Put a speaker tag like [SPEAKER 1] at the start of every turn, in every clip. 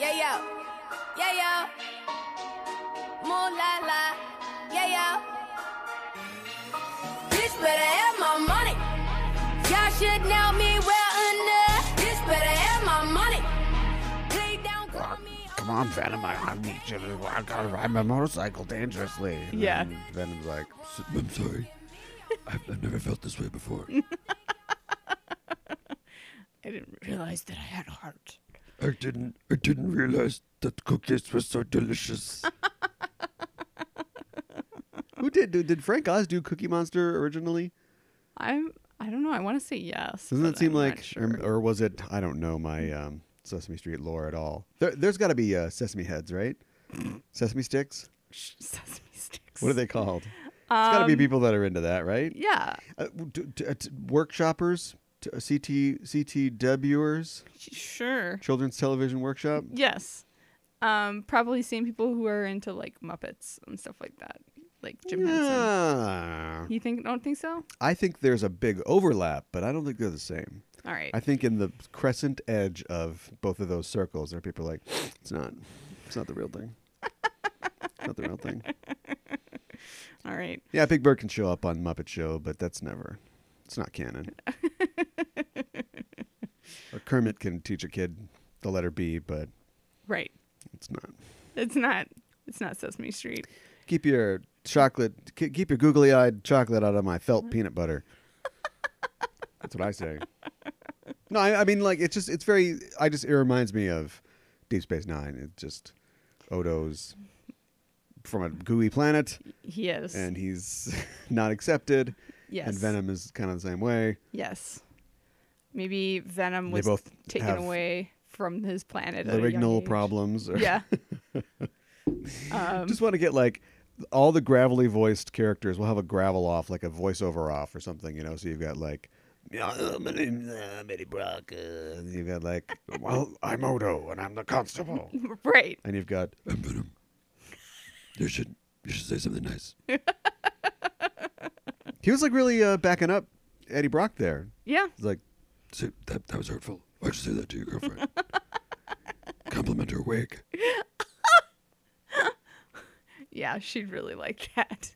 [SPEAKER 1] yeah, yo, yeah, yo, moon la la, yeah, yo. Bitch better have my money. Y'all should know me well enough. Bitch better have my money. Play down, call me.
[SPEAKER 2] Come on, Venom. I, I need you to. I gotta ride my motorcycle dangerously. And
[SPEAKER 3] Yeah.
[SPEAKER 2] then Venom's like,
[SPEAKER 4] S- I'm sorry. I've, I've never felt this way before.
[SPEAKER 3] I didn't realize that I had a heart.
[SPEAKER 4] I didn't. I didn't realize that cookies were so delicious.
[SPEAKER 2] Who did? Did Frank Oz do Cookie Monster originally?
[SPEAKER 3] I'm. I don't know. I want to say yes.
[SPEAKER 2] Doesn't
[SPEAKER 3] but
[SPEAKER 2] that seem
[SPEAKER 3] I'm not
[SPEAKER 2] like,
[SPEAKER 3] sure.
[SPEAKER 2] or, or was it? I don't know my um, Sesame Street lore at all. There, there's got to be uh, sesame heads, right? sesame sticks.
[SPEAKER 3] Sh- sesame sticks?
[SPEAKER 2] What are they called? it's got to be people that are into that, right?
[SPEAKER 3] Yeah,
[SPEAKER 2] Uh, w- d- d- uh, t- workshoppers, t- uh, CT CTWers,
[SPEAKER 3] sure.
[SPEAKER 2] Children's Television Workshop.
[SPEAKER 3] Yes. Um, probably seeing people who are into like Muppets and stuff like that, like Jim Henson.
[SPEAKER 2] Yeah.
[SPEAKER 3] You think? Don't think so?
[SPEAKER 2] I think there's a big overlap, but I don't think they're the same.
[SPEAKER 3] All right.
[SPEAKER 2] I think in the crescent edge of both of those circles, there are people like, it's not, it's not the real thing. It's not the real thing.
[SPEAKER 3] All right.
[SPEAKER 2] Yeah, Big Bird can show up on Muppet Show, but that's never, it's not canon. or Kermit can teach a kid the letter B, but
[SPEAKER 3] Right.
[SPEAKER 2] it's not.
[SPEAKER 3] It's not. It's not Sesame Street.
[SPEAKER 2] Keep your chocolate, ke- keep your googly-eyed chocolate out of my felt
[SPEAKER 3] Mm-hmm.
[SPEAKER 2] peanut butter. That's what I say. No, I, I mean like it's just it's very. I just it reminds me of Deep Space Nine. It just Odo's from a gooey planet,
[SPEAKER 3] He is.
[SPEAKER 2] and he's not accepted.
[SPEAKER 3] yes.
[SPEAKER 2] And Venom is kind of the same way.
[SPEAKER 3] Yes. Maybe Venom
[SPEAKER 2] They
[SPEAKER 3] was
[SPEAKER 2] both
[SPEAKER 3] taken
[SPEAKER 2] have
[SPEAKER 3] away from his planet. at a young
[SPEAKER 2] Lyrignal
[SPEAKER 3] age.
[SPEAKER 2] problems. or-
[SPEAKER 3] Yeah. um,
[SPEAKER 2] just want to get like all the gravelly voiced characters will have a gravel off, like a voiceover off or something, you know. So you've got like, "Yeah, my name's uh, Eddie Brock. uh," and you've got like, well, I'm Odo and I'm the constable.
[SPEAKER 3] right.
[SPEAKER 2] And you've got,
[SPEAKER 4] I'm Venom. You should. You should say something nice.
[SPEAKER 2] he was like really uh, backing up Eddie Brock there.
[SPEAKER 3] Yeah.
[SPEAKER 2] He's like,
[SPEAKER 4] Say, that that was hurtful. Why'd you say that to your girlfriend? Compliment her wig.
[SPEAKER 3] Yeah. She'd really like that.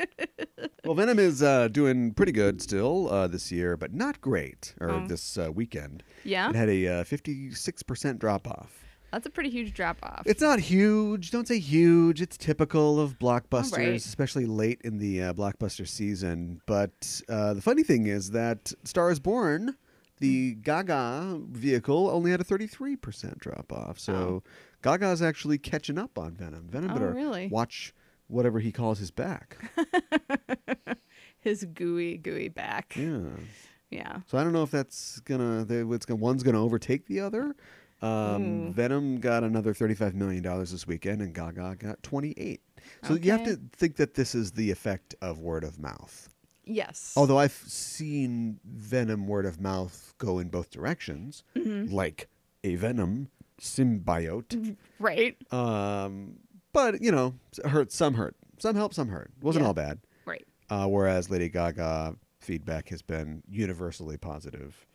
[SPEAKER 2] well, Venom is uh, doing pretty good still uh, this year, but not great, or
[SPEAKER 3] Oh.
[SPEAKER 2] this uh, weekend.
[SPEAKER 3] yeah.
[SPEAKER 2] It had a uh, 56% drop off.
[SPEAKER 3] That's a pretty huge drop off.
[SPEAKER 2] It's not huge. Don't say huge. It's typical of blockbusters,
[SPEAKER 3] right.
[SPEAKER 2] especially late in the uh, blockbuster season. But uh, the funny thing is that Star is Born,
[SPEAKER 3] Hmm.
[SPEAKER 2] the Gaga vehicle, only had a 33% drop off. So Gaga's actually catching up on Venom. Venom
[SPEAKER 3] Oh,
[SPEAKER 2] better
[SPEAKER 3] really?
[SPEAKER 2] watch whatever he calls his back.
[SPEAKER 3] his gooey, gooey back.
[SPEAKER 2] yeah.
[SPEAKER 3] Yeah.
[SPEAKER 2] So I don't know if that's gonna. They, it's gonna one's gonna overtake the other.
[SPEAKER 3] Hmm.
[SPEAKER 2] Um, Venom got another thirty-five million dollars this weekend, and Gaga got twenty-eight. So you have
[SPEAKER 3] Okay.
[SPEAKER 2] to think that this is the effect of word of mouth.
[SPEAKER 3] Yes.
[SPEAKER 2] Although I've seen Venom word of mouth go in both directions,
[SPEAKER 3] Mm-hmm.
[SPEAKER 2] like a Venom symbiote.
[SPEAKER 3] right.
[SPEAKER 2] um, but you know, s- hurt some hurt, some help, some hurt. Wasn't
[SPEAKER 3] Yeah.
[SPEAKER 2] all bad.
[SPEAKER 3] Right.
[SPEAKER 2] Uh, whereas Lady Gaga feedback has been universally positive.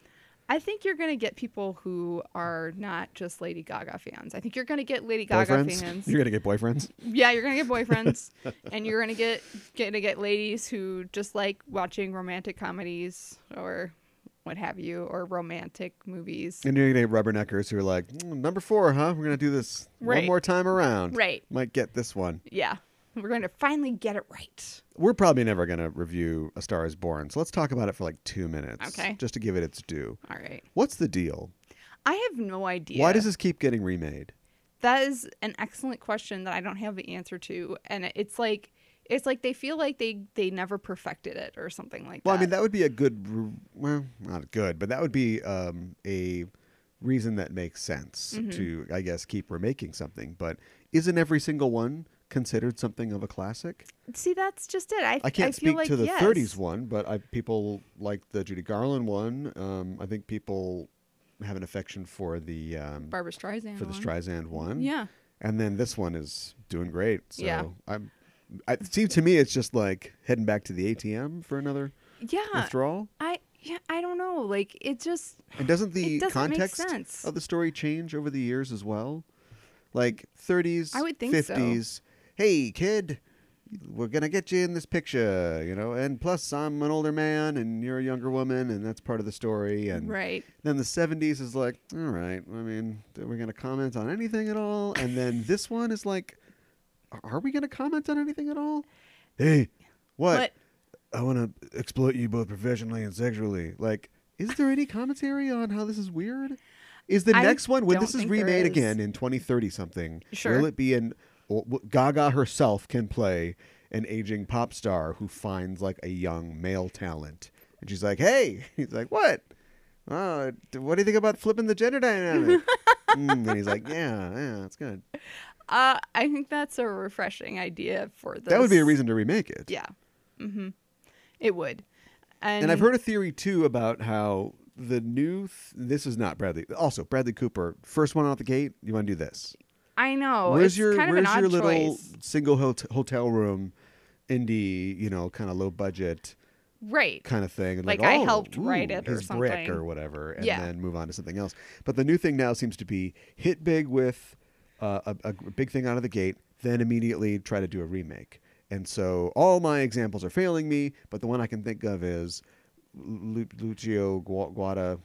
[SPEAKER 3] I think you're going to get people who are not just Lady Gaga fans. I think you're going to get Lady Gaga fans.
[SPEAKER 2] You're gonna get boyfriends.
[SPEAKER 3] yeah, you're going to get boyfriends and you're going to get going to get ladies who just like watching romantic comedies or what have you or romantic movies.
[SPEAKER 2] And you're gonna get rubberneckers who are like, "Mm, number four, huh? We're gonna do this one
[SPEAKER 3] Right.
[SPEAKER 2] more time around.
[SPEAKER 3] Right.
[SPEAKER 2] Might get this one.
[SPEAKER 3] Yeah. We're going to finally get it right.
[SPEAKER 2] We're probably never gonna review A Star Is Born, so let's talk about it for like two minutes.
[SPEAKER 3] Okay.
[SPEAKER 2] Just to give it its due.
[SPEAKER 3] All right.
[SPEAKER 2] What's the deal?
[SPEAKER 3] I have no idea.
[SPEAKER 2] Why does this keep getting remade?
[SPEAKER 3] That is an excellent question that I don't have the answer to, and it's like it's like they feel like they they never perfected it or something like
[SPEAKER 2] Well,
[SPEAKER 3] that.
[SPEAKER 2] I mean, that would be a good, re- well, not good, but that would be um, a reason that makes sense
[SPEAKER 3] Mm-hmm.
[SPEAKER 2] to, I guess, keep remaking something. But isn't every single one considered something of a classic?
[SPEAKER 3] see that's just it. I
[SPEAKER 2] I can't
[SPEAKER 3] feel
[SPEAKER 2] speak
[SPEAKER 3] like,
[SPEAKER 2] to the
[SPEAKER 3] yes.
[SPEAKER 2] 30s one, but I, people like the Judy Garland one. Um, I think people have an affection for the um,
[SPEAKER 3] Barbara Streisand
[SPEAKER 2] for the
[SPEAKER 3] one.
[SPEAKER 2] Streisand one.
[SPEAKER 3] Yeah,
[SPEAKER 2] and then this one is doing great. So
[SPEAKER 3] Yeah.
[SPEAKER 2] I'm. I, it seems to me it's just like heading back to the ATM for another
[SPEAKER 3] yeah.
[SPEAKER 2] withdrawal.
[SPEAKER 3] I yeah I don't know. Like it just
[SPEAKER 2] And doesn't the
[SPEAKER 3] doesn't make
[SPEAKER 2] context
[SPEAKER 3] sense.
[SPEAKER 2] of the story change over the years as well? like 30s,
[SPEAKER 3] I would think so.
[SPEAKER 2] 50s. Hey, kid, we're going to get you in this picture, you know? And plus, I'm an older man and you're a younger woman, and that's part of the story. And
[SPEAKER 3] Right.
[SPEAKER 2] then the 70s is like, all right, I mean, are we going to comment on anything at all? And then this one is like, are we going to comment on anything at all? Hey, what?
[SPEAKER 3] But
[SPEAKER 2] I want to exploit you both professionally and sexually. Like, is there any commentary on how this is weird? Is the
[SPEAKER 3] I
[SPEAKER 2] next one when this
[SPEAKER 3] don't
[SPEAKER 2] is
[SPEAKER 3] think there
[SPEAKER 2] remade
[SPEAKER 3] is.
[SPEAKER 2] again in 2030 something?
[SPEAKER 3] Sure.
[SPEAKER 2] Will it be an or w- Gaga herself can play an aging pop star who finds like a young male talent, and she's like, "Hey," he's like, "What? Oh, d- what do you think about flipping the gender dynamic?" mm, and he's like, "Yeah, yeah, it's good.
[SPEAKER 3] uh, I think that's a refreshing idea for this.
[SPEAKER 2] That would be a reason to remake it."
[SPEAKER 3] Yeah. hmm It would. And,
[SPEAKER 2] And I've heard a theory too about how the new th- this is not Bradley. Also, Bradley Cooper, first one out the gate, you want to do this.
[SPEAKER 3] I know.
[SPEAKER 2] where's
[SPEAKER 3] Oh, it's
[SPEAKER 2] your
[SPEAKER 3] kind of
[SPEAKER 2] where's
[SPEAKER 3] an odd
[SPEAKER 2] your little
[SPEAKER 3] choice.
[SPEAKER 2] single hot- hotel room indie, you know, kind of low budget
[SPEAKER 3] Right.
[SPEAKER 2] kind of thing and
[SPEAKER 3] Like, I
[SPEAKER 2] oh,
[SPEAKER 3] helped write
[SPEAKER 2] ooh,
[SPEAKER 3] it or
[SPEAKER 2] his brick
[SPEAKER 3] something.
[SPEAKER 2] or whatever and
[SPEAKER 3] Yeah.
[SPEAKER 2] then move on to something else. But the new thing now seems to be hit big with uh, a, a big thing out of the gate, then immediately try to do a remake. And so all my examples are failing me, but the one I can think of is Lu- Lucio Gua- Guada.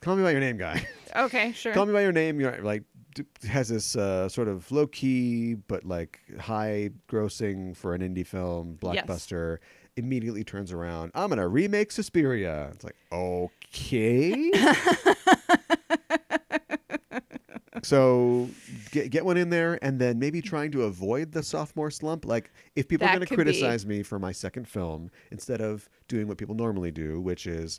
[SPEAKER 2] Call me by your name, guy.
[SPEAKER 3] Okay, sure.
[SPEAKER 2] Call Me by Your Name, you know, like d- has this uh, sort of low key but like high grossing for an indie film
[SPEAKER 3] Yes.
[SPEAKER 2] blockbuster. Immediately turns around. I'm gonna remake Suspiria. It's like okay. so get get one in there, and then maybe trying to avoid the sophomore slump. Like if people
[SPEAKER 3] That
[SPEAKER 2] are gonna
[SPEAKER 3] could be.
[SPEAKER 2] criticize me for my second film instead of doing what people normally do, which is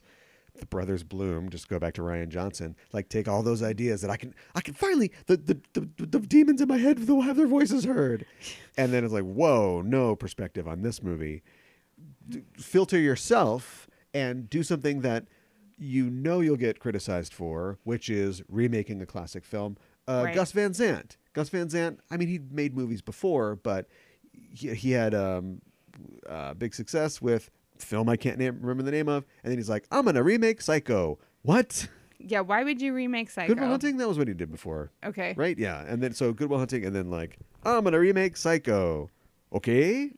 [SPEAKER 2] the brothers Bloom. Just go back to Ryan Johnson. Like take all those ideas that I can, I can finally the the, the, the demons in my head will have their voices heard, and then it's like whoa, no perspective on this movie. D- filter yourself and do something that you know you'll get criticized for, which is remaking a classic film. Uh,
[SPEAKER 3] Right.
[SPEAKER 2] Gus Van Sant. Gus Van Sant. I mean, he'd made movies before, but he, he had um, uh, big success with film I can't name, remember the name of, and then he's like, "I'm gonna remake Psycho." What?
[SPEAKER 3] yeah, why would you remake Psycho?
[SPEAKER 2] Goodwill Hunting. That was what he did before,
[SPEAKER 3] Okay.
[SPEAKER 2] right? Yeah, and then so Goodwill Hunting, and then like, "I'm gonna remake Psycho." Okay,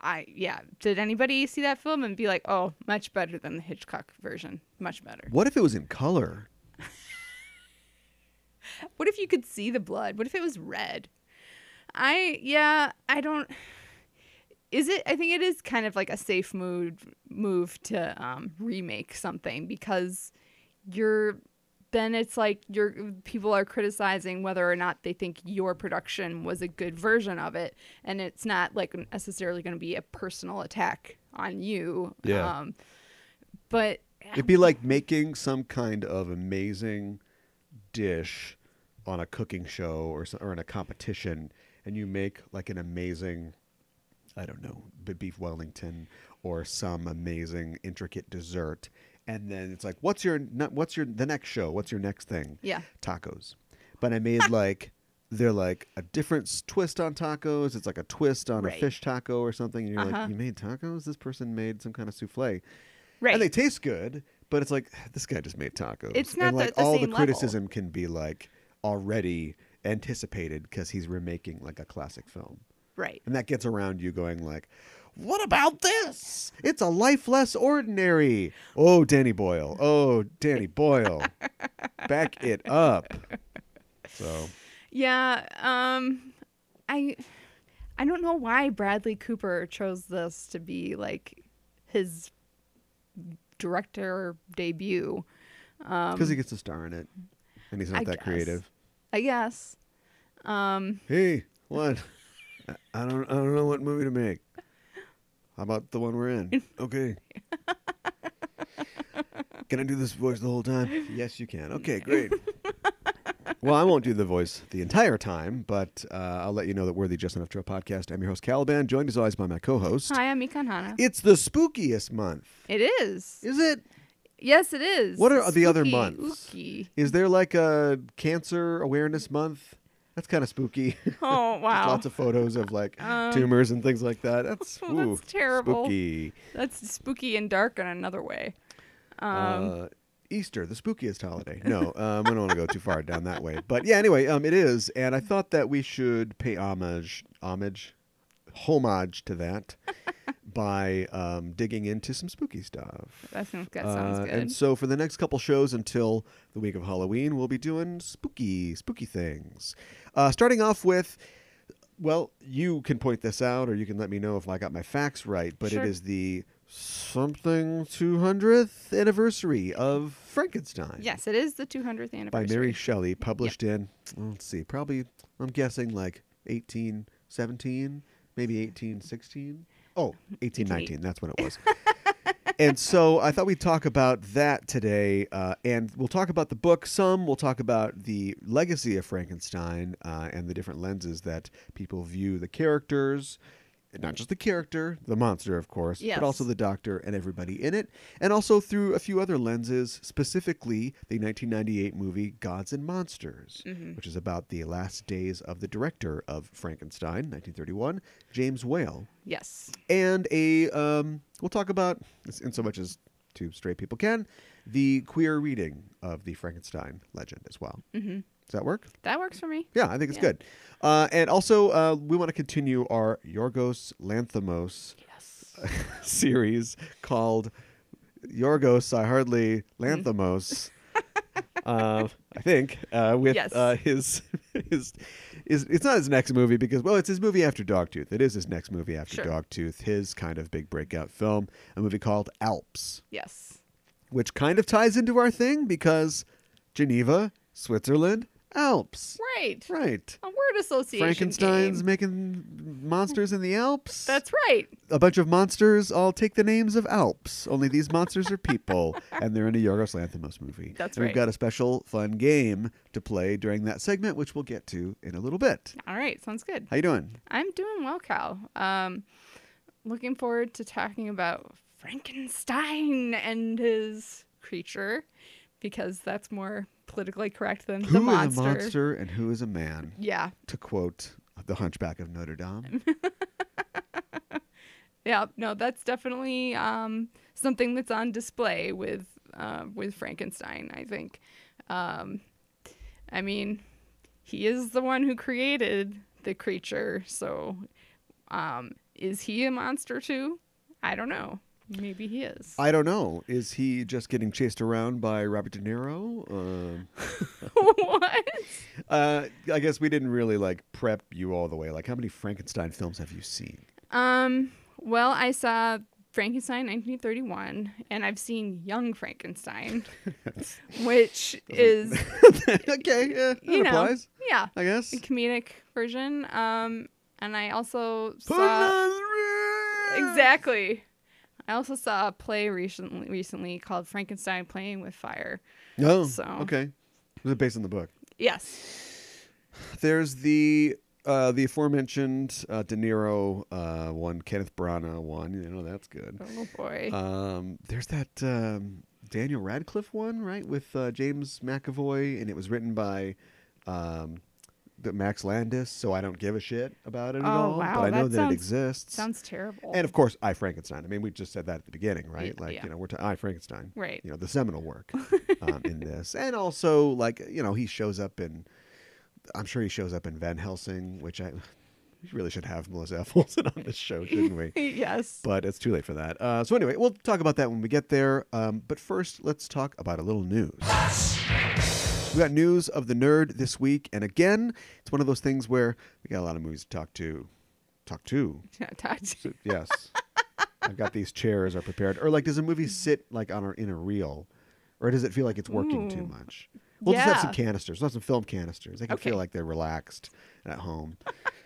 [SPEAKER 3] I yeah. Did anybody see that film and be like, "Oh, much better than the Hitchcock version. Much better."
[SPEAKER 2] what if it was in color?
[SPEAKER 3] What if you could see the blood? What if it was red? I yeah, I don't Is it I think it is kind of like a safe move move to um remake something because you're then it's like your people are criticizing whether or not they think your production was a good version of it and it's not like necessarily going to be a personal attack on you
[SPEAKER 2] Yeah.
[SPEAKER 3] um but
[SPEAKER 2] It'd be like making some kind of amazing dish on a cooking show or so, or in a competition, and you make like an amazing, I don't know, b- beef Wellington or some amazing intricate dessert, and then it's like, what's your ne- what's your the next show? What's your next thing?
[SPEAKER 3] Yeah.
[SPEAKER 2] tacos. But I made like they're like a different s- twist on tacos. It's like a twist on a
[SPEAKER 3] Right.
[SPEAKER 2] fish taco or something, and you're
[SPEAKER 3] Uh-huh.
[SPEAKER 2] like, you made tacos. This person made some kind of souffle.
[SPEAKER 3] right
[SPEAKER 2] And they taste good, but it's like this guy just made tacos.
[SPEAKER 3] It's not
[SPEAKER 2] and
[SPEAKER 3] the-
[SPEAKER 2] like
[SPEAKER 3] the
[SPEAKER 2] all
[SPEAKER 3] same
[SPEAKER 2] the
[SPEAKER 3] level.
[SPEAKER 2] criticism can be like already anticipated because he's remaking like a classic film,
[SPEAKER 3] right
[SPEAKER 2] and that gets around you going like, "What about this? It's a life less ordinary." Oh, Danny Boyle. Oh, Danny Boyle. Back it up. So
[SPEAKER 3] Yeah, um I I don't know why Bradley Cooper chose this to be like his director debut.
[SPEAKER 2] because he gets to star in it, and he's not
[SPEAKER 3] Um, I
[SPEAKER 2] that
[SPEAKER 3] guess.
[SPEAKER 2] creative.
[SPEAKER 3] I guess. Um
[SPEAKER 2] Hey, what? I- I don't. I don't know what movie to make. How about the one we're in? Okay. Can I do this voice the whole time? Yes, you can. Okay, great. well, I won't do the voice the entire time, but uh, I'll let you know that we're the Just Enough Trail podcast. I'm your host Caliban, joined as always by my co-host.
[SPEAKER 3] hi, I'm Mikan Hana.
[SPEAKER 2] It's the spookiest month,
[SPEAKER 3] It is.
[SPEAKER 2] is it?
[SPEAKER 3] Yes, it is.
[SPEAKER 2] What are the other
[SPEAKER 3] Spooky,
[SPEAKER 2] months?
[SPEAKER 3] ooky.
[SPEAKER 2] Is there like a cancer awareness month? That's kind of spooky.
[SPEAKER 3] Oh, wow.
[SPEAKER 2] Just lots of photos of like
[SPEAKER 3] Um,
[SPEAKER 2] tumors and things like that. That's,
[SPEAKER 3] Well, that's
[SPEAKER 2] ooh,
[SPEAKER 3] terrible.
[SPEAKER 2] Spooky.
[SPEAKER 3] That's spooky and dark in another way. Um
[SPEAKER 2] uh, Easter, the spookiest holiday. No, um, we don't want to go too far down that way. But yeah, anyway, um, it is, and I thought that we should pay homage, homage, homage to that by um, digging into some spooky stuff.
[SPEAKER 3] That sounds, that sounds
[SPEAKER 2] Uh,
[SPEAKER 3] good.
[SPEAKER 2] And so for the next couple shows until the week of Halloween, we'll be doing spooky, spooky things. Uh, starting off with, well, you can point this out, or you can let me know if I got my facts right. But
[SPEAKER 3] Sure.
[SPEAKER 2] it is the something 200th anniversary of Frankenstein.
[SPEAKER 3] yes, it is the 200th anniversary.
[SPEAKER 2] By Mary Shelley, published in, let's see, probably, I'm guessing like 1817, maybe 1816. Oh, 1819, that's when it was. and so I thought we'd talk about that today. Uh, and we'll talk about the book some. We'll talk about the legacy of Frankenstein uh, and the different lenses that people view the characters. Not just the character, the monster, of course,
[SPEAKER 3] Yes.
[SPEAKER 2] but also the doctor and everybody in it. And also through a few other lenses, specifically the 1998 movie Gods and Monsters, which is about the last days of the director of Frankenstein, 1931, James Whale
[SPEAKER 3] Yes.
[SPEAKER 2] and a um, we'll talk about in so much as two straight people can the queer reading of the Frankenstein legend as well. Mm-hmm. Does that work?
[SPEAKER 3] That works for me.
[SPEAKER 2] Yeah, I think it's
[SPEAKER 3] Yeah.
[SPEAKER 2] good. Uh, and also, uh, we want to continue our Yorgos Lanthimos
[SPEAKER 3] Yes.
[SPEAKER 2] series called Yorgos I Hardly Lanthimos. uh, I think uh, with
[SPEAKER 3] Mm. Yes.
[SPEAKER 2] uh, his, his his it's not his next movie because well it's his movie after Dogtooth it is his next movie after
[SPEAKER 3] Sure.
[SPEAKER 2] Dogtooth his kind of big breakout film a movie called Alps
[SPEAKER 3] Yes.
[SPEAKER 2] which kind of ties into our thing because Geneva Switzerland Alps
[SPEAKER 3] Right.
[SPEAKER 2] right
[SPEAKER 3] A word association.
[SPEAKER 2] Frankenstein's
[SPEAKER 3] game.
[SPEAKER 2] making monsters in the Alps
[SPEAKER 3] That's right.
[SPEAKER 2] a bunch of monsters all take the names of Alps. Only these monsters are people, and they're in a Yorgos Lanthimos movie.
[SPEAKER 3] That's
[SPEAKER 2] and
[SPEAKER 3] right.
[SPEAKER 2] We've got a special fun game to play during that segment, which we'll get to in a little bit.
[SPEAKER 3] All right. Sounds good.
[SPEAKER 2] How you doing?
[SPEAKER 3] I'm doing well, Cal. Um, looking forward to talking about Frankenstein and his creature because that's more politically correct than
[SPEAKER 2] Who
[SPEAKER 3] the
[SPEAKER 2] is
[SPEAKER 3] monster.
[SPEAKER 2] a monster and who is a man?
[SPEAKER 3] Yeah.
[SPEAKER 2] To quote the Hunchback of Notre Dame.
[SPEAKER 3] Yeah. No, that's definitely um, something that's on display with uh, with Frankenstein. I think. Um, I mean, he is the one who created the creature, so um, is he a monster too? I don't know. Maybe he is.
[SPEAKER 2] I don't know. Is he just getting chased around by Robert De Niro? Um,
[SPEAKER 3] what?
[SPEAKER 2] uh, I guess we didn't really like prep you all the way. Like, how many Frankenstein films have you seen?
[SPEAKER 3] Um, well, I saw Frankenstein 1931 and I've seen Young Frankenstein, which is
[SPEAKER 2] okay, yeah, that
[SPEAKER 3] you know,
[SPEAKER 2] applies,
[SPEAKER 3] yeah,
[SPEAKER 2] I guess.
[SPEAKER 3] a comedic version. Um, and I also
[SPEAKER 2] Put
[SPEAKER 3] saw
[SPEAKER 2] another in.
[SPEAKER 3] Exactly. I also saw a play recently recently called Frankenstein Playing with Fire.
[SPEAKER 2] Oh,
[SPEAKER 3] So-
[SPEAKER 2] okay. Was it based on the book?
[SPEAKER 3] Yes.
[SPEAKER 2] There's the uh, the aforementioned uh, De Niro uh, one, Kenneth Branagh one. You know that's good.
[SPEAKER 3] Oh boy.
[SPEAKER 2] Um, there's that um, Daniel Radcliffe one, right, with uh, James McAvoy, and it was written by um, the Max Landis. So I don't give a shit about it at
[SPEAKER 3] Oh,
[SPEAKER 2] all,
[SPEAKER 3] wow,
[SPEAKER 2] but I know
[SPEAKER 3] that
[SPEAKER 2] that,
[SPEAKER 3] sounds-
[SPEAKER 2] it exists.
[SPEAKER 3] Sounds terrible.
[SPEAKER 2] and of course, I Frankenstein. I mean, we just said that at the beginning, right?
[SPEAKER 3] Yeah,
[SPEAKER 2] like
[SPEAKER 3] yeah.
[SPEAKER 2] you know, we're t- I Frankenstein.
[SPEAKER 3] Right.
[SPEAKER 2] you know the seminal work um, in this and also like you know he shows up in i'm sure he shows up in van helsing which i we really should have melissa f Olsen on this show shouldn't we
[SPEAKER 3] yes.
[SPEAKER 2] but it's too late for that uh, so anyway we'll talk about that when we get there um, but first let's talk about a little news we got news of the nerd this week and again it's one of those things where we got a lot of movies to talk to talk to
[SPEAKER 3] Touch.
[SPEAKER 2] Yes. I've got these chairs are prepared. Or like does a movie sit like on a, in a reel? Or does it feel like it's working too
[SPEAKER 3] Ooh.
[SPEAKER 2] much? We'll just have some
[SPEAKER 3] Hmm. Yeah.
[SPEAKER 2] canisters. We'll have some film canisters. They can
[SPEAKER 3] Okay.
[SPEAKER 2] feel like they're relaxed and at home.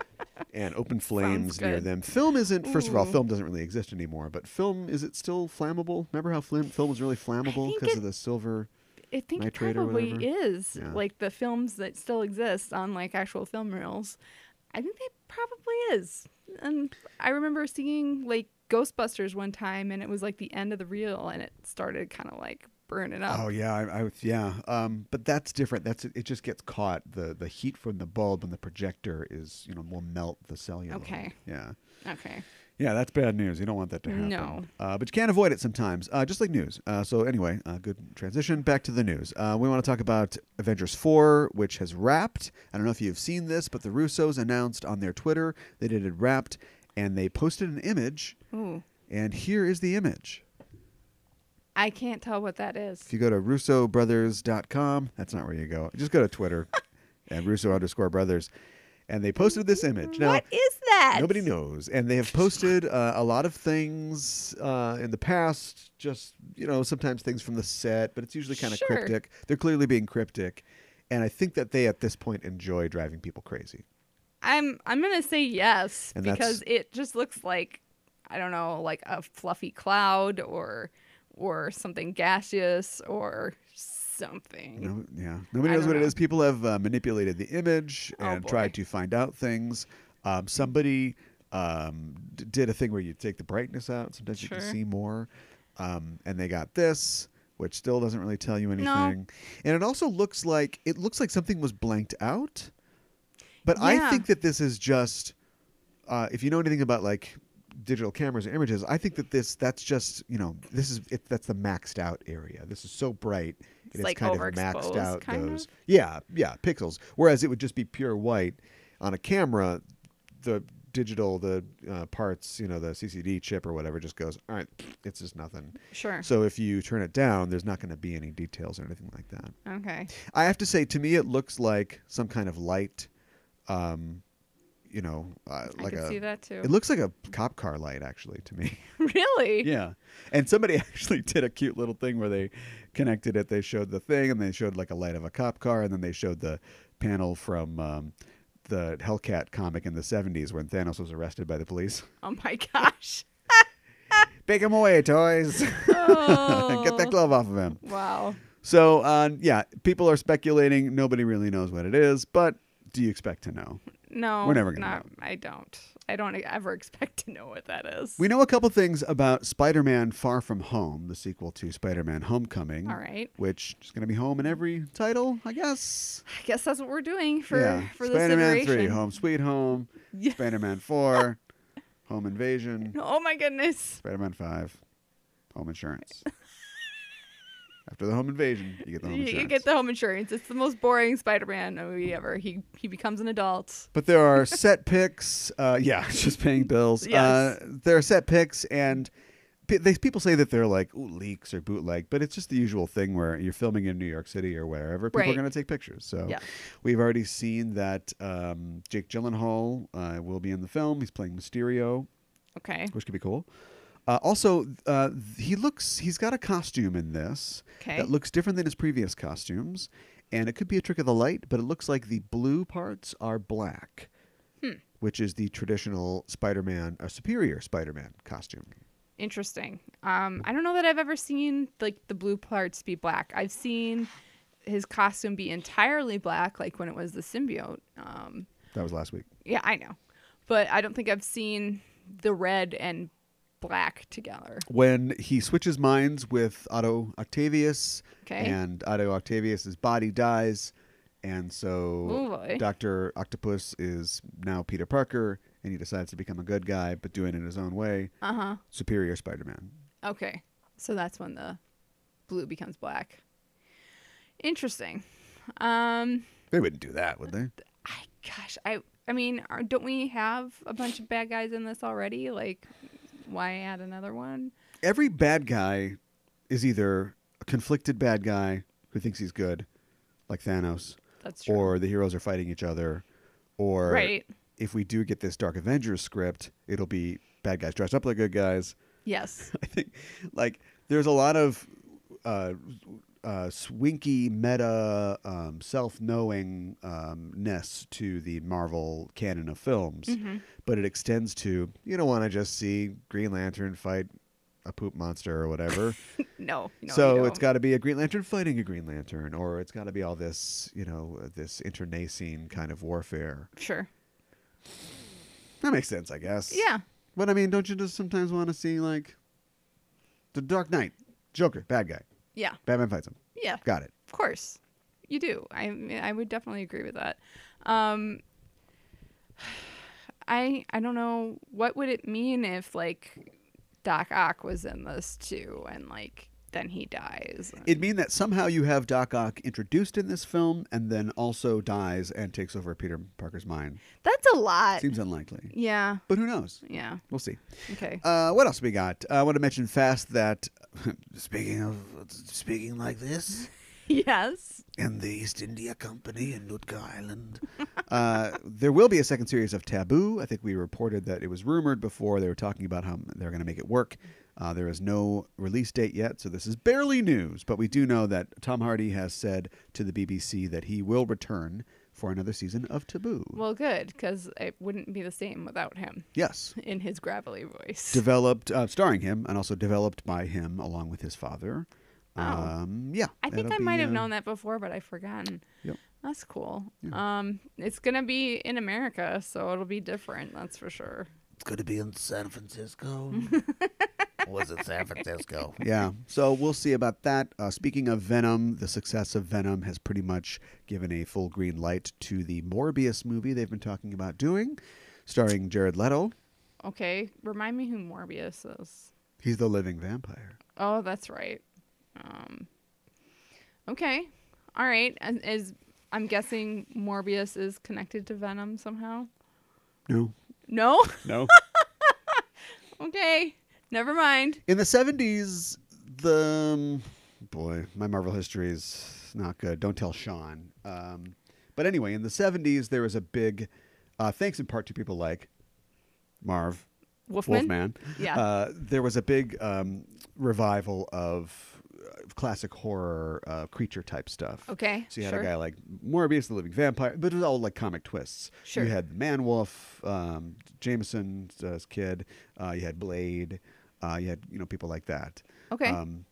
[SPEAKER 2] and open flames near
[SPEAKER 3] good. Hmm.
[SPEAKER 2] them. Film isn't first of all,
[SPEAKER 3] Ooh.
[SPEAKER 2] film doesn't really exist anymore, but film is it still flammable? Remember how flim- film was really flammable
[SPEAKER 3] think
[SPEAKER 2] because
[SPEAKER 3] it- Oh.
[SPEAKER 2] of the silver
[SPEAKER 3] I think it
[SPEAKER 2] nitrate or
[SPEAKER 3] probably
[SPEAKER 2] whatever.
[SPEAKER 3] is.
[SPEAKER 2] Yeah.
[SPEAKER 3] Like the films that still exist on like actual film reels. I think they probably is. And I remember seeing like Ghostbusters one time and it was like the end of the reel and it started kind of like burning up.
[SPEAKER 2] Oh yeah, I, I yeah. Um, but that's different. That's it. Just gets caught. the The heat from the bulb and the projector is you know will melt the cellular.
[SPEAKER 3] Okay.
[SPEAKER 2] Yeah.
[SPEAKER 3] Okay.
[SPEAKER 2] Yeah, that's bad news. You don't want that to happen.
[SPEAKER 3] No.
[SPEAKER 2] Uh, but you can't avoid it sometimes, uh, just like news. Uh, so, anyway, uh, good transition. Back to the news. Uh, we want to talk about Avengers 4, which has wrapped. I don't know if you've seen this, but the Russos announced on their Twitter that it had wrapped, and they posted an image.
[SPEAKER 3] Ooh,
[SPEAKER 2] And here is the image.
[SPEAKER 3] I can't tell what that is.
[SPEAKER 2] If you go to russobrothers.com, that's not where you go. Just go to Twitter and russo underscore brothers. And they posted this image. Now,
[SPEAKER 3] what is that?
[SPEAKER 2] Nobody knows, and they have posted uh, a lot of things uh, in the past. Just you know, sometimes things from the set, but it's usually kind of
[SPEAKER 3] Sure.
[SPEAKER 2] cryptic. They're clearly being cryptic, and I think that they at this point enjoy driving people crazy.
[SPEAKER 3] I'm I'm gonna say yes
[SPEAKER 2] And
[SPEAKER 3] because
[SPEAKER 2] that's-
[SPEAKER 3] it just looks like I don't know, like a fluffy cloud or or something gaseous or something.
[SPEAKER 2] No, yeah, nobody
[SPEAKER 3] I
[SPEAKER 2] knows
[SPEAKER 3] don't
[SPEAKER 2] what it
[SPEAKER 3] know.
[SPEAKER 2] is. People have uh, manipulated the image
[SPEAKER 3] Oh,
[SPEAKER 2] and
[SPEAKER 3] boy.
[SPEAKER 2] tried to find out things. Um, somebody um, d- did a thing where you take the brightness out. Sometimes you can
[SPEAKER 3] Sure.
[SPEAKER 2] see more, um, and they got this, which still doesn't really tell you anything. And it also looks like it looks like something was blanked out. But I
[SPEAKER 3] Yeah.
[SPEAKER 2] think that this is just uh, if you know anything about like digital cameras and images, I think that this that's just you know this is it, that's the maxed out area. This is so bright, it
[SPEAKER 3] It's
[SPEAKER 2] has
[SPEAKER 3] like
[SPEAKER 2] kind of maxed
[SPEAKER 3] overexposed,
[SPEAKER 2] out
[SPEAKER 3] kind
[SPEAKER 2] those
[SPEAKER 3] of?
[SPEAKER 2] yeah yeah pixels. Whereas it would just be pure white on a camera, the digital the uh, parts you know the CCD chip or whatever just goes all right it's just nothing.
[SPEAKER 3] Sure.
[SPEAKER 2] So if you turn it down, there's not going to be any details or anything like that.
[SPEAKER 3] okay.
[SPEAKER 2] I have to say, to me, it looks like some kind of light. Um, you know, uh,
[SPEAKER 3] I
[SPEAKER 2] like
[SPEAKER 3] could
[SPEAKER 2] a.
[SPEAKER 3] see that too.
[SPEAKER 2] It looks like a cop car light, actually, to me.
[SPEAKER 3] really?
[SPEAKER 2] yeah, and somebody actually did a cute little thing where they connected it. They showed the thing, and they showed like a light of a cop car, and then they showed the panel from um, the Hellcat comic in the '70s when Thanos was arrested by the police.
[SPEAKER 3] Oh my gosh.
[SPEAKER 2] Take him away, toys!
[SPEAKER 3] Oh.
[SPEAKER 2] Get that glove off of him.
[SPEAKER 3] Wow.
[SPEAKER 2] So, uh, yeah, people are speculating. Nobody really knows what it is, but do you expect to know?
[SPEAKER 3] No.
[SPEAKER 2] We're never gonna
[SPEAKER 3] not, I don't. I don't e, ever expect to know what that is.
[SPEAKER 2] We know a couple things about Spider Man Far From Home, the sequel to Spider Man Homecoming.
[SPEAKER 3] All right.
[SPEAKER 2] Which is going to be home in every title, I guess.
[SPEAKER 3] I guess that's what we're doing for
[SPEAKER 2] yeah.
[SPEAKER 3] for this
[SPEAKER 2] Spider Man 3,
[SPEAKER 3] iteration.
[SPEAKER 2] Home Sweet Home.
[SPEAKER 3] Yes.
[SPEAKER 2] Spider Man 4, Home Invasion.
[SPEAKER 3] Oh my goodness.
[SPEAKER 2] Spider Man 5, Home Insurance. After the home invasion, you get the home
[SPEAKER 3] You,
[SPEAKER 2] insurance.
[SPEAKER 3] you get the home insurance. It's the most boring Spider-Man movie ever. He he becomes an adult.
[SPEAKER 2] But there are set picks. Uh, yeah, just paying bills. Uh,
[SPEAKER 3] Yes.
[SPEAKER 2] there are set picks, and pe- they, people say that they're like Ooh, leaks or bootleg, but it's just the usual thing where you're filming in New York City or wherever. People are
[SPEAKER 3] Right.
[SPEAKER 2] going to take pictures. So
[SPEAKER 3] Yeah.
[SPEAKER 2] we've already seen that um, Jake Gyllenhaal uh, will be in the film. He's playing Mysterio,
[SPEAKER 3] Okay.
[SPEAKER 2] which could be cool. Uh, also, uh, he looks. He's got a costume in this
[SPEAKER 3] Okay.
[SPEAKER 2] that looks different than his previous costumes, and it could be a trick of the light. But it looks like the blue parts are black, which is the traditional Spider-Man, a superior Spider-Man costume.
[SPEAKER 3] Interesting. Um, I don't know that I've ever seen like the blue parts be black. I've seen his costume be entirely black, like when it was the symbiote. Um,
[SPEAKER 2] That was last week.
[SPEAKER 3] yeah, I know, but I don't think I've seen the red and black together.
[SPEAKER 2] When he switches minds with Otto Octavius,
[SPEAKER 3] Okay.
[SPEAKER 2] and Otto Octavius's body dies, and
[SPEAKER 3] Oh,
[SPEAKER 2] so
[SPEAKER 3] boy.
[SPEAKER 2] Doctor Octopus is now Peter Parker, and he decides to become a good guy, but doing it his own way.
[SPEAKER 3] Uh huh.
[SPEAKER 2] Superior Spider-Man.
[SPEAKER 3] Okay. So that's when the blue becomes black. Interesting. Um,
[SPEAKER 2] They wouldn't do that, would they?
[SPEAKER 3] I gosh, I I mean, are, don't we have a bunch of bad guys in this already? Like, why add another one?
[SPEAKER 2] Every bad guy is either a conflicted bad guy who thinks he's good, like Thanos,
[SPEAKER 3] That's true.
[SPEAKER 2] or the heroes are fighting each other, or
[SPEAKER 3] Right.
[SPEAKER 2] if we do get this Dark Avengers script, it'll be bad guys dressed up like good guys.
[SPEAKER 3] yes.
[SPEAKER 2] I think, like, there's a lot of uh, uh, swinky meta, um, self-knowing um, ness to the Marvel canon of films,
[SPEAKER 3] Mm-hmm.
[SPEAKER 2] but it extends to you don't want to just see Green Lantern fight a poop monster or whatever.
[SPEAKER 3] No. no you
[SPEAKER 2] so
[SPEAKER 3] don't.
[SPEAKER 2] it's got to be a Green Lantern fighting a Green Lantern, or it's got to be all this, you know, uh, this internecine kind of warfare.
[SPEAKER 3] sure.
[SPEAKER 2] That makes sense, I guess.
[SPEAKER 3] Yeah.
[SPEAKER 2] But I mean, don't you just sometimes want to see like the Dark Knight, Joker, bad guy,
[SPEAKER 3] Yeah.
[SPEAKER 2] Batman fights him.
[SPEAKER 3] Yeah.
[SPEAKER 2] Got it.
[SPEAKER 3] Of course, you do. I mean, I would definitely agree with that. Um, I I don't know what would it mean if like Doc Ock was in this too, and like then he dies.
[SPEAKER 2] It'd mean that somehow you have Doc Ock introduced in this film and then also dies and takes over Peter Parker's mind.
[SPEAKER 3] That's a lot.
[SPEAKER 2] Seems unlikely.
[SPEAKER 3] Uh, yeah,
[SPEAKER 2] But who knows?
[SPEAKER 3] yeah.
[SPEAKER 2] We'll see.
[SPEAKER 3] Okay.
[SPEAKER 2] Uh, what else we got? I want to mention fast that speaking of speaking like this
[SPEAKER 3] yes.
[SPEAKER 2] in the East India Company in Nootka Island, uh, there will be a second series of Taboo. I think we reported that it was rumored before they were talking about how they're going to make it work. Uh, there is no release date yet, so this is barely news. But we do know that Tom Hardy has said to the BBC that he will return for another season of Taboo.
[SPEAKER 3] Well, good because it wouldn't be the same without him
[SPEAKER 2] yes.
[SPEAKER 3] in his gravelly voice.
[SPEAKER 2] developed, uh, starring him, and also developed by him along with his father.
[SPEAKER 3] Oh.
[SPEAKER 2] Um, yeah,
[SPEAKER 3] I think I
[SPEAKER 2] that'll
[SPEAKER 3] might
[SPEAKER 2] be,
[SPEAKER 3] have
[SPEAKER 2] uh,
[SPEAKER 3] known that before, but I've forgotten.
[SPEAKER 2] Yep.
[SPEAKER 3] That's cool. Um, it's gonna be in America, so it'll be different. That's for sure.
[SPEAKER 5] It's going to be in San Francisco. Was it San Francisco?
[SPEAKER 2] Yeah, so we'll see about that. Uh, speaking of Venom, the success of Venom has pretty much given a full green light to the Morbius movie they've been talking about doing, starring Jared Leto.
[SPEAKER 3] Okay. Remind me who Morbius is.
[SPEAKER 2] He's the living vampire.
[SPEAKER 3] Oh, that's right. Um, okay. All right. And is I'm guessing Morbius is connected to Venom somehow.
[SPEAKER 2] No,
[SPEAKER 3] No.
[SPEAKER 2] no.
[SPEAKER 3] okay. Never mind.
[SPEAKER 2] In the seventies, the um, boy, my Marvel history is not good. Don't tell Sean. Um, but anyway, in the seventies, there was a big uh, thanks in part to people like Marv
[SPEAKER 3] Wolfman.
[SPEAKER 2] Wolfman.
[SPEAKER 3] Yeah.
[SPEAKER 2] Uh, there was a big um, revival of uh, classic horror uh, creature type stuff.
[SPEAKER 3] Okay,
[SPEAKER 2] So you had
[SPEAKER 3] sure.
[SPEAKER 2] a guy like Morbius, the Living Vampire, but it was all like comic twists.
[SPEAKER 3] Sure.
[SPEAKER 2] You had the Man Wolf, um, Jameson's uh, kid. Uh, you had Blade. Uh, you had you know people like that.
[SPEAKER 3] Okay.
[SPEAKER 2] Um,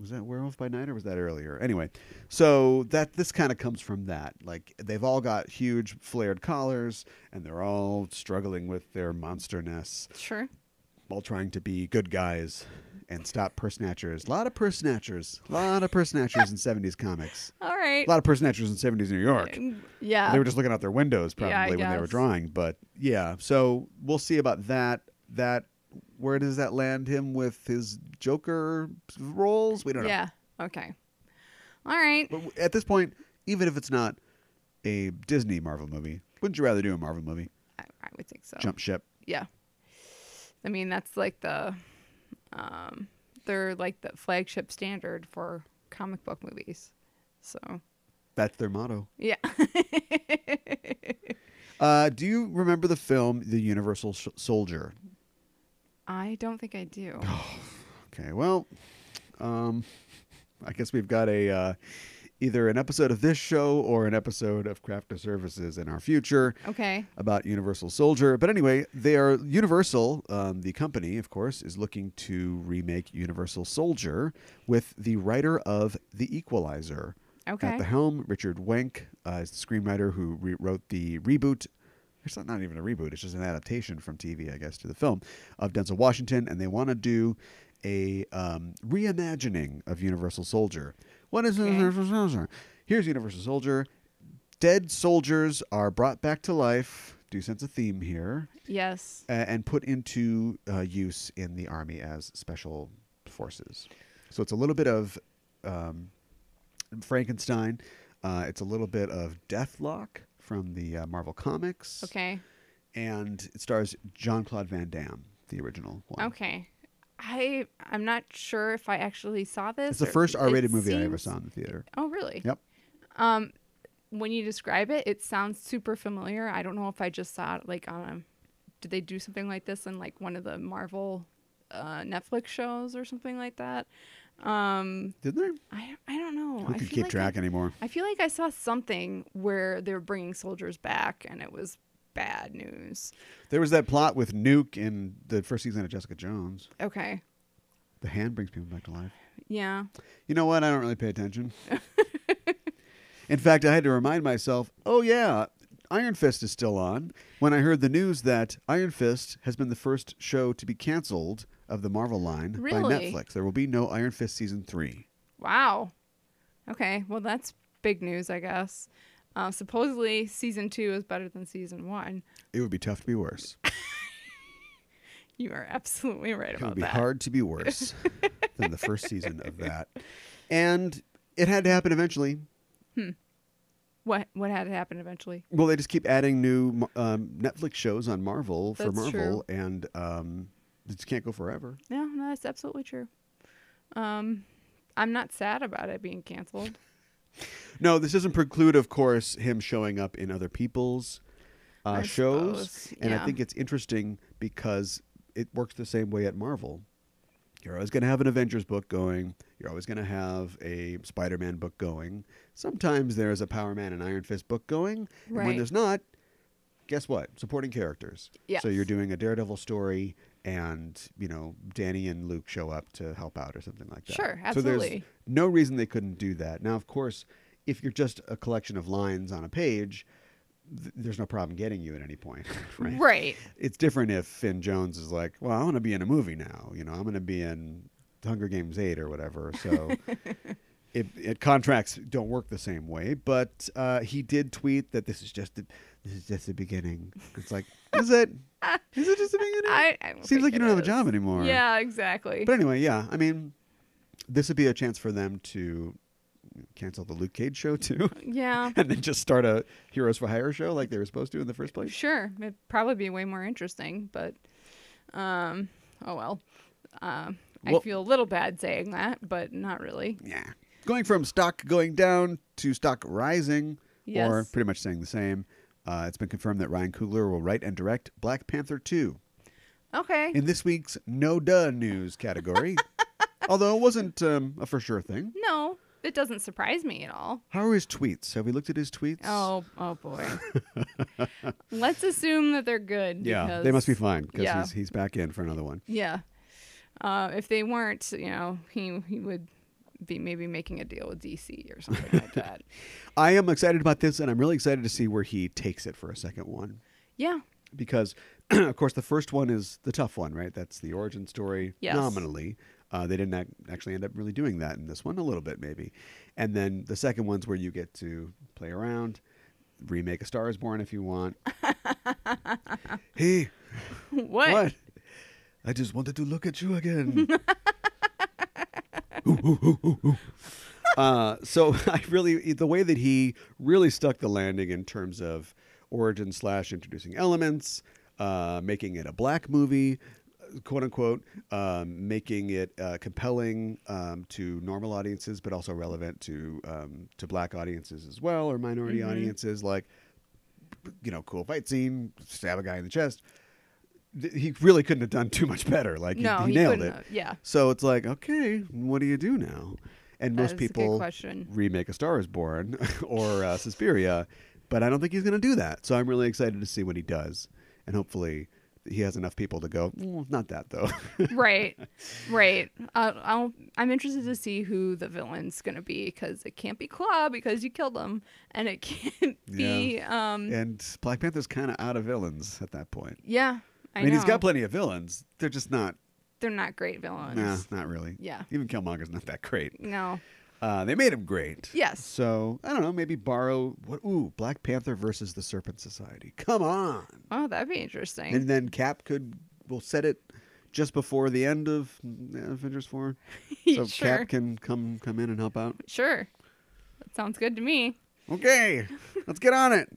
[SPEAKER 2] was that Werewolf by Night or was that earlier? Anyway, so that this kind of comes from that. Like they've all got huge flared collars and they're all struggling with their monsterness
[SPEAKER 3] Sure.
[SPEAKER 2] while trying to be good guys and stop purse snatchers. A lot of purse snatchers. A lot of purse snatchers in 70s comics.
[SPEAKER 3] All right.
[SPEAKER 2] A lot of purse snatchers in 70s New York.
[SPEAKER 3] Uh, yeah.
[SPEAKER 2] They were just looking out their windows probably
[SPEAKER 3] Yeah, I
[SPEAKER 2] when they were
[SPEAKER 3] guess.
[SPEAKER 2] drawing. But yeah, so we'll see about that. That where does that land him with his Joker roles? We don't know.
[SPEAKER 3] yeah. Okay. All right.
[SPEAKER 2] But w- at this point, even if it's not a Disney Marvel movie, wouldn't you rather do a Marvel movie?
[SPEAKER 3] I, I would think so.
[SPEAKER 2] Jump ship.
[SPEAKER 3] Yeah. I mean, that's like the, um, they're like the flagship standard for comic book movies. So
[SPEAKER 2] That's their motto.
[SPEAKER 3] yeah.
[SPEAKER 2] Uh, do you remember the film The Universal Sh- Soldier?
[SPEAKER 3] I don't think I do.
[SPEAKER 2] Okay, well, um, I guess we've got a uh, either an episode of this show or an episode of Craft of Services in our future
[SPEAKER 3] Okay.
[SPEAKER 2] about Universal Soldier. But anyway, they are Universal, um, the company, of course, is looking to remake Universal Soldier with the writer of The Equalizer
[SPEAKER 3] Okay.
[SPEAKER 2] at the helm. Richard Wenk uh, is the screenwriter who re- wrote the reboot. It's not, not even a reboot. It's just an adaptation from TV, I guess, to the film of Denzel Washington, and they want to do a um, reimagining of Universal Soldier. What is
[SPEAKER 3] Okay.
[SPEAKER 2] Universal Soldier? Here's Universal Soldier. Dead soldiers are brought back to life. Do sense a theme here,
[SPEAKER 3] Yes.
[SPEAKER 2] uh, and put into uh, use in the army as special forces. So it's a little bit of um, Frankenstein. Uh, it's a little bit of Deathlock from the uh, Marvel comics.
[SPEAKER 3] Okay.
[SPEAKER 2] And it stars Jean Claude Van Damme, the original one.
[SPEAKER 3] Okay. I I'm not sure if I actually saw this.
[SPEAKER 2] It's the
[SPEAKER 3] or-
[SPEAKER 2] first
[SPEAKER 3] it
[SPEAKER 2] R-rated movie I ever
[SPEAKER 3] seems-
[SPEAKER 2] saw in the theater.
[SPEAKER 3] Oh really?
[SPEAKER 2] Yep.
[SPEAKER 3] When you describe it, it sounds super familiar. I don't know if I just saw it like on a. Did they do something like this in like one of the Marvel uh, Netflix shows or something like that? Um,
[SPEAKER 2] Didn't there?
[SPEAKER 3] I I don't know.
[SPEAKER 2] Who
[SPEAKER 3] I
[SPEAKER 2] can
[SPEAKER 3] feel
[SPEAKER 2] keep
[SPEAKER 3] like
[SPEAKER 2] track
[SPEAKER 3] I,
[SPEAKER 2] anymore?
[SPEAKER 3] I feel like I saw something where they were bringing soldiers back, and it was bad news.
[SPEAKER 2] There was that plot with Nuke in the first season of Jessica Jones.
[SPEAKER 3] Okay.
[SPEAKER 2] The hand brings people back to life.
[SPEAKER 3] Yeah.
[SPEAKER 2] You know what? I don't really pay attention. In fact, I had to remind myself, oh, yeah, Iron Fist is still on when I heard the news that Iron Fist has been the first show to be canceled of the Marvel line by
[SPEAKER 3] Really?
[SPEAKER 2] Netflix. There will be no Iron Fist season three.
[SPEAKER 3] Wow. Okay. Well, that's big news, I guess. Uh, supposedly, season two is better than season one.
[SPEAKER 2] It would be tough to be worse.
[SPEAKER 3] You are absolutely right
[SPEAKER 2] It would
[SPEAKER 3] about
[SPEAKER 2] be
[SPEAKER 3] that.
[SPEAKER 2] hard to be worse than the first season of that. And it had to happen eventually.
[SPEAKER 3] What what had to happen eventually?
[SPEAKER 2] Well, they just keep adding new um, Netflix shows on Marvel for
[SPEAKER 3] That's
[SPEAKER 2] Marvel, and um, it just can't go forever.
[SPEAKER 3] No, no, that's absolutely true. Um, I'm not sad about it being canceled.
[SPEAKER 2] No, this doesn't preclude, of course, him showing up in other people's uh,
[SPEAKER 3] I
[SPEAKER 2] shows.
[SPEAKER 3] suppose,
[SPEAKER 2] And I
[SPEAKER 3] yeah.
[SPEAKER 2] think it's interesting because it works the same way at Marvel. You're always going to have an Avengers book going. You're always going to have a Spider Man book going. Sometimes there is a Power Man and Iron Fist book going. And when
[SPEAKER 3] Right.
[SPEAKER 2] there's not, guess what? Supporting characters. So you're
[SPEAKER 3] Yes.
[SPEAKER 2] doing a Daredevil story, and you know Danny and Luke show up to help out or something like that.
[SPEAKER 3] Sure,
[SPEAKER 2] So there's
[SPEAKER 3] absolutely.
[SPEAKER 2] no reason they couldn't do that. Now, of course, if you're just a collection of lines on a page, th- there's no problem getting you at any point, right?
[SPEAKER 3] Right.
[SPEAKER 2] It's different if Finn Jones is like, "Well, I want to be in a movie now. You know, I'm going to be in Hunger Games eight or whatever." So. It, it contracts don't work the same way, but uh, he did tweet that this is just the, this is just the beginning. It's like, is it? Is it just the beginning?
[SPEAKER 3] I, I don't
[SPEAKER 2] Seems
[SPEAKER 3] think
[SPEAKER 2] like you
[SPEAKER 3] it
[SPEAKER 2] don't have a
[SPEAKER 3] is.
[SPEAKER 2] job anymore.
[SPEAKER 3] Yeah, exactly.
[SPEAKER 2] But anyway, yeah. I mean, this would be a chance for them to cancel the Luke Cage show too,
[SPEAKER 3] yeah,
[SPEAKER 2] and then just start a Heroes for Hire show like they were supposed to in the first place.
[SPEAKER 3] sure. It'd probably be way more interesting, but um, oh well. Um, I
[SPEAKER 2] Well-
[SPEAKER 3] feel a little bad saying that, but not really.
[SPEAKER 2] Yeah. Going from stock going down to stock rising, or
[SPEAKER 3] Yes.
[SPEAKER 2] pretty much saying the same. Uh, it's been confirmed that Ryan Coogler will write and direct Black Panther 2
[SPEAKER 3] Okay.
[SPEAKER 2] in this week's No Duh News category. Although it wasn't um, a for sure thing.
[SPEAKER 3] no, it doesn't surprise me at all.
[SPEAKER 2] How are his tweets? Have we looked at his tweets?
[SPEAKER 3] Oh, oh boy. Let's assume that they're good.
[SPEAKER 2] yeah.
[SPEAKER 3] because,
[SPEAKER 2] They must be fine because
[SPEAKER 3] yeah.
[SPEAKER 2] he's, he's back in for another one.
[SPEAKER 3] Yeah. Uh, if they weren't, you know, he he would be maybe making a deal with DC or something like that.
[SPEAKER 2] I am excited about this, and I'm really excited to see where he takes it for a second one.
[SPEAKER 3] Yeah.
[SPEAKER 2] Because, of course, the first one is the tough one, right? That's the origin story
[SPEAKER 3] Yes.
[SPEAKER 2] nominally. Uh, they didn't ac- actually end up really doing that in this one, a little bit maybe. And then the second one's where you get to play around, remake A Star is Born if you want. hey,
[SPEAKER 3] What?
[SPEAKER 2] what? I just wanted to look at you again. Uh, so I really e, the way that he really stuck the landing in terms of origin slash introducing elements, uh, making it a black movie, uh, quote unquote, um, making it uh, compelling um, to normal audiences, but also relevant to um, to black audiences as well or minority
[SPEAKER 3] Mm-hmm.
[SPEAKER 2] audiences. Like, you know, cool fight scene, stab a guy in the chest. Th- He really couldn't have done too much better. Like he-
[SPEAKER 3] No,
[SPEAKER 2] he,
[SPEAKER 3] he
[SPEAKER 2] nailed
[SPEAKER 3] couldn't
[SPEAKER 2] it.
[SPEAKER 3] have. Yeah.
[SPEAKER 2] So it's like, okay, what do you do now? And
[SPEAKER 3] That
[SPEAKER 2] most
[SPEAKER 3] is a good
[SPEAKER 2] people
[SPEAKER 3] question.
[SPEAKER 2] remake A Star Is Born or uh, Suspiria, but I don't think he's going to do that. So I'm really excited to see what he does, and hopefully he has enough people to go. "Mm, not that though.
[SPEAKER 3] Mm-hmm. right. Right. Uh, I'll, I'm interested to see who the villain's going to be because it can't be Claw because you killed him, and it can't be. Yeah. Um, yeah.
[SPEAKER 2] and Black Panther's kind of out of villains at that point.
[SPEAKER 3] I,
[SPEAKER 2] I, mean,
[SPEAKER 3] know.
[SPEAKER 2] he's got plenty of villains. They're just not.
[SPEAKER 3] They're not great villains.
[SPEAKER 2] Nah, not really.
[SPEAKER 3] Yeah.
[SPEAKER 2] Even Killmonger's not that great.
[SPEAKER 3] No.
[SPEAKER 2] Uh, they made him great.
[SPEAKER 3] Yes.
[SPEAKER 2] So I don't know. Maybe borrow what? Ooh, Black Panther versus the Serpent Society. Come on.
[SPEAKER 3] Oh, that'd be interesting.
[SPEAKER 2] And then Cap could will set it just before the end of uh, Avengers Four, so
[SPEAKER 3] Sure.
[SPEAKER 2] Cap can come come in and help out.
[SPEAKER 3] sure. That sounds good to me.
[SPEAKER 2] Okay, let's get on it.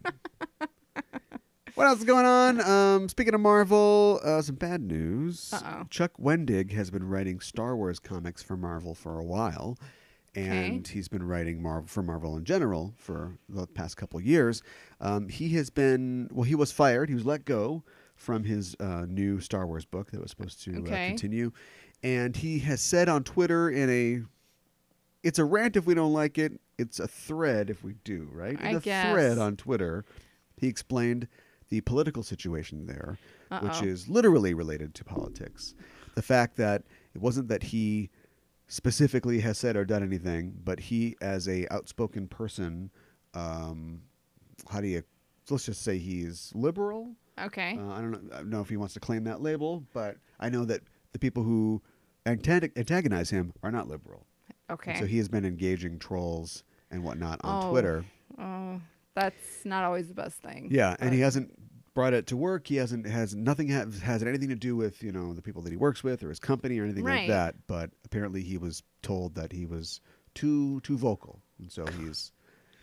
[SPEAKER 2] What else is going on? Um, speaking of Marvel, uh, some bad news.
[SPEAKER 3] Uh-oh.
[SPEAKER 2] Chuck Wendig has been writing Star Wars comics for Marvel for a while, and he's been writing Marvel for Marvel in general for the past couple years. Um, he has been well. He was fired. He was let go from his uh, new Star Wars book that was supposed to uh,
[SPEAKER 3] Okay.
[SPEAKER 2] continue, and he has said on Twitter in a it's a rant if we don't like it. It's a thread if we do, right?
[SPEAKER 3] I
[SPEAKER 2] In a
[SPEAKER 3] guess.
[SPEAKER 2] thread on Twitter, he explained the political situation there, which
[SPEAKER 3] Uh-oh.
[SPEAKER 2] is literally related to politics. The fact that it wasn't that he specifically has said or done anything, but he, as a outspoken person, um, how do you? Let's just say he's liberal.
[SPEAKER 3] Okay.
[SPEAKER 2] Uh, I don't know, I don't know if he wants to claim that label, but I know that the people who antag- antagonize him are not liberal.
[SPEAKER 3] okay.
[SPEAKER 2] And so he has been engaging trolls and whatnot on
[SPEAKER 3] Oh.
[SPEAKER 2] Twitter.
[SPEAKER 3] oh, That's not always the best thing.
[SPEAKER 2] Yeah, and he hasn't brought it to work. He hasn't has nothing has has anything to do with you know the people that he works with or his company or anything like
[SPEAKER 3] Right.
[SPEAKER 2] that. But apparently, he was told that he was too too vocal, and so he's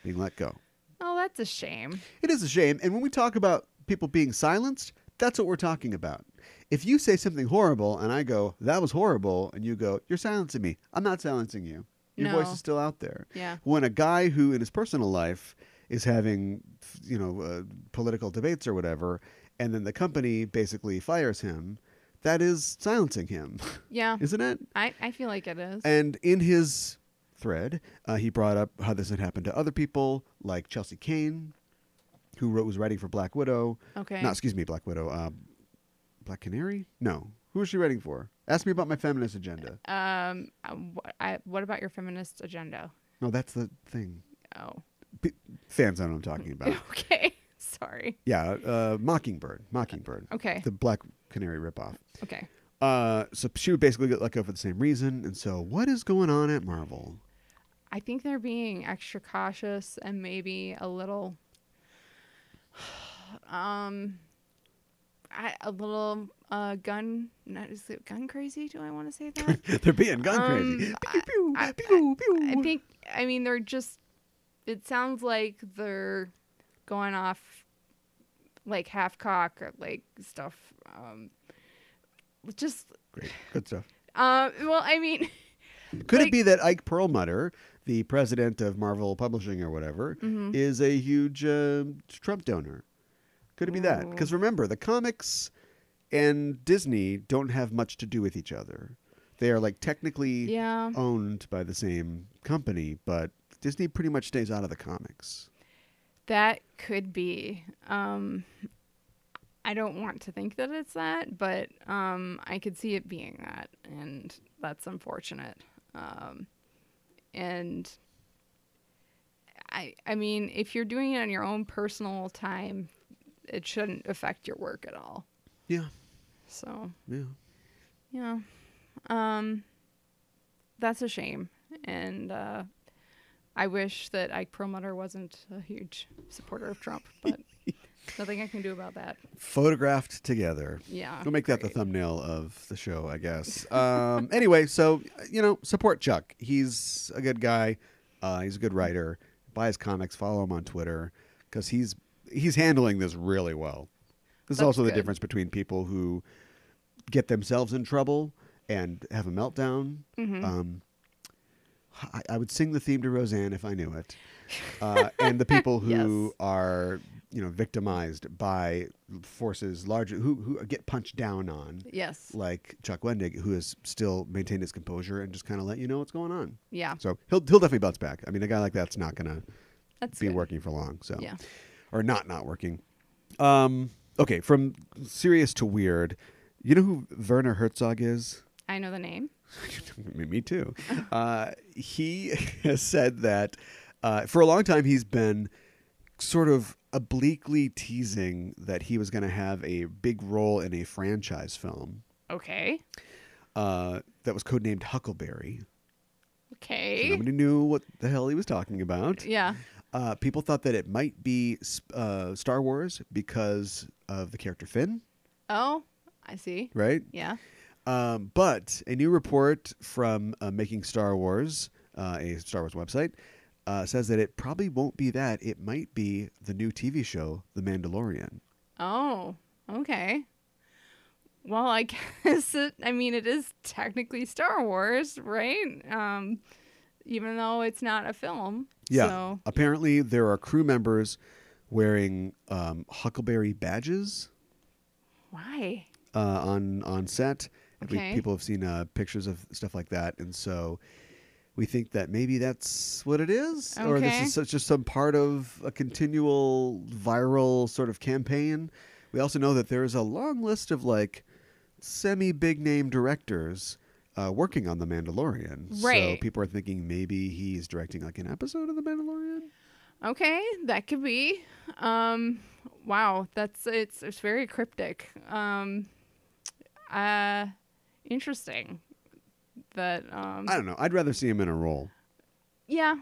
[SPEAKER 2] being let go.
[SPEAKER 3] Oh, that's a shame.
[SPEAKER 2] It is a shame. And when we talk about people being silenced, that's what we're talking about. If you say something horrible and I go, that was horrible, and you go, you're silencing me, I'm not silencing you. Your voice
[SPEAKER 3] No.
[SPEAKER 2] is still out there.
[SPEAKER 3] Yeah.
[SPEAKER 2] When a guy who in his personal life is having, you know, uh, political debates or whatever, and then the company basically fires him, that is silencing him,
[SPEAKER 3] Yeah.
[SPEAKER 2] isn't it?
[SPEAKER 3] I, I feel like it is.
[SPEAKER 2] And in his thread, uh, he brought up how this had happened to other people, like Chelsea Kane, who wrote was writing for Black Widow.
[SPEAKER 3] Okay.
[SPEAKER 2] No, excuse me, Black Widow. Uh, Black Canary? No. Who is she writing for? Ask me about my feminist agenda.
[SPEAKER 3] um, uh, wh- I, what about your feminist agenda?
[SPEAKER 2] No, that's the thing.
[SPEAKER 3] Oh,
[SPEAKER 2] P- fans know what I'm talking about.
[SPEAKER 3] okay. Sorry.
[SPEAKER 2] Yeah, uh, Mockingbird. Mockingbird.
[SPEAKER 3] Okay.
[SPEAKER 2] The Black Canary ripoff.
[SPEAKER 3] Okay.
[SPEAKER 2] Uh, so she would basically get let go for the same reason. And so, what is going on at Marvel?
[SPEAKER 3] I think they're being extra cautious and maybe a little, um, I, a little uh, gun. Not, is it gun crazy? Do I want to say that?
[SPEAKER 2] They're being gun
[SPEAKER 3] Um,
[SPEAKER 2] crazy.
[SPEAKER 3] I-
[SPEAKER 2] Pew,
[SPEAKER 3] I-
[SPEAKER 2] pew, pew.
[SPEAKER 3] I think I mean they're just it sounds like they're going off like half cock or like stuff um just
[SPEAKER 2] Great. Good stuff.
[SPEAKER 3] um well I mean
[SPEAKER 2] Could it
[SPEAKER 3] Like-
[SPEAKER 2] be that Ike Perlmutter, the president of Marvel Publishing or whatever,
[SPEAKER 3] Mm-hmm.
[SPEAKER 2] is a huge uh, Trump donor? Could it be that? Because remember, the comics and Disney don't have much to do with each other. They are like technically
[SPEAKER 3] Yeah.
[SPEAKER 2] owned by the same company, but Disney pretty much stays out of the comics.
[SPEAKER 3] that could be um I don't want to think that it's that but um I could see it being that and that's unfortunate um and I I mean, if you're doing it on your own personal time, it shouldn't affect your work at all.
[SPEAKER 2] Yeah,
[SPEAKER 3] So
[SPEAKER 2] yeah.
[SPEAKER 3] yeah, um, that's a shame, and uh, I wish that Ike Perlmutter wasn't a huge supporter of Trump, but nothing I can do about that.
[SPEAKER 2] Photographed together.
[SPEAKER 3] Yeah,
[SPEAKER 2] We'll make that the
[SPEAKER 3] great.
[SPEAKER 2] thumbnail of the show, I guess. Um, anyway, so you know, support Chuck. He's a good guy. Uh, he's a good writer. Buy his comics. Follow him on Twitter because he's he's handling this really well. This is
[SPEAKER 3] That's
[SPEAKER 2] also the
[SPEAKER 3] good.
[SPEAKER 2] difference between people who get themselves in trouble and have a meltdown.
[SPEAKER 3] Mm-hmm.
[SPEAKER 2] Um, I, I would sing the theme to Roseanne if I knew it, uh, and the people who
[SPEAKER 3] Yes.
[SPEAKER 2] are you know victimized by forces larger who who get punched down on,
[SPEAKER 3] Yes.
[SPEAKER 2] like Chuck Wendig, who has still maintained his composure and just kind of let you know what's going on.
[SPEAKER 3] Yeah.
[SPEAKER 2] So he'll he'll definitely bounce back. I mean, a guy like that's not gonna
[SPEAKER 3] That's
[SPEAKER 2] be
[SPEAKER 3] good.
[SPEAKER 2] working for long. So
[SPEAKER 3] Yeah.
[SPEAKER 2] or not not working. Um, okay, from serious to weird. You know who Werner Herzog is?
[SPEAKER 3] I know the name.
[SPEAKER 2] Me me too. Uh, he has said that uh, for a long time he's been sort of obliquely teasing that he was going to have a big role in a franchise film
[SPEAKER 3] Okay.
[SPEAKER 2] uh, that was codenamed Huckleberry.
[SPEAKER 3] Okay.
[SPEAKER 2] Nobody knew what the hell he was talking about.
[SPEAKER 3] Yeah.
[SPEAKER 2] Uh, people thought that it might be uh, Star Wars because of the character Finn,
[SPEAKER 3] Oh, I see.
[SPEAKER 2] right?
[SPEAKER 3] Yeah.
[SPEAKER 2] Um, but a new report from uh, Making Star Wars, uh, a Star Wars website, uh, says that it probably won't be that. It might be the new TV show, The Mandalorian.
[SPEAKER 3] Oh. Okay. Well, I guess it. I mean, it is technically Star Wars, right? Um, even though it's not a film.
[SPEAKER 2] Yeah.
[SPEAKER 3] So.
[SPEAKER 2] Apparently, there are crew members wearing um, Huckleberry badges
[SPEAKER 3] Why?
[SPEAKER 2] uh, on on set. We-
[SPEAKER 3] Okay.
[SPEAKER 2] people have seen uh, pictures of stuff like that, and so we think that maybe that's what it is, or this
[SPEAKER 3] Okay.
[SPEAKER 2] is such just some part of a continual viral sort of campaign. We also know that there is a long list of like semi big name directors. Uh, working on the Mandalorian, so
[SPEAKER 3] Right.
[SPEAKER 2] people are thinking maybe he's directing like an episode of the Mandalorian.
[SPEAKER 3] Okay, that could be. Um, wow, that's it's it's very cryptic. Um, uh, interesting. That um,
[SPEAKER 2] I don't know. I'd rather see him in a role.
[SPEAKER 3] yeah,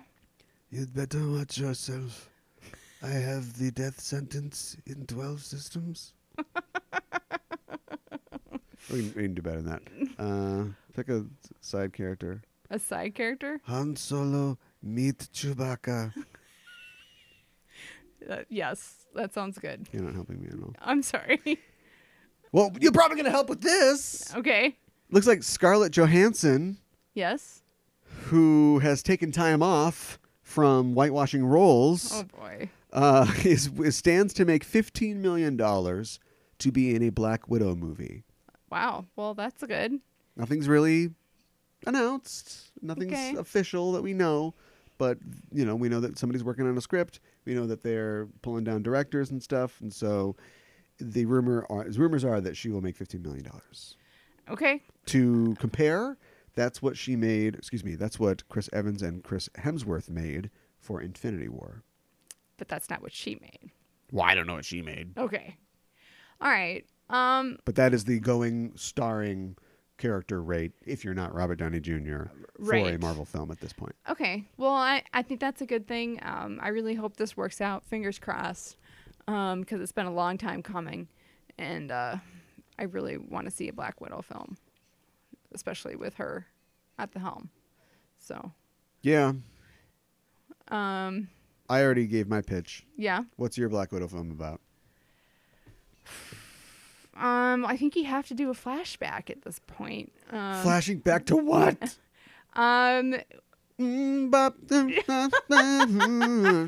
[SPEAKER 4] You'd better watch yourself.
[SPEAKER 2] I have the death sentence in 12 systems. we, can, we can do better than that. Uh, pick a side character.
[SPEAKER 3] A side character?
[SPEAKER 2] Han Solo, meet Chewbacca.
[SPEAKER 3] Uh, yes, that sounds good.
[SPEAKER 2] You're not helping me at all.
[SPEAKER 3] I'm sorry.
[SPEAKER 2] Well, you're probably going to help with this.
[SPEAKER 3] okay.
[SPEAKER 2] Looks like Scarlett Johansson,
[SPEAKER 3] Yes.
[SPEAKER 2] who has taken time off from whitewashing roles.
[SPEAKER 3] Oh boy.
[SPEAKER 2] uh, is, is stands to make fifteen million dollars to be in a Black Widow movie.
[SPEAKER 3] Wow. Well, that's good.
[SPEAKER 2] Nothing's really announced. Nothing's
[SPEAKER 3] Okay.
[SPEAKER 2] official that we know, but you know we know that somebody's working on a script. We know that they're pulling down directors and stuff, and so the rumor are, rumors are that she will make fifteen million dollars.
[SPEAKER 3] Okay.
[SPEAKER 2] To compare, that's what she made. Excuse me. That's what Chris Evans and Chris Hemsworth made for Infinity War.
[SPEAKER 3] But that's not what she made.
[SPEAKER 2] Well, I don't know what she made.
[SPEAKER 3] Okay. All right. Um
[SPEAKER 2] But that is the going starring character rate if you're not Robert Downey Jr. for a
[SPEAKER 3] Right.
[SPEAKER 2] Marvel film at this point.
[SPEAKER 3] okay. Well, I I think that's a good thing. Um I really hope this works out. Fingers crossed. Um cuz it's been a long time coming and uh I really want to see a Black Widow film, especially with her at the helm. So,
[SPEAKER 2] Yeah,
[SPEAKER 3] um
[SPEAKER 2] I already gave my pitch.
[SPEAKER 3] yeah.
[SPEAKER 2] What's your Black Widow film about?
[SPEAKER 3] Um I think you have to do a flashback at this point. Um
[SPEAKER 2] Flashing back to what?
[SPEAKER 3] um
[SPEAKER 2] Mm, bop, dum, bop, dum.
[SPEAKER 3] No,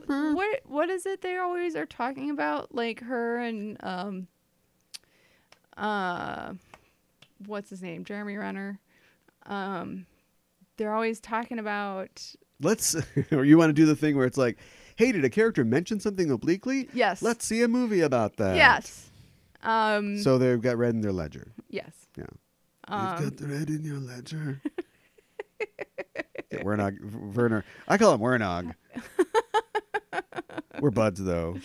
[SPEAKER 2] Mm.
[SPEAKER 3] what what is it they always are talking about? Like her and um, uh, what's his name, Jeremy Renner. Um, they're always talking about
[SPEAKER 2] Let's. Or you want to do the thing where it's like, hey, did a character mention something obliquely?
[SPEAKER 3] Yes.
[SPEAKER 2] Let's see a movie about that.
[SPEAKER 3] yes, um,
[SPEAKER 2] So they've got red in their ledger.
[SPEAKER 3] yes.
[SPEAKER 2] Yeah.
[SPEAKER 3] Um,
[SPEAKER 2] You've got red in your ledger. yeah, Wernog, Werner. I call him Wernog. We're buds though.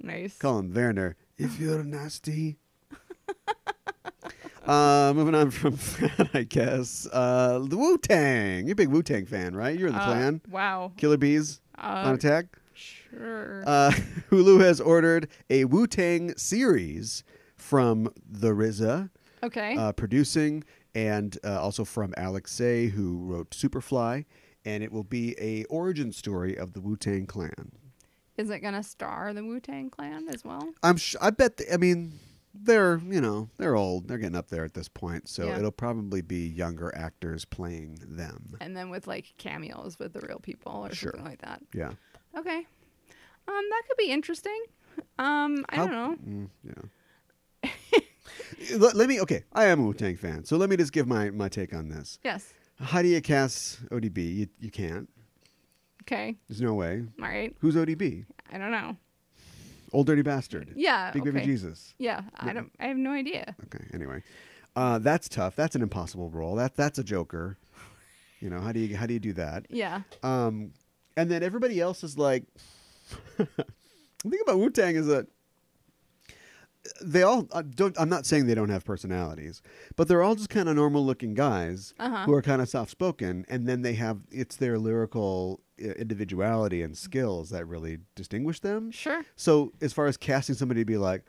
[SPEAKER 3] nice.
[SPEAKER 2] Call him Werner. If you're nasty. uh, moving on from that, I guess. Uh, the Wu Tang. You're a big Wu Tang fan, right? You're in the
[SPEAKER 3] Uh,
[SPEAKER 2] clan.
[SPEAKER 3] Wow.
[SPEAKER 2] Killer Bees on
[SPEAKER 3] Uh,
[SPEAKER 2] attack.
[SPEAKER 3] sure.
[SPEAKER 2] Uh, Hulu has ordered a Wu Tang series from the RZA
[SPEAKER 3] okay.
[SPEAKER 2] uh, producing, and uh, also from Alex Say, who wrote Superfly, and it will be a origin story of the Wu Tang Clan.
[SPEAKER 3] is it gonna star the Wu Tang Clan as well?
[SPEAKER 2] I'm sh- I bet. th- I mean, they're you know they're old. They're getting up there at this point, so
[SPEAKER 3] Yeah.
[SPEAKER 2] it'll probably be younger actors playing them.
[SPEAKER 3] And then with like cameos with the real people or
[SPEAKER 2] Sure.
[SPEAKER 3] something like that.
[SPEAKER 2] Yeah.
[SPEAKER 3] Okay. Um, that could be interesting. Um, I
[SPEAKER 2] How-
[SPEAKER 3] don't know.
[SPEAKER 2] Mm, yeah. let, let me. Okay, I am a Wu Tang fan, so let me just give my my take on this.
[SPEAKER 3] Yes.
[SPEAKER 2] How do you cast ODB? You you can't.
[SPEAKER 3] Okay.
[SPEAKER 2] There's no way.
[SPEAKER 3] All right.
[SPEAKER 2] Who's ODB?
[SPEAKER 3] I don't know.
[SPEAKER 2] Old dirty bastard.
[SPEAKER 3] Yeah.
[SPEAKER 2] Big
[SPEAKER 3] okay.
[SPEAKER 2] baby Jesus.
[SPEAKER 3] Yeah. I don't. I have no idea.
[SPEAKER 2] Okay. Anyway, uh, that's tough. That's an impossible role. That that's a Joker. You know how do you how do you do that?
[SPEAKER 3] Yeah.
[SPEAKER 2] Um, and then everybody else is like, the thing about Wu Tang is that they all I don't. I'm not saying they don't have personalities, but they're all just kind of normal looking guys
[SPEAKER 3] Uh-huh.
[SPEAKER 2] who are kind of soft spoken, and then they have it's their lyrical i- individuality and skills that really distinguish them.
[SPEAKER 3] Sure.
[SPEAKER 2] So as far as casting somebody to be like,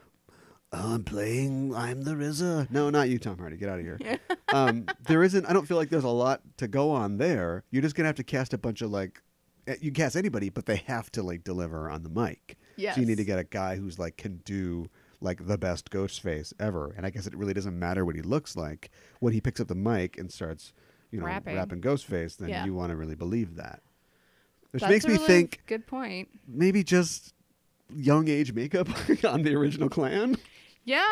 [SPEAKER 5] I'm playing. I'm the RZA.
[SPEAKER 2] no, not you, Tom Hardy. Get out of here. um, there isn't. I don't feel like there's a lot to go on there. You're just gonna have to cast a bunch of like, eh, you cast anybody, but they have to like deliver on the mic. So you need to
[SPEAKER 3] Yes.
[SPEAKER 2] get a guy who's like can do like the best ghost face ever. And I guess it really doesn't matter what he looks like when he picks up the mic and starts, you know, rapping,
[SPEAKER 3] Rapping.
[SPEAKER 2] ghost face. Then
[SPEAKER 3] Yeah.
[SPEAKER 2] you want to really believe that, which
[SPEAKER 3] That's
[SPEAKER 2] makes
[SPEAKER 3] a
[SPEAKER 2] me
[SPEAKER 3] really
[SPEAKER 2] think
[SPEAKER 3] Good point.
[SPEAKER 2] maybe just young age makeup on the original clan.
[SPEAKER 3] Yeah.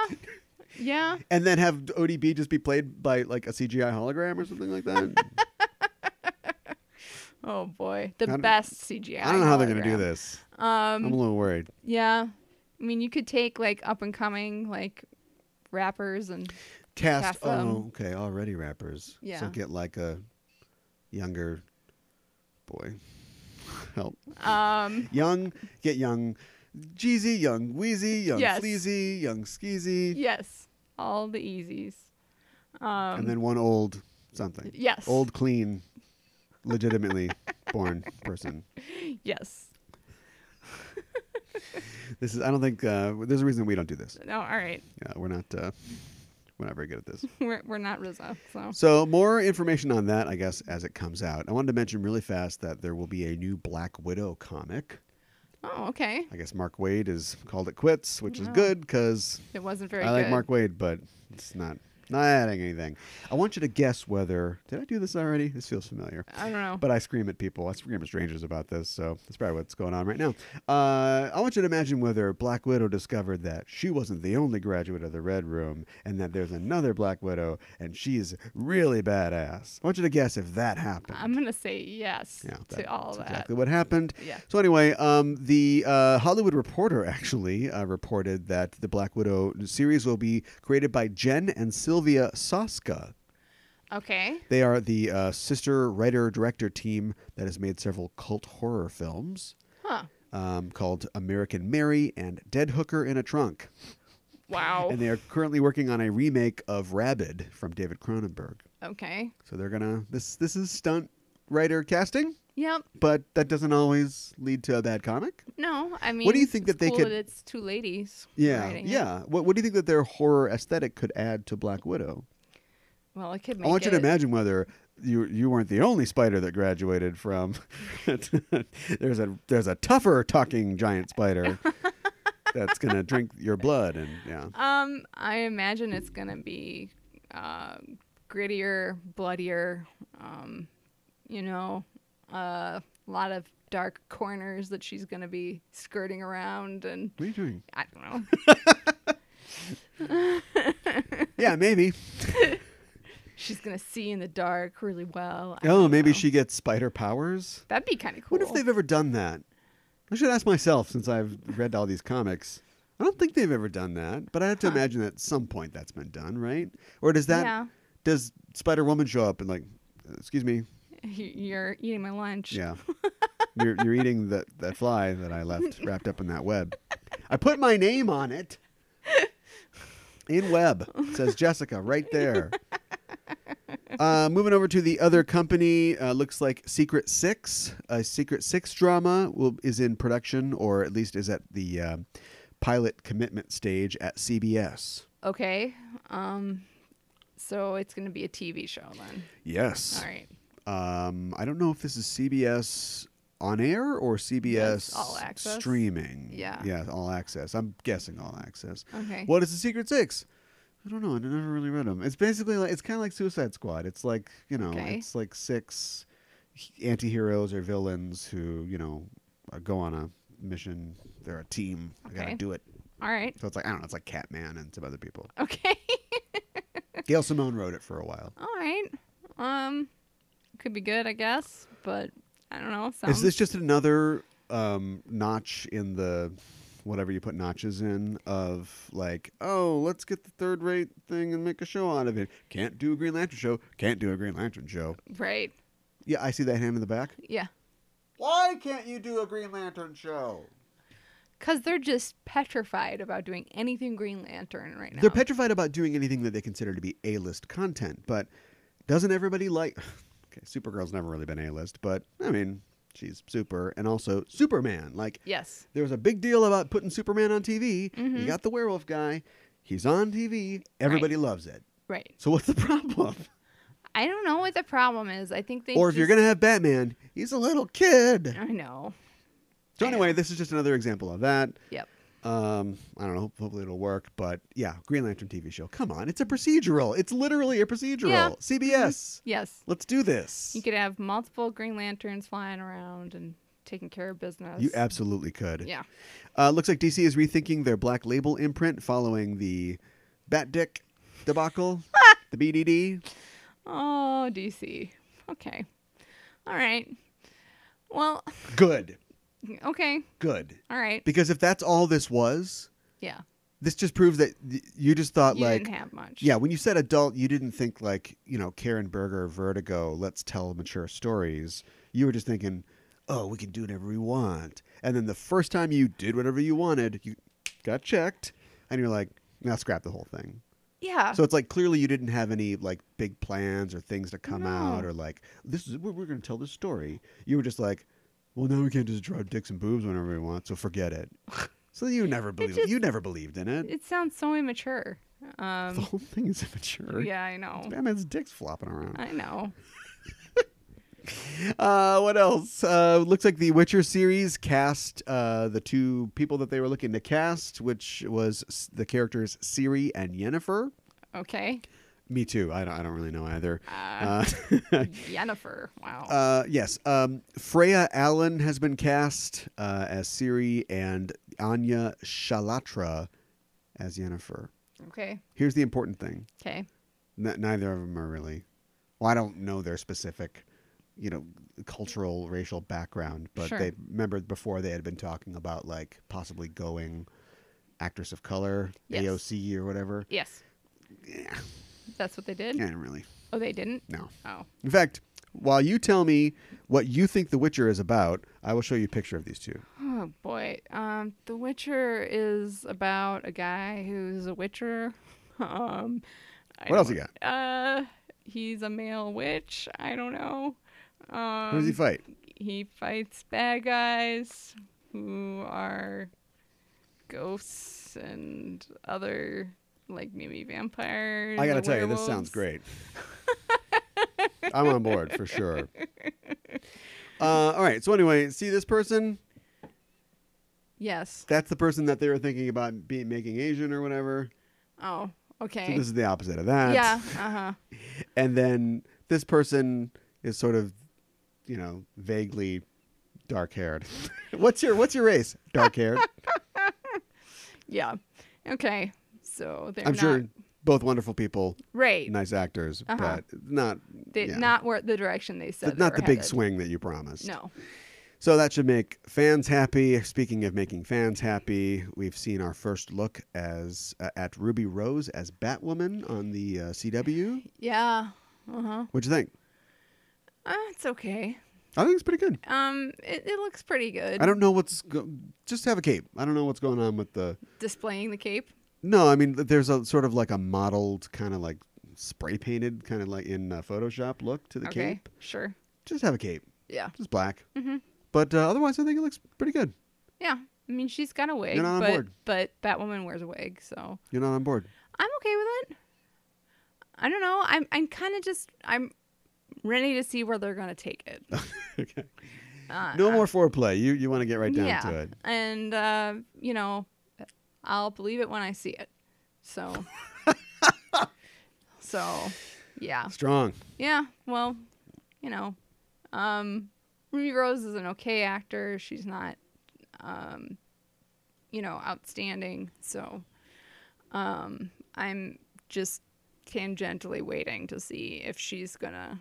[SPEAKER 3] Yeah.
[SPEAKER 2] and then have ODB just be played by like a CGI hologram or something like that.
[SPEAKER 3] Oh boy. The
[SPEAKER 2] don't-
[SPEAKER 3] best CGI.
[SPEAKER 2] I don't know how they're gonna do
[SPEAKER 3] hologram.
[SPEAKER 2] this. Um, I'm a little worried.
[SPEAKER 3] Yeah. I mean, you could take like up and coming like rappers and
[SPEAKER 2] Cast
[SPEAKER 3] cast them.
[SPEAKER 2] oh okay already rappers. So
[SPEAKER 3] Yeah.
[SPEAKER 2] get like a younger boy. Help
[SPEAKER 3] um.
[SPEAKER 2] young get young. Jeezy, young Wheezy, young
[SPEAKER 3] Yes.
[SPEAKER 2] Fleazy, young Skeezy,
[SPEAKER 3] Yes. All the easies. Um.
[SPEAKER 2] and then one old something.
[SPEAKER 3] Yes.
[SPEAKER 2] Old clean, legitimately born person.
[SPEAKER 3] Yes.
[SPEAKER 2] This is. I don't think. Uh, there's a reason we don't do this.
[SPEAKER 3] No, all right.
[SPEAKER 2] Yeah, we're not. Uh, we're not very good at this.
[SPEAKER 3] We're, we're not Rizzo, so.
[SPEAKER 2] So more information on that, I guess, as it comes out. I wanted to mention really fast that there will be a new Black Widow comic.
[SPEAKER 3] Oh, okay.
[SPEAKER 2] I guess Mark Wade has called it quits, which is good because
[SPEAKER 3] It wasn't
[SPEAKER 2] I
[SPEAKER 3] very
[SPEAKER 2] like
[SPEAKER 3] good.
[SPEAKER 2] Mark Wade, but it's not not adding anything. I want you to guess whether did I do this already? This feels familiar.
[SPEAKER 3] I don't know.
[SPEAKER 2] But I scream at people. I scream at strangers about this, so that's probably what's going on right now. Uh, I want you to imagine whether Black Widow discovered that she wasn't the only graduate of the Red Room, and that there's another Black Widow, and she's really badass. I want you to guess if that happened.
[SPEAKER 3] I'm gonna say yes
[SPEAKER 2] Yeah,
[SPEAKER 3] to
[SPEAKER 2] that-
[SPEAKER 3] all
[SPEAKER 2] that's
[SPEAKER 3] that.
[SPEAKER 2] Exactly what happened.
[SPEAKER 3] Yeah.
[SPEAKER 2] So anyway, um, the uh, Hollywood Reporter actually uh, reported that the Black Widow series will be created by Jen and Sylvia Soska.
[SPEAKER 3] Okay.
[SPEAKER 2] They are the uh, sister writer director team that has made several cult horror films
[SPEAKER 3] Huh.
[SPEAKER 2] um, called American Mary and Dead Hooker in a Trunk,
[SPEAKER 3] Wow.
[SPEAKER 2] and they are currently working on a remake of Rabid from David Cronenberg.
[SPEAKER 3] Okay.
[SPEAKER 2] So they're gonna this this is stunt writer casting
[SPEAKER 3] Yep.
[SPEAKER 2] but that doesn't always lead to a bad comic.
[SPEAKER 3] No, I mean,
[SPEAKER 2] do you think
[SPEAKER 3] it's
[SPEAKER 2] that they
[SPEAKER 3] cool
[SPEAKER 2] could-
[SPEAKER 3] it's two ladies. writing it.
[SPEAKER 2] yeah. What, what do you think that their horror aesthetic could add to Black Widow?
[SPEAKER 3] Well, it could make.
[SPEAKER 2] I want you to
[SPEAKER 3] it-
[SPEAKER 2] imagine whether you you weren't the only spider that graduated from. there's a there's a tougher talking giant spider that's gonna drink your blood and yeah.
[SPEAKER 3] Um, I imagine it's gonna be uh, grittier, bloodier. Um, you know, uh, a lot of dark corners that she's gonna be skirting around, and
[SPEAKER 2] What are you doing?
[SPEAKER 3] I don't know.
[SPEAKER 2] Yeah, maybe.
[SPEAKER 3] she's gonna see in the dark really well. I
[SPEAKER 2] Oh,
[SPEAKER 3] don't
[SPEAKER 2] maybe
[SPEAKER 3] know.
[SPEAKER 2] she gets spider powers.
[SPEAKER 3] That'd be kind of cool.
[SPEAKER 2] What if they've ever done that? I should ask myself since I've read all these comics. I don't think they've ever done that, but I have to imagine at some point that's been done, right? Or does that
[SPEAKER 3] Yeah.
[SPEAKER 2] does Spider Woman show up and like, excuse me,
[SPEAKER 3] You're eating my lunch.
[SPEAKER 2] yeah, you're you're eating that that fly that I left wrapped up in that web. I put my name on it. In web It says Jessica right there. Uh, moving over to the other company, uh, looks like Secret Six. A Secret Six drama will, is in production, or at least is at the uh, pilot commitment stage at CBS.
[SPEAKER 3] Okay. Um, so it's gonna be a TV show then.
[SPEAKER 2] Yes.
[SPEAKER 3] All right.
[SPEAKER 2] Um, I don't know if this is CBS on air or CBS
[SPEAKER 3] all access.
[SPEAKER 2] streaming.
[SPEAKER 3] Yeah.
[SPEAKER 2] Yeah, all access. I'm guessing all access.
[SPEAKER 3] Okay.
[SPEAKER 2] What is the Secret Six? I don't know. I never really read them. It's basically like it's kind of like Suicide Squad. It's like you know,
[SPEAKER 3] Okay.
[SPEAKER 2] it's like six anti-heroes or villains who you know uh, go on a mission. They're a team. They
[SPEAKER 3] Okay.
[SPEAKER 2] gotta do it.
[SPEAKER 3] All right.
[SPEAKER 2] So it's like I don't know. It's like Catman and some other people.
[SPEAKER 3] Okay.
[SPEAKER 2] Gail Simone wrote it for a while.
[SPEAKER 3] All right. Um, could be good, I guess, but I don't know. Sounds
[SPEAKER 2] Is this just another um, notch in the whatever you put notches in of like, oh, let's get the third rate thing and make a show out of it? Can't do a Green Lantern show. Can't do a Green Lantern show.
[SPEAKER 3] right?
[SPEAKER 2] Yeah, I see that hand in the back.
[SPEAKER 3] Yeah,
[SPEAKER 2] Why can't you do a Green Lantern show?
[SPEAKER 3] because they're just petrified about doing anything Green Lantern right now.
[SPEAKER 2] They're petrified about doing anything that they consider to be A list content, but doesn't everybody like. Okay, Supergirl's never really been A list, but I mean, she's super. And also Superman. Like,
[SPEAKER 3] yes.
[SPEAKER 2] there was a big deal about putting Superman on TV. You
[SPEAKER 3] Mm-hmm.
[SPEAKER 2] got the werewolf guy. He's on TV. Everybody loves it.
[SPEAKER 3] Right.
[SPEAKER 2] So what's the problem?
[SPEAKER 3] I don't know what the problem is. I think they.
[SPEAKER 2] or if you're
[SPEAKER 3] just-
[SPEAKER 2] going to have Batman, he's a little kid.
[SPEAKER 3] I know.
[SPEAKER 2] So
[SPEAKER 3] I
[SPEAKER 2] anyway,
[SPEAKER 3] know.
[SPEAKER 2] this is just another example of that.
[SPEAKER 3] Yep.
[SPEAKER 2] Um, I don't know. Hopefully it'll work. But yeah, Green Lantern TV show. Come on, it's a procedural. It's literally a procedural.
[SPEAKER 3] Yeah.
[SPEAKER 2] CBS.
[SPEAKER 3] Yes.
[SPEAKER 2] Let's do this.
[SPEAKER 3] You could have multiple Green Lanterns flying around and taking care of business.
[SPEAKER 2] You absolutely could.
[SPEAKER 3] Yeah.
[SPEAKER 2] Uh, looks like DC is rethinking their Black Label imprint following the Bat Dick debacle, the BDD.
[SPEAKER 3] Oh, DC. Okay. All right. Well,
[SPEAKER 2] Good.
[SPEAKER 3] okay.
[SPEAKER 2] Good.
[SPEAKER 3] All right.
[SPEAKER 2] Because if that's all this was,
[SPEAKER 3] yeah.
[SPEAKER 2] this just proves that y- you just thought
[SPEAKER 3] You
[SPEAKER 2] like
[SPEAKER 3] didn't have much.
[SPEAKER 2] yeah, when you said adult, you didn't think like, you know, Karen Berger, Vertigo, let's tell mature stories. You were just thinking, "Oh, we can do whatever we want." And then the first time you did whatever you wanted, you got checked and you're like, "Now scrap the whole thing."
[SPEAKER 3] Yeah.
[SPEAKER 2] So it's like clearly you didn't have any like big plans or things to come out
[SPEAKER 3] No.
[SPEAKER 2] or like this is where we're going to tell this story. You were just like, well, now we can't just draw dicks and boobs whenever we want, so forget it. So you never believed.
[SPEAKER 3] just-
[SPEAKER 2] you never believed in it.
[SPEAKER 3] It sounds so immature. Um,
[SPEAKER 2] the whole thing is immature.
[SPEAKER 3] yeah, I know.
[SPEAKER 2] Batman's dick's flopping around.
[SPEAKER 3] I know.
[SPEAKER 2] Uh, what else? Uh, looks like the Witcher series cast uh, the two people that they were looking to cast, which was s- the characters Siri and Yennefer.
[SPEAKER 3] Okay.
[SPEAKER 2] Me too. I don't, I don't really know either.
[SPEAKER 3] Uh,
[SPEAKER 2] Uh,
[SPEAKER 3] Yennefer. Wow.
[SPEAKER 2] Uh, yes. Um, Freya Allen has been cast uh, as Siri and Anya Shalatra as Yennefer.
[SPEAKER 3] okay.
[SPEAKER 2] Here's the important thing.
[SPEAKER 3] Okay.
[SPEAKER 2] N- neither of them are really. Well, I don't know their specific, you know, cultural, racial background, but
[SPEAKER 3] Sure.
[SPEAKER 2] they remember before they had been talking about like possibly going actress of color,
[SPEAKER 3] Yes.
[SPEAKER 2] AOC or whatever.
[SPEAKER 3] Yes.
[SPEAKER 2] Yeah.
[SPEAKER 3] That's what they did.
[SPEAKER 2] Yeah, really.
[SPEAKER 3] Oh, they didn't.
[SPEAKER 2] No.
[SPEAKER 3] Oh.
[SPEAKER 2] In fact, while you tell me what you think The Witcher is about, I will show you a picture of these two.
[SPEAKER 3] Oh boy. Um, The Witcher is about a guy who's a witcher. Um, I
[SPEAKER 2] What else
[SPEAKER 3] don't-
[SPEAKER 2] you got?
[SPEAKER 3] Uh, he's a male witch. I don't know. Um,
[SPEAKER 2] Who does he fight?
[SPEAKER 3] he fights bad guys who are ghosts and other like maybe vampires.
[SPEAKER 2] I
[SPEAKER 3] or
[SPEAKER 2] gotta tell you, this
[SPEAKER 3] werewolves.
[SPEAKER 2] sounds great. I'm on board for sure. Uh, all right. So anyway, see this person?
[SPEAKER 3] Yes.
[SPEAKER 2] That's the person that they were thinking about being making Asian or whatever.
[SPEAKER 3] Oh,
[SPEAKER 2] So
[SPEAKER 3] okay.
[SPEAKER 2] this is the opposite of that.
[SPEAKER 3] yeah. Uh huh.
[SPEAKER 2] And then this person is sort of, you know, vaguely dark haired. what's your What's your race? Dark haired.
[SPEAKER 3] Yeah. Okay. So they're
[SPEAKER 2] I'm
[SPEAKER 3] not
[SPEAKER 2] sure both wonderful people,
[SPEAKER 3] right.
[SPEAKER 2] nice actors,
[SPEAKER 3] Uh-huh.
[SPEAKER 2] but not
[SPEAKER 3] They,
[SPEAKER 2] yeah.
[SPEAKER 3] Not where the direction they said.
[SPEAKER 2] But
[SPEAKER 3] they
[SPEAKER 2] not
[SPEAKER 3] were
[SPEAKER 2] the big
[SPEAKER 3] headed.
[SPEAKER 2] swing that you promised.
[SPEAKER 3] No.
[SPEAKER 2] So that should make fans happy. Speaking of making fans happy, we've seen our first look as uh, at Ruby Rose as Batwoman on the uh, CW.
[SPEAKER 3] Yeah. Uh huh.
[SPEAKER 2] What'd you think?
[SPEAKER 3] Uh, it's okay.
[SPEAKER 2] I think it's pretty good.
[SPEAKER 3] Um, it, it looks pretty good.
[SPEAKER 2] I don't know what's go- just have a cape. I don't know what's going on with the.
[SPEAKER 3] displaying the cape.
[SPEAKER 2] No, I mean there's a sort of like a modeled kind of like spray painted kind of like in uh, Photoshop look to the
[SPEAKER 3] okay.
[SPEAKER 2] cape.
[SPEAKER 3] Sure.
[SPEAKER 2] Just have a cape,
[SPEAKER 3] Yeah.
[SPEAKER 2] just black. Mm-hmm. But uh, otherwise, I think it looks pretty good.
[SPEAKER 3] Yeah. I mean, she's got a wig,
[SPEAKER 2] not on
[SPEAKER 3] but
[SPEAKER 2] board.
[SPEAKER 3] but Batwoman wears a wig, so
[SPEAKER 2] You're not on board.
[SPEAKER 3] I'm okay with it. I don't know. I'm I'm kind of just I'm ready to see where they're gonna take it.
[SPEAKER 2] okay.
[SPEAKER 3] Uh,
[SPEAKER 2] No more foreplay. You you want to get right down
[SPEAKER 3] yeah.
[SPEAKER 2] to it.
[SPEAKER 3] And uh, you know, I'll believe it when I see it. So. so, yeah.
[SPEAKER 2] Strong.
[SPEAKER 3] Yeah, well, you know, um, Ruby Rose is an okay actor. She's not, um, you know, outstanding. So um, I'm just tangentially waiting to see if she's gonna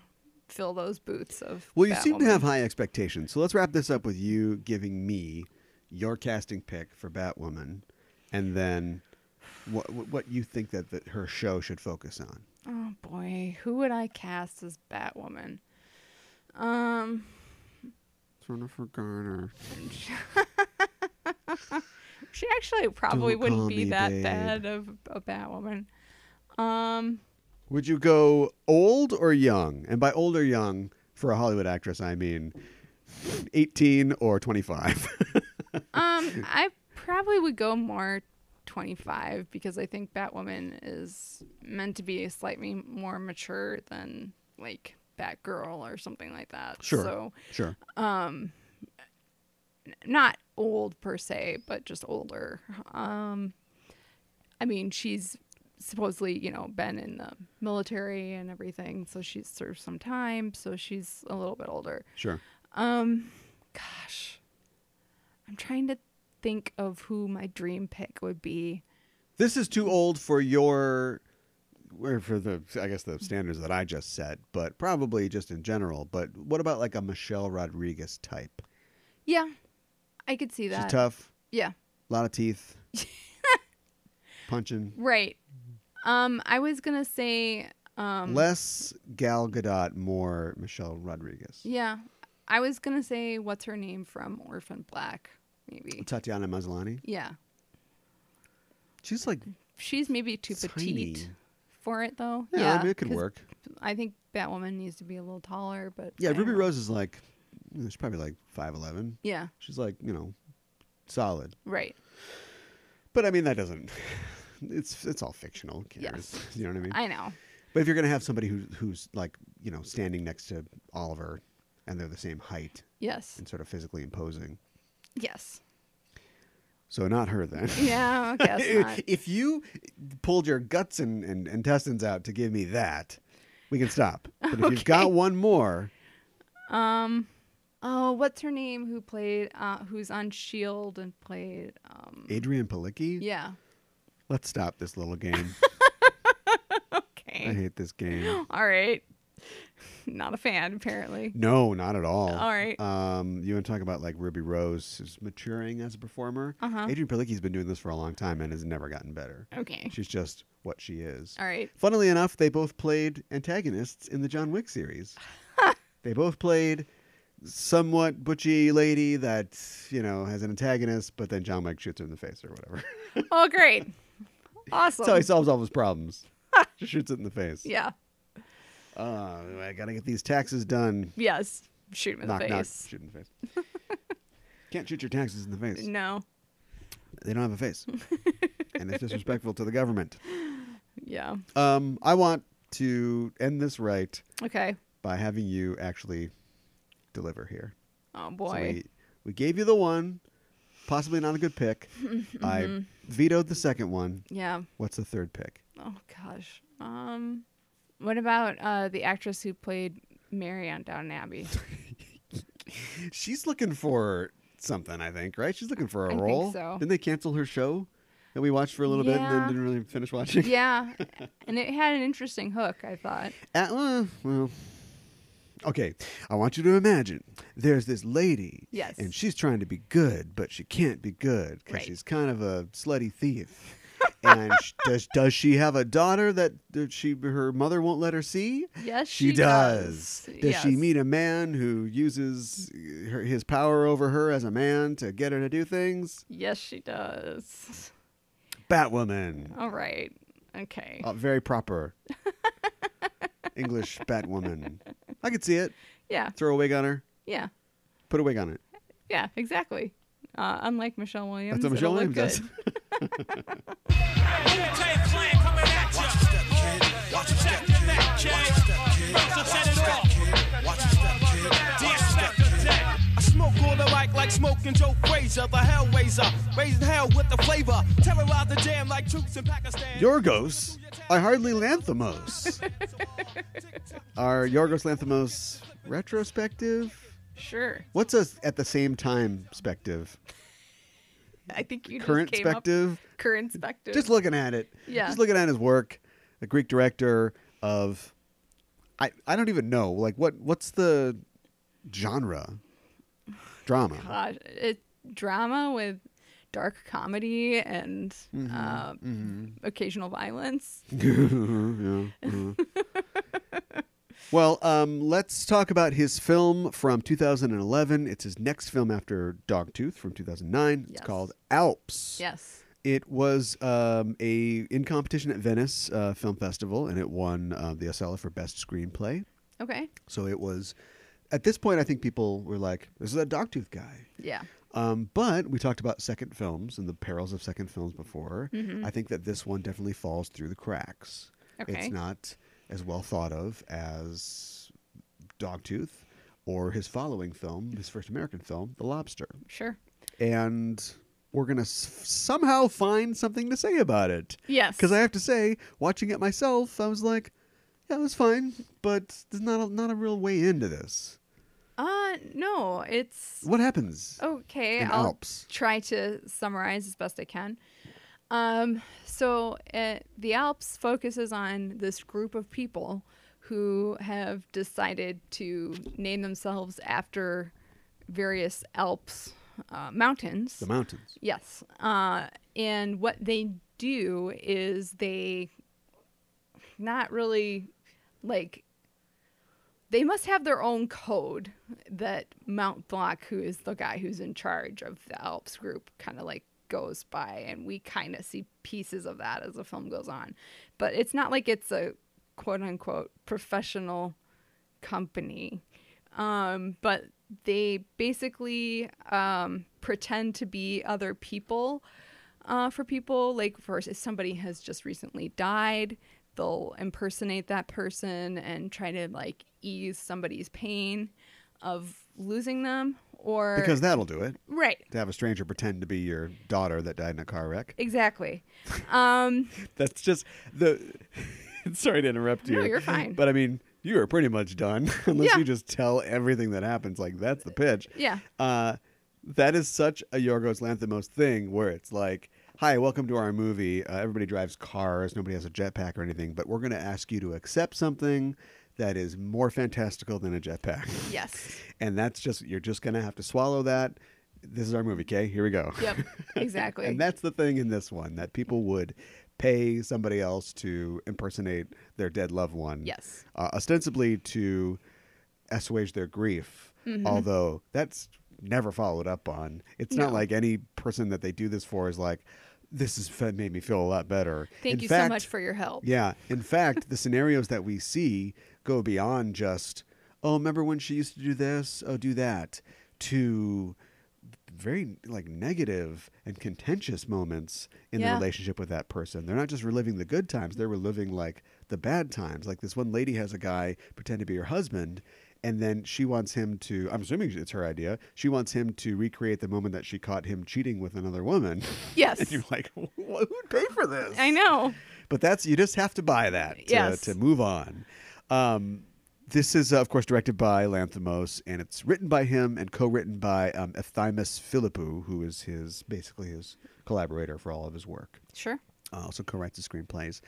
[SPEAKER 3] fill those booths of.
[SPEAKER 2] Well, you seem to
[SPEAKER 3] Batwoman.
[SPEAKER 2] have high expectations. So let's wrap this up with you giving me your casting pick for Batwoman, and then what what you think that, that her show should focus on.
[SPEAKER 3] Oh boy, who would I cast as Batwoman? Um,
[SPEAKER 2] Jennifer Garner.
[SPEAKER 3] She actually probably
[SPEAKER 2] Don't call
[SPEAKER 3] wouldn't be
[SPEAKER 2] me
[SPEAKER 3] that
[SPEAKER 2] babe.
[SPEAKER 3] bad of a Batwoman. Um,
[SPEAKER 2] Would you go old or young? And by old or young, for a Hollywood actress, I mean eighteen or twenty-five.
[SPEAKER 3] um, I probably would go more 25 because I think Batwoman is meant to be slightly more mature than like Batgirl or something like that.
[SPEAKER 2] sure,
[SPEAKER 3] So
[SPEAKER 2] sure.
[SPEAKER 3] not old per se, but just older. Um, I mean, she's supposedly you know been in the military and everything, so she's served some time, so she's a little bit older.
[SPEAKER 2] Sure.
[SPEAKER 3] Um, gosh, I'm trying to think of who my dream pick would be.
[SPEAKER 2] This is too old for your, or for the, I guess the standards that I just set, but probably just in general. But what about like a Michelle Rodriguez type?
[SPEAKER 3] Yeah, I could see
[SPEAKER 2] She's
[SPEAKER 3] that.
[SPEAKER 2] tough,
[SPEAKER 3] Yeah,
[SPEAKER 2] a lot of teeth, punching.
[SPEAKER 3] right. Um, I was gonna say, um,
[SPEAKER 2] Less Gal Gadot, more Michelle Rodriguez.
[SPEAKER 3] yeah, I was gonna say what's her name from Orphan Black, maybe.
[SPEAKER 2] Tatiana Maslany.
[SPEAKER 3] Yeah,
[SPEAKER 2] She's like,
[SPEAKER 3] she's maybe too
[SPEAKER 2] Tiny.
[SPEAKER 3] petite for it though.
[SPEAKER 2] yeah, I mean, it could
[SPEAKER 3] 'cause
[SPEAKER 2] work.
[SPEAKER 3] I think Batwoman needs to be a little taller, but
[SPEAKER 2] Yeah,
[SPEAKER 3] I don't
[SPEAKER 2] Ruby
[SPEAKER 3] know.
[SPEAKER 2] Rose is like, you know, she's probably like 5'11.
[SPEAKER 3] Yeah,
[SPEAKER 2] She's like, you know, solid.
[SPEAKER 3] right.
[SPEAKER 2] But I mean, that doesn't. It's it's all fictional. Who cares?
[SPEAKER 3] Yes.
[SPEAKER 2] You know what I mean?
[SPEAKER 3] I know.
[SPEAKER 2] But if you're gonna have somebody who who's like you know standing next to Oliver, and they're the same height
[SPEAKER 3] Yes.
[SPEAKER 2] and sort of physically imposing,
[SPEAKER 3] Yes.
[SPEAKER 2] so not her then.
[SPEAKER 3] Yeah, I guess not.
[SPEAKER 2] if you pulled your guts and, and intestines out to give me that, we can stop. But if you've got one more,
[SPEAKER 3] Oh, what's her name? Who played? Uh, who's on Shield and played? Um,
[SPEAKER 2] Adrian Palicki,
[SPEAKER 3] yeah.
[SPEAKER 2] let's stop this little game. I
[SPEAKER 3] Okay.
[SPEAKER 2] hate this game.
[SPEAKER 3] All right. Not a fan, apparently.
[SPEAKER 2] No, not at all.
[SPEAKER 3] All right.
[SPEAKER 2] Um, you want to talk about like Ruby Rose is maturing as a performer?
[SPEAKER 3] Uh-huh.
[SPEAKER 2] Adrian Palicki's been doing this for a long time and has never gotten better.
[SPEAKER 3] Okay.
[SPEAKER 2] She's just what she is.
[SPEAKER 3] All right.
[SPEAKER 2] Funnily enough, they both played antagonists in the John Wick series. they both played somewhat butchy lady that you know has an antagonist, but then John Wick shoots her in the face or whatever.
[SPEAKER 3] Oh, great. Awesome.
[SPEAKER 2] That's how he solves all his problems. just shoots it in the face.
[SPEAKER 3] yeah.
[SPEAKER 2] Uh, I gotta get these taxes done.
[SPEAKER 3] Yes. Shoot him in
[SPEAKER 2] knock
[SPEAKER 3] the
[SPEAKER 2] knock.
[SPEAKER 3] face.
[SPEAKER 2] Shoot in the face. Can't shoot your taxes in the face.
[SPEAKER 3] No.
[SPEAKER 2] They don't have a face, and it's disrespectful to the government.
[SPEAKER 3] Yeah.
[SPEAKER 2] Um, I want to end this right
[SPEAKER 3] Okay.
[SPEAKER 2] by having you actually deliver here.
[SPEAKER 3] Oh
[SPEAKER 2] So
[SPEAKER 3] boy.
[SPEAKER 2] we, we gave you the one, possibly not a good pick.
[SPEAKER 3] Mm-hmm.
[SPEAKER 2] I vetoed the second one.
[SPEAKER 3] yeah.
[SPEAKER 2] What's the third pick?
[SPEAKER 3] Oh gosh. Um, what about uh the actress who played Mary on Downton Abbey?
[SPEAKER 2] She's looking for something, I think, right? She's looking for a
[SPEAKER 3] I think
[SPEAKER 2] role.
[SPEAKER 3] so.
[SPEAKER 2] Didn't they cancel her show that we watched for a little bit and then
[SPEAKER 3] Yeah.
[SPEAKER 2] didn't really finish watching?
[SPEAKER 3] yeah, and it had an interesting hook. I thought.
[SPEAKER 2] Uh, well, well, okay. I want you to imagine there's this lady.
[SPEAKER 3] Yes.
[SPEAKER 2] And she's trying to be good, but she can't be good because
[SPEAKER 3] Right.
[SPEAKER 2] she's kind of a slutty thief. and sh- does does she have a daughter that that she her mother won't let her see?
[SPEAKER 3] Yes,
[SPEAKER 2] She,
[SPEAKER 3] she
[SPEAKER 2] does.
[SPEAKER 3] does.
[SPEAKER 2] Does she
[SPEAKER 3] Yes.
[SPEAKER 2] meet a man who uses uh, her, his power over her as a man to get her to do things?
[SPEAKER 3] Yes, she does.
[SPEAKER 2] Batwoman.
[SPEAKER 3] All right. Okay.
[SPEAKER 2] Uh, very proper. English Batwoman. I could see it.
[SPEAKER 3] yeah.
[SPEAKER 2] Throw a wig on her.
[SPEAKER 3] Yeah.
[SPEAKER 2] Put a wig on it.
[SPEAKER 3] Yeah. Exactly. Uh, unlike Michelle Williams.
[SPEAKER 2] That's what Michelle
[SPEAKER 3] it'll look
[SPEAKER 2] Williams does.
[SPEAKER 3] good.
[SPEAKER 6] Entertain plan coming at ya. Watch your step, kid. Watch your step, kid. So set it off. Watch your step, kid. Disrespect the deck. I smoke all the mic like smoking Joe Frazier, the Hellraiser. Raising hell with the flavor. Terrorize the jam like troops in Pakistan.
[SPEAKER 2] Yorgos I hardly Lanthimos. Our Yorgos Lanthimos retrospective?
[SPEAKER 3] Sure.
[SPEAKER 2] What's a at the same time spective?
[SPEAKER 3] I think you
[SPEAKER 2] Current
[SPEAKER 3] just came up-
[SPEAKER 2] spective?
[SPEAKER 3] Current spective.
[SPEAKER 2] Just looking at it.
[SPEAKER 3] Yeah.
[SPEAKER 2] Just looking at his work, a Greek director of I I don't even know. Like what what's the genre? Drama.
[SPEAKER 3] Gosh, it, drama with dark comedy and
[SPEAKER 2] Mm-hmm,
[SPEAKER 3] uh, occasional violence.
[SPEAKER 2] Well, um, let's talk about his film from 2011. It's his next film after Dogtooth from 2009. It's
[SPEAKER 3] Yes.
[SPEAKER 2] called Alps.
[SPEAKER 3] Yes.
[SPEAKER 2] It was um, a in competition at Venice uh, Film Festival, and it won uh, the Acela for Best Screenplay.
[SPEAKER 3] Okay.
[SPEAKER 2] So it was. At this point, I think people were like, "This is that Dogtooth guy."
[SPEAKER 3] Yeah.
[SPEAKER 2] Um, but we talked about second films and the perils of second films before.
[SPEAKER 3] Mm-hmm.
[SPEAKER 2] I think that this one definitely falls through the cracks. It's
[SPEAKER 3] Okay.
[SPEAKER 2] not as well thought of as Dogtooth or his following film, his first American film, The Lobster.
[SPEAKER 3] Sure.
[SPEAKER 2] And we're going to s- somehow find something to say about it.
[SPEAKER 3] Yes.
[SPEAKER 2] Because I have to say, watching it myself, I was like, yeah, it was fine, but there's not a, not a real way into this.
[SPEAKER 3] Uh no, it's
[SPEAKER 2] What happens?
[SPEAKER 3] Oh. okay.
[SPEAKER 2] in
[SPEAKER 3] I'll
[SPEAKER 2] Alps?
[SPEAKER 3] try to summarize as best I can. Um, so uh the Alps focuses on this group of people who have decided to name themselves after various Alps uh, mountains.
[SPEAKER 2] The mountains.
[SPEAKER 3] Yes. Uh, and what they do is they not really like they must have their own code that Mount Blanc, who is the guy who's in charge of the Alps group, kind of like goes by, and we kind of see pieces of that as the film goes on. But it's not like it's a quote unquote professional company. Um, but they basically um, pretend to be other people uh, for people. Like, for if somebody has just recently died, they'll impersonate that person and try to like ease somebody's pain of losing them. Or
[SPEAKER 2] Because that'll do it.
[SPEAKER 3] right,
[SPEAKER 2] To have a stranger pretend to be your daughter that died in a car wreck.
[SPEAKER 3] exactly. Um,
[SPEAKER 2] That's just the. Sorry to interrupt you.
[SPEAKER 3] No, you're fine.
[SPEAKER 2] But I mean, you are pretty much done unless
[SPEAKER 3] Yeah.
[SPEAKER 2] you just tell everything that happens. Like that's the pitch.
[SPEAKER 3] yeah,
[SPEAKER 2] Uh, that is such a Yorgos Lanthimos thing where it's like, hi, welcome to our movie. Uh, everybody drives cars, nobody has a jetpack or anything, but we're going to ask you to accept something that is more fantastical than a jetpack.
[SPEAKER 3] yes,
[SPEAKER 2] And that's just, you're just going to have to swallow that. This is our movie, okay? Here we go.
[SPEAKER 3] yep, exactly.
[SPEAKER 2] And that's the thing in this one that people would pay somebody else to impersonate their dead loved one.
[SPEAKER 3] Yes.
[SPEAKER 2] Uh, ostensibly to assuage their grief,
[SPEAKER 3] Mm-hmm.
[SPEAKER 2] although that's never followed up on. It's not
[SPEAKER 3] No.
[SPEAKER 2] like any person that they do this for is like, this has fe- made me feel a lot better.
[SPEAKER 3] Thank
[SPEAKER 2] In
[SPEAKER 3] you so
[SPEAKER 2] fact-
[SPEAKER 3] much for your help.
[SPEAKER 2] Yeah. In fact, the scenarios that we see go beyond just, oh, remember when she used to do this? Oh, do that. To very like negative and contentious moments in the
[SPEAKER 3] Yeah.
[SPEAKER 2] relationship with that person. They're not just reliving the good times, they're reliving like the bad times. Like this one lady has a guy pretend to be her husband and then she wants him to I'm assuming it's her idea. She wants him to recreate the moment that she caught him cheating with another woman.
[SPEAKER 3] Yes,
[SPEAKER 2] and you're like, "Wh- who'd pay for this?
[SPEAKER 3] I know.
[SPEAKER 2] But that's you just have to buy that to,
[SPEAKER 3] Yes.
[SPEAKER 2] to move on. Um, this is uh, of course directed by Lanthimos, and it's written by him and co-written by um, Euthymus Philippou, who is his basically his collaborator for all of his work.
[SPEAKER 3] Sure.
[SPEAKER 2] Uh, also co-writes the screenplays,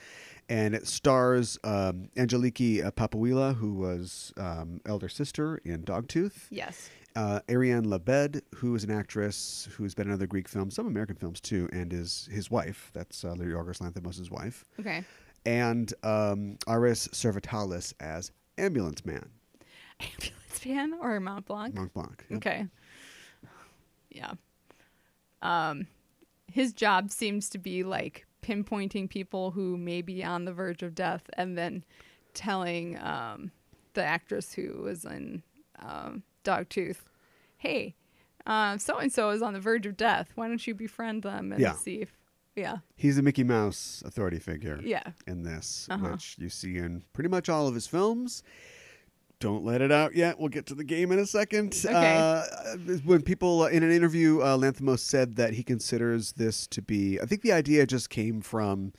[SPEAKER 2] and it stars um, Angeliki uh, Papuila, who was um, elder sister in Dogtooth
[SPEAKER 3] Yes.
[SPEAKER 2] uh, Ariane Labed, who is an actress who's been in other Greek films, some American films too, and is his wife. That's uh, Yorgos Lanthimos' wife.
[SPEAKER 3] Okay.
[SPEAKER 2] And um, Aris Servitalis as Ambulance Man,
[SPEAKER 3] Ambulance fan or Mont Blanc?
[SPEAKER 2] Mont Blanc. Yep.
[SPEAKER 3] Okay. Yeah. Um, his job seems to be like pinpointing people who may be on the verge of death, and then telling um, the actress who was in um, Dogtooth, "Hey, so and so is on the verge of death. Why don't you befriend them and
[SPEAKER 2] Yeah.
[SPEAKER 3] see if, yeah,
[SPEAKER 2] He's a Mickey Mouse authority figure
[SPEAKER 3] yeah,
[SPEAKER 2] in this,
[SPEAKER 3] Uh-huh.
[SPEAKER 2] which you see in pretty much all of his films. Don't let it out yet. We'll get to the game in a second.
[SPEAKER 3] Okay.
[SPEAKER 2] Uh, when people in an interview, uh, Lanthimos said that he considers this to be. I think the idea just came from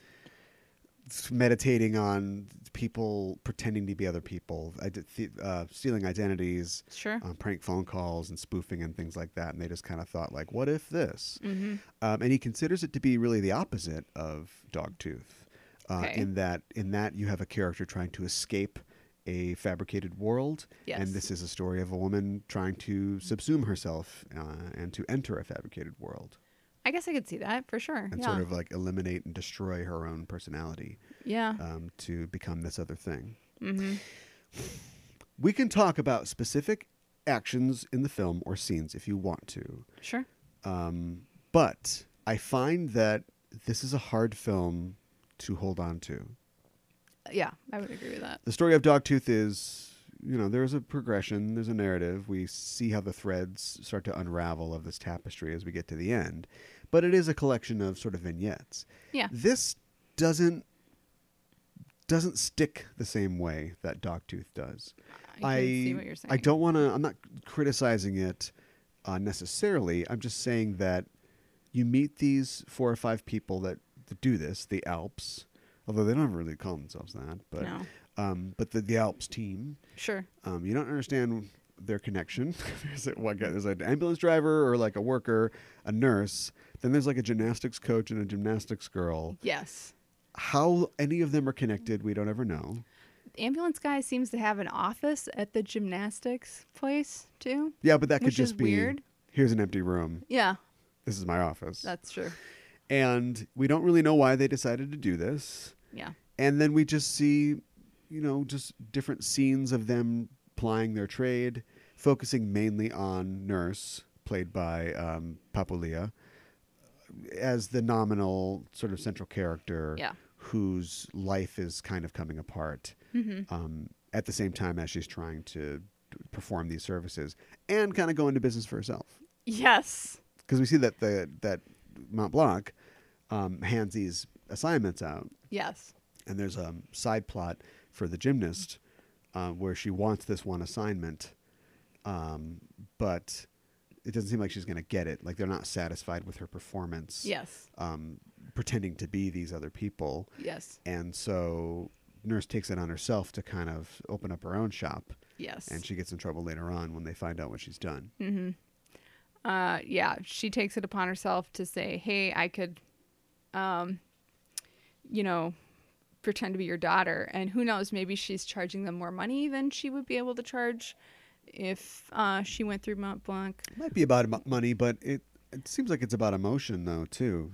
[SPEAKER 2] meditating on people pretending to be other people, I did th- uh, stealing identities,
[SPEAKER 3] sure,
[SPEAKER 2] um, prank phone calls, and spoofing and things like that. And they just kind of thought, like, what if this?
[SPEAKER 3] Mm-hmm.
[SPEAKER 2] Um, and he considers it to be really the opposite of Dogtooth, uh,
[SPEAKER 3] Okay.
[SPEAKER 2] in that in that you have a character trying to escape a fabricated world,
[SPEAKER 3] Yes.
[SPEAKER 2] and this is a story of a woman trying to subsume herself uh, and to enter a fabricated world
[SPEAKER 3] I guess I could see that for sure.
[SPEAKER 2] and
[SPEAKER 3] yeah,
[SPEAKER 2] sort of like eliminate and destroy her own personality
[SPEAKER 3] yeah,
[SPEAKER 2] um, to become this other thing.
[SPEAKER 3] mm-hmm.
[SPEAKER 2] We can talk about specific actions in the film or scenes if you want to,
[SPEAKER 3] sure,
[SPEAKER 2] um, but I find that this is a hard film to hold on to.
[SPEAKER 3] yeah, I would agree with that.
[SPEAKER 2] The story of Dogtooth is, you know, there's a progression, there's a narrative. We see how the threads start to unravel of this tapestry as we get to the end, but it is a collection of sort of vignettes.
[SPEAKER 3] Yeah,
[SPEAKER 2] this doesn't doesn't stick the same way that Dogtooth does.
[SPEAKER 3] I can see what you're saying.
[SPEAKER 2] I don't want to. I'm not criticizing it uh, necessarily. I'm just saying that you meet these four or five people that, that do this, the Alps, although they don't really call themselves that, but
[SPEAKER 3] No.
[SPEAKER 2] um, but the, the Alps team.
[SPEAKER 3] sure,
[SPEAKER 2] Um, you don't understand their connection. there's, a, what, guy- there's an ambulance driver or like a worker, a nurse. Then there's like a gymnastics coach and a gymnastics girl.
[SPEAKER 3] yes.
[SPEAKER 2] How any of them are connected, we don't ever know.
[SPEAKER 3] The ambulance guy seems to have an office at the gymnastics place too.
[SPEAKER 2] Yeah, but that could
[SPEAKER 3] Which
[SPEAKER 2] just
[SPEAKER 3] is
[SPEAKER 2] be
[SPEAKER 3] weird.
[SPEAKER 2] here's an empty room.
[SPEAKER 3] Yeah,
[SPEAKER 2] This is my office.
[SPEAKER 3] that's true.
[SPEAKER 2] and we don't really know why they decided to do this.
[SPEAKER 3] Yeah,
[SPEAKER 2] And then we just see, you know, just different scenes of them plying their trade, focusing mainly on Nurse, played by um, Papulia, as the nominal sort of central character
[SPEAKER 3] Yeah.
[SPEAKER 2] whose life is kind of coming apart um, at the same time as she's trying to perform these services and kind of go into business for herself
[SPEAKER 3] yes,
[SPEAKER 2] because we see that the that Mont Blanc um, hands these assignments out,
[SPEAKER 3] Yes.
[SPEAKER 2] and there's a side plot for the gymnast uh, where she wants this one assignment, um, but it doesn't seem like she's going to get it. Like they're not satisfied with her performance.
[SPEAKER 3] Yes.
[SPEAKER 2] Um, pretending to be these other people.
[SPEAKER 3] Yes.
[SPEAKER 2] And so Nurse takes it on herself to kind of open up her own shop,
[SPEAKER 3] Yes.
[SPEAKER 2] and she gets in trouble later on when they find out what she's done.
[SPEAKER 3] uh, yeah, she takes it upon herself to say, "Hey, I could, um, you know, pretend to be your daughter." And who knows? Maybe she's charging them more money than she would be able to charge if uh, she went through Mont Blanc,
[SPEAKER 2] Might be about mo- money, but it it seems like it's about emotion though too,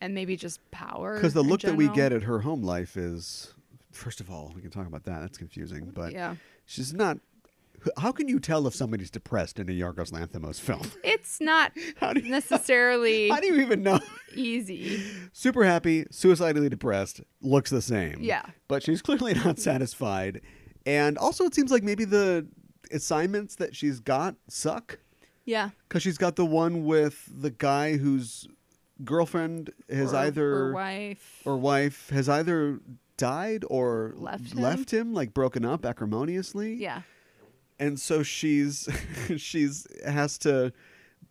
[SPEAKER 3] and maybe just power.
[SPEAKER 2] because the
[SPEAKER 3] in
[SPEAKER 2] look that we
[SPEAKER 3] general.
[SPEAKER 2] get at her home life is, first of all, we can talk about that. That's confusing, but
[SPEAKER 3] Mm, Yeah.
[SPEAKER 2] she's not. How can you tell if somebody's depressed in a Yorgos Lanthimos film?
[SPEAKER 3] it's not
[SPEAKER 2] How do you-
[SPEAKER 3] necessarily
[SPEAKER 2] How do you even know?
[SPEAKER 3] easy.
[SPEAKER 2] Super happy, suicidally depressed, looks the same.
[SPEAKER 3] Yeah.
[SPEAKER 2] But she's clearly not satisfied. And also, it seems like maybe the assignments that she's got suck.
[SPEAKER 3] Yeah,
[SPEAKER 2] Because she's got the one with the guy whose girlfriend has
[SPEAKER 3] Or-
[SPEAKER 2] either
[SPEAKER 3] or wife.
[SPEAKER 2] or wife has either died or
[SPEAKER 3] Left him?
[SPEAKER 2] like broken up acrimoniously.
[SPEAKER 3] yeah,
[SPEAKER 2] And so she's she's has to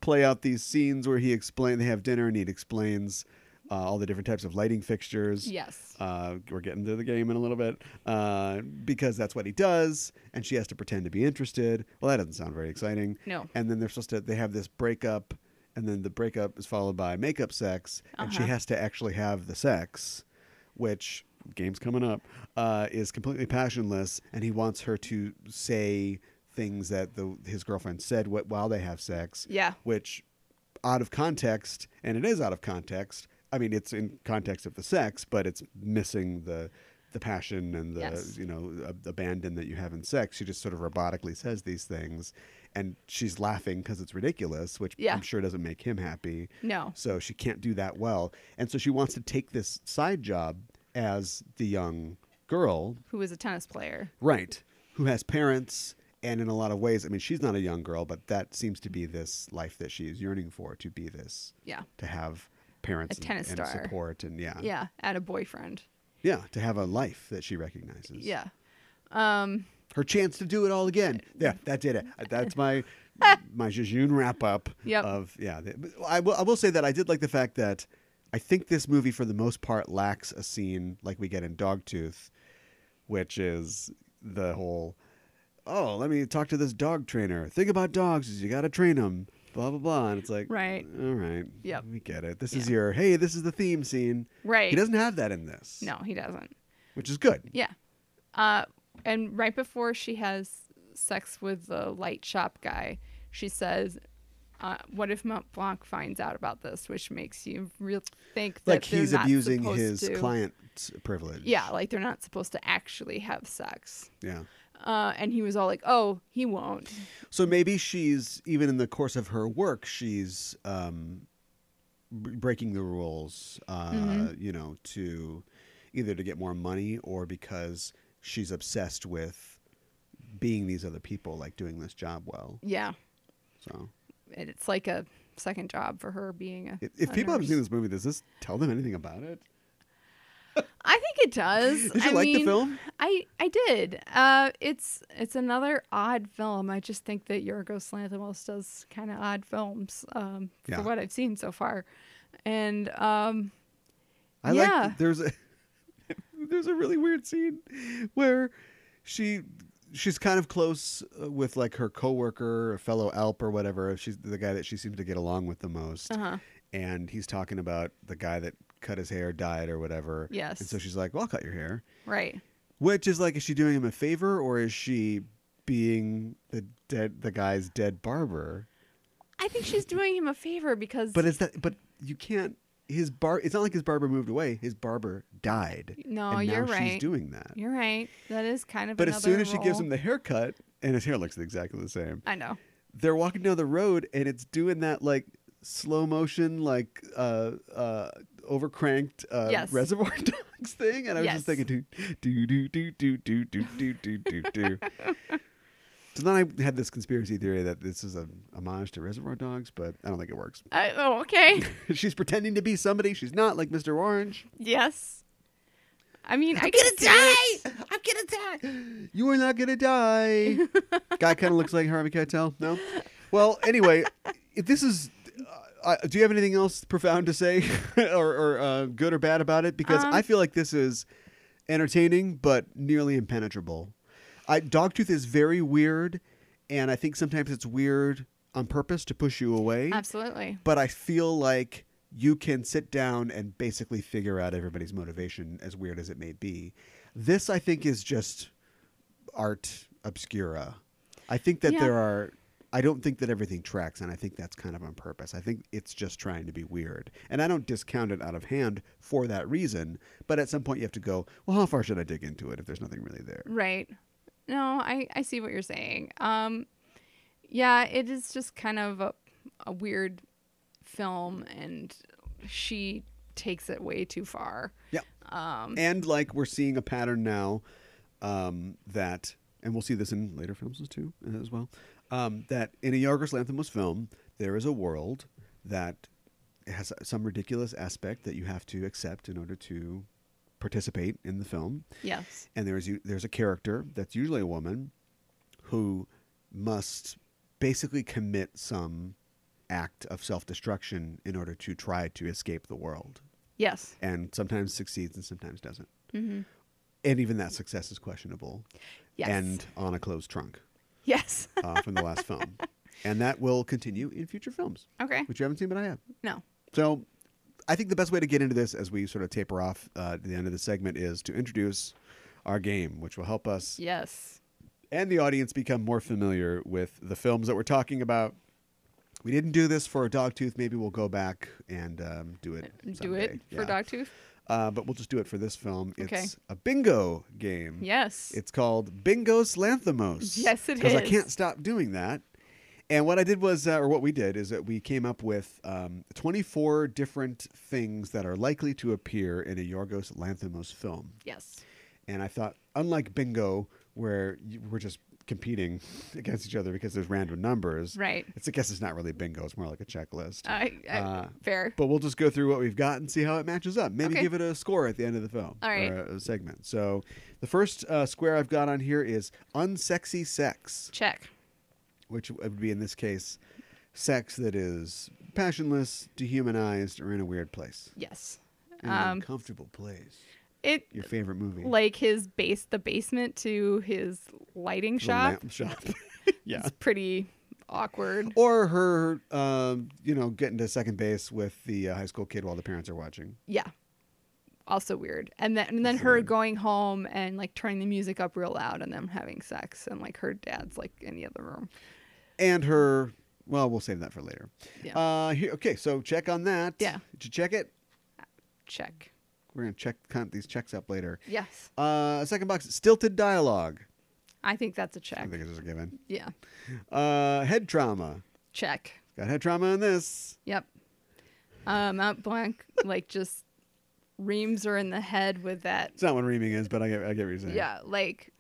[SPEAKER 2] play out these scenes where he explain they have dinner and he explains uh, all the different types of lighting fixtures.
[SPEAKER 3] yes,
[SPEAKER 2] Uh, we're getting to the game in a little bit uh, because that's what he does, and she has to pretend to be interested. Well, that doesn't sound very exciting.
[SPEAKER 3] No.
[SPEAKER 2] And then they're supposed to they have this breakup, and then the breakup is followed by makeup sex, and she has to actually have the sex, which game's coming up uh, is completely passionless, and he wants her to say things that the his girlfriend said wh- while they have sex.
[SPEAKER 3] Yeah.
[SPEAKER 2] Which, out of context, and it is out of context. I mean, it's in context of the sex, but it's missing the the passion and the
[SPEAKER 3] Yes.
[SPEAKER 2] you know ab- abandon that you have in sex. She just sort of robotically says these things, and she's laughing because it's ridiculous, which
[SPEAKER 3] Yeah.
[SPEAKER 2] I'm sure doesn't make him happy.
[SPEAKER 3] No.
[SPEAKER 2] So she can't do that well, and so she wants to take this side job as the young girl
[SPEAKER 3] who is a tennis player?
[SPEAKER 2] Right. Who has parents and in a lot of ways, I mean, she's not a young girl, but that seems to be this life that she is yearning for to be this.
[SPEAKER 3] Yeah.
[SPEAKER 2] To have parents
[SPEAKER 3] A tennis
[SPEAKER 2] and, and
[SPEAKER 3] star.
[SPEAKER 2] support and yeah.
[SPEAKER 3] Yeah, and a boyfriend.
[SPEAKER 2] Yeah, to have a life that she recognizes.
[SPEAKER 3] Yeah,
[SPEAKER 2] Her chance to do it all again. Yeah, that did it. That's my my jejune wrap up
[SPEAKER 3] Yep.
[SPEAKER 2] of yeah. the- but I will I will say that I did like the fact that I think this movie for the most part lacks a scene like we get in Dogtooth, which is the whole oh, let me talk to this dog trainer. Thing about dogs is you got to train them. Blah blah blah, and it's like
[SPEAKER 3] Right.
[SPEAKER 2] all right,
[SPEAKER 3] Yep.
[SPEAKER 2] we get it. This is
[SPEAKER 3] Yeah.
[SPEAKER 2] your hey, this is the theme scene.
[SPEAKER 3] Right.
[SPEAKER 2] He doesn't have that in this.
[SPEAKER 3] no, he doesn't.
[SPEAKER 2] which is good.
[SPEAKER 3] Yeah. Uh, and right before she has sex with the light shop guy, she says, uh, "What if Mont Blanc finds out about this?" Which makes you real think that
[SPEAKER 2] like
[SPEAKER 3] they're
[SPEAKER 2] he's
[SPEAKER 3] not
[SPEAKER 2] abusing
[SPEAKER 3] supposed
[SPEAKER 2] his
[SPEAKER 3] to-
[SPEAKER 2] client's privilege.
[SPEAKER 3] Yeah, like they're not supposed to actually have sex.
[SPEAKER 2] Yeah.
[SPEAKER 3] Uh, and he was all like, "Oh, he won't."
[SPEAKER 2] So maybe she's even in the course of her work, she's um, b- breaking the rules. Uh,
[SPEAKER 3] Mm-hmm.
[SPEAKER 2] You know, to either to get more money or because she's obsessed with being these other people, like doing this job well.
[SPEAKER 3] Yeah,
[SPEAKER 2] So.
[SPEAKER 3] and it's like a second job for her being a.
[SPEAKER 2] If, if
[SPEAKER 3] a
[SPEAKER 2] people haven't
[SPEAKER 3] nurse.
[SPEAKER 2] seen this movie, does this tell them anything about it?
[SPEAKER 3] I think it does.
[SPEAKER 2] Did you
[SPEAKER 3] I
[SPEAKER 2] like the
[SPEAKER 3] mean,
[SPEAKER 2] film?
[SPEAKER 3] I I did. Uh, it's it's another odd film. I just think that Yorgos Lanthimos does kind of odd films um,
[SPEAKER 2] Yeah.
[SPEAKER 3] for what I've seen so far, and um,
[SPEAKER 2] I
[SPEAKER 3] Yeah.
[SPEAKER 2] like there's a there's a really weird scene where she she's kind of close uh, with like her coworker, a fellow Alp or whatever. She's the guy that she seems to get along with the most,
[SPEAKER 3] Uh-huh.
[SPEAKER 2] and he's talking about the guy that cut his hair, dyed or whatever.
[SPEAKER 3] Yes.
[SPEAKER 2] and so she's like, "Well, I'll cut your hair,"
[SPEAKER 3] right,
[SPEAKER 2] which is like, is she doing him a favor or is she being the dead the guy's dead barber?
[SPEAKER 3] I think she's doing him a favor because
[SPEAKER 2] But it's that but you can't. His bar. It's not like his barber moved away. His barber died.
[SPEAKER 3] No,
[SPEAKER 2] and now
[SPEAKER 3] you're
[SPEAKER 2] She's
[SPEAKER 3] right.
[SPEAKER 2] doing that.
[SPEAKER 3] you're right. That is kind of.
[SPEAKER 2] But as soon
[SPEAKER 3] another
[SPEAKER 2] as she gives
[SPEAKER 3] role.
[SPEAKER 2] him the haircut, and his hair looks exactly the same,
[SPEAKER 3] I know.
[SPEAKER 2] they're walking down the road, and it's doing that like slow motion, like uh, uh, overcranked uh,
[SPEAKER 3] Yes.
[SPEAKER 2] Reservoir Dogs thing, and I was just
[SPEAKER 3] Yes.
[SPEAKER 2] thinking, do do do do do do do do do do. So then I had this conspiracy theory that this is a homage to Reservoir Dogs, but I don't think it works.
[SPEAKER 3] I, oh, okay.
[SPEAKER 2] she's pretending to be somebody she's not, like Mr. Orange.
[SPEAKER 3] yes. I mean, I could see it.
[SPEAKER 2] I'm gonna die. You are not gonna die. Guy kind of looks like Harvey Keitel. No. Well, anyway, if this is. Uh, I do you have anything else profound to say, or, or uh, good or bad about it? Because I feel like this is entertaining but nearly impenetrable. I, Dogtooth is very weird, and I think sometimes it's weird on purpose to push you away
[SPEAKER 3] Absolutely.
[SPEAKER 2] but I feel like you can sit down and basically figure out everybody's motivation, as weird as it may be. This, I think, is just art obscura. I think that
[SPEAKER 3] Yeah.
[SPEAKER 2] there are. I don't think that everything tracks, and I think that's kind of on purpose. I think it's just trying to be weird, and I don't discount it out of hand for that reason. But at some point, you have to go. Well, how far should I dig into it if there's nothing really there?
[SPEAKER 3] Right. No, I, I see what you're saying. Um, yeah, it is just kind of a, a weird film, and she takes it way too far.
[SPEAKER 2] Yeah. and like we're seeing a pattern now um, that, and we'll see this in later films as too uh, as well. Um, that in a Yorgos Lanthimos film, there is a world that has some ridiculous aspect that you have to accept in order to participate in the film
[SPEAKER 3] Yes.
[SPEAKER 2] and there's u- there's a character that's usually a woman who must basically commit some act of self-destruction in order to try to escape the world
[SPEAKER 3] Yes.
[SPEAKER 2] and sometimes succeeds and sometimes doesn't and even that success is questionable
[SPEAKER 3] Yes.
[SPEAKER 2] and on a closed trunk
[SPEAKER 3] yes.
[SPEAKER 2] uh, from the last film and that will continue in future films
[SPEAKER 3] okay.
[SPEAKER 2] which you haven't seen but i have
[SPEAKER 3] No.
[SPEAKER 2] so I think the best way to get into this as we sort of taper off uh, to the end of the segment is to introduce our game, which will help us
[SPEAKER 3] Yes.
[SPEAKER 2] and the audience become more familiar with the films that we're talking about. We didn't do this for Dogtooth. Maybe we'll go back and um, do it.
[SPEAKER 3] Do it
[SPEAKER 2] someday.
[SPEAKER 3] for
[SPEAKER 2] Yeah.
[SPEAKER 3] Dogtooth.
[SPEAKER 2] Uh, but we'll just do it for this film. It's
[SPEAKER 3] Okay.
[SPEAKER 2] a bingo game.
[SPEAKER 3] Yes.
[SPEAKER 2] It's called Bingo Slanthimos.
[SPEAKER 3] Yes, it
[SPEAKER 2] Because I
[SPEAKER 3] is.
[SPEAKER 2] can't stop doing that. And what I did was, uh, or what we did, is that we came up with um, 24 different things that are likely to appear in a Yorgos Lanthimos film.
[SPEAKER 3] yes.
[SPEAKER 2] And I thought, unlike Bingo, where you, we're just competing against each other because there's random numbers,
[SPEAKER 3] Right.
[SPEAKER 2] It's I guess it's not really bingo; it's more like a checklist.
[SPEAKER 3] I, I
[SPEAKER 2] Uh,
[SPEAKER 3] fair.
[SPEAKER 2] But we'll just go through what we've got and see how it matches up. Maybe
[SPEAKER 3] Okay.
[SPEAKER 2] give it a score at the end of the film
[SPEAKER 3] All right.
[SPEAKER 2] or a, a segment. So the first uh, square I've got on here is unsexy sex,
[SPEAKER 3] Check.
[SPEAKER 2] which would be in this case sex that is passionless, dehumanized, or in a weird place,
[SPEAKER 3] Yes.
[SPEAKER 2] in an
[SPEAKER 3] Um,
[SPEAKER 2] uncomfortable place.
[SPEAKER 3] It
[SPEAKER 2] Your favorite movie?
[SPEAKER 3] like his base the basement to his lighting
[SPEAKER 2] The
[SPEAKER 3] shop.
[SPEAKER 2] lamp shop. yeah.
[SPEAKER 3] It's pretty awkward.
[SPEAKER 2] Or her, um, you know, getting to second base with the uh, high school kid while the parents are watching.
[SPEAKER 3] Yeah. Also weird. And then and then her going home and like turning the music up real loud and them having sex and like her dad's like in the other room.
[SPEAKER 2] and her. Well, we'll save that for later.
[SPEAKER 3] Yeah.
[SPEAKER 2] Uh, here, okay, so check on that.
[SPEAKER 3] Yeah.
[SPEAKER 2] Did you check it?
[SPEAKER 3] Check.
[SPEAKER 2] We're gonna check count these checks up later.
[SPEAKER 3] Yes.
[SPEAKER 2] Uh, second box, stilted dialogue.
[SPEAKER 3] I think that's a
[SPEAKER 2] I
[SPEAKER 3] check.
[SPEAKER 2] think it's just a given.
[SPEAKER 3] Yeah.
[SPEAKER 2] Uh, head trauma.
[SPEAKER 3] Check.
[SPEAKER 2] Got head trauma on this.
[SPEAKER 3] Yep. Uh, Mount Blanc like just reams her in the head with that
[SPEAKER 2] It's not what reaming is, but I get, I get what you're saying.
[SPEAKER 3] yeah, like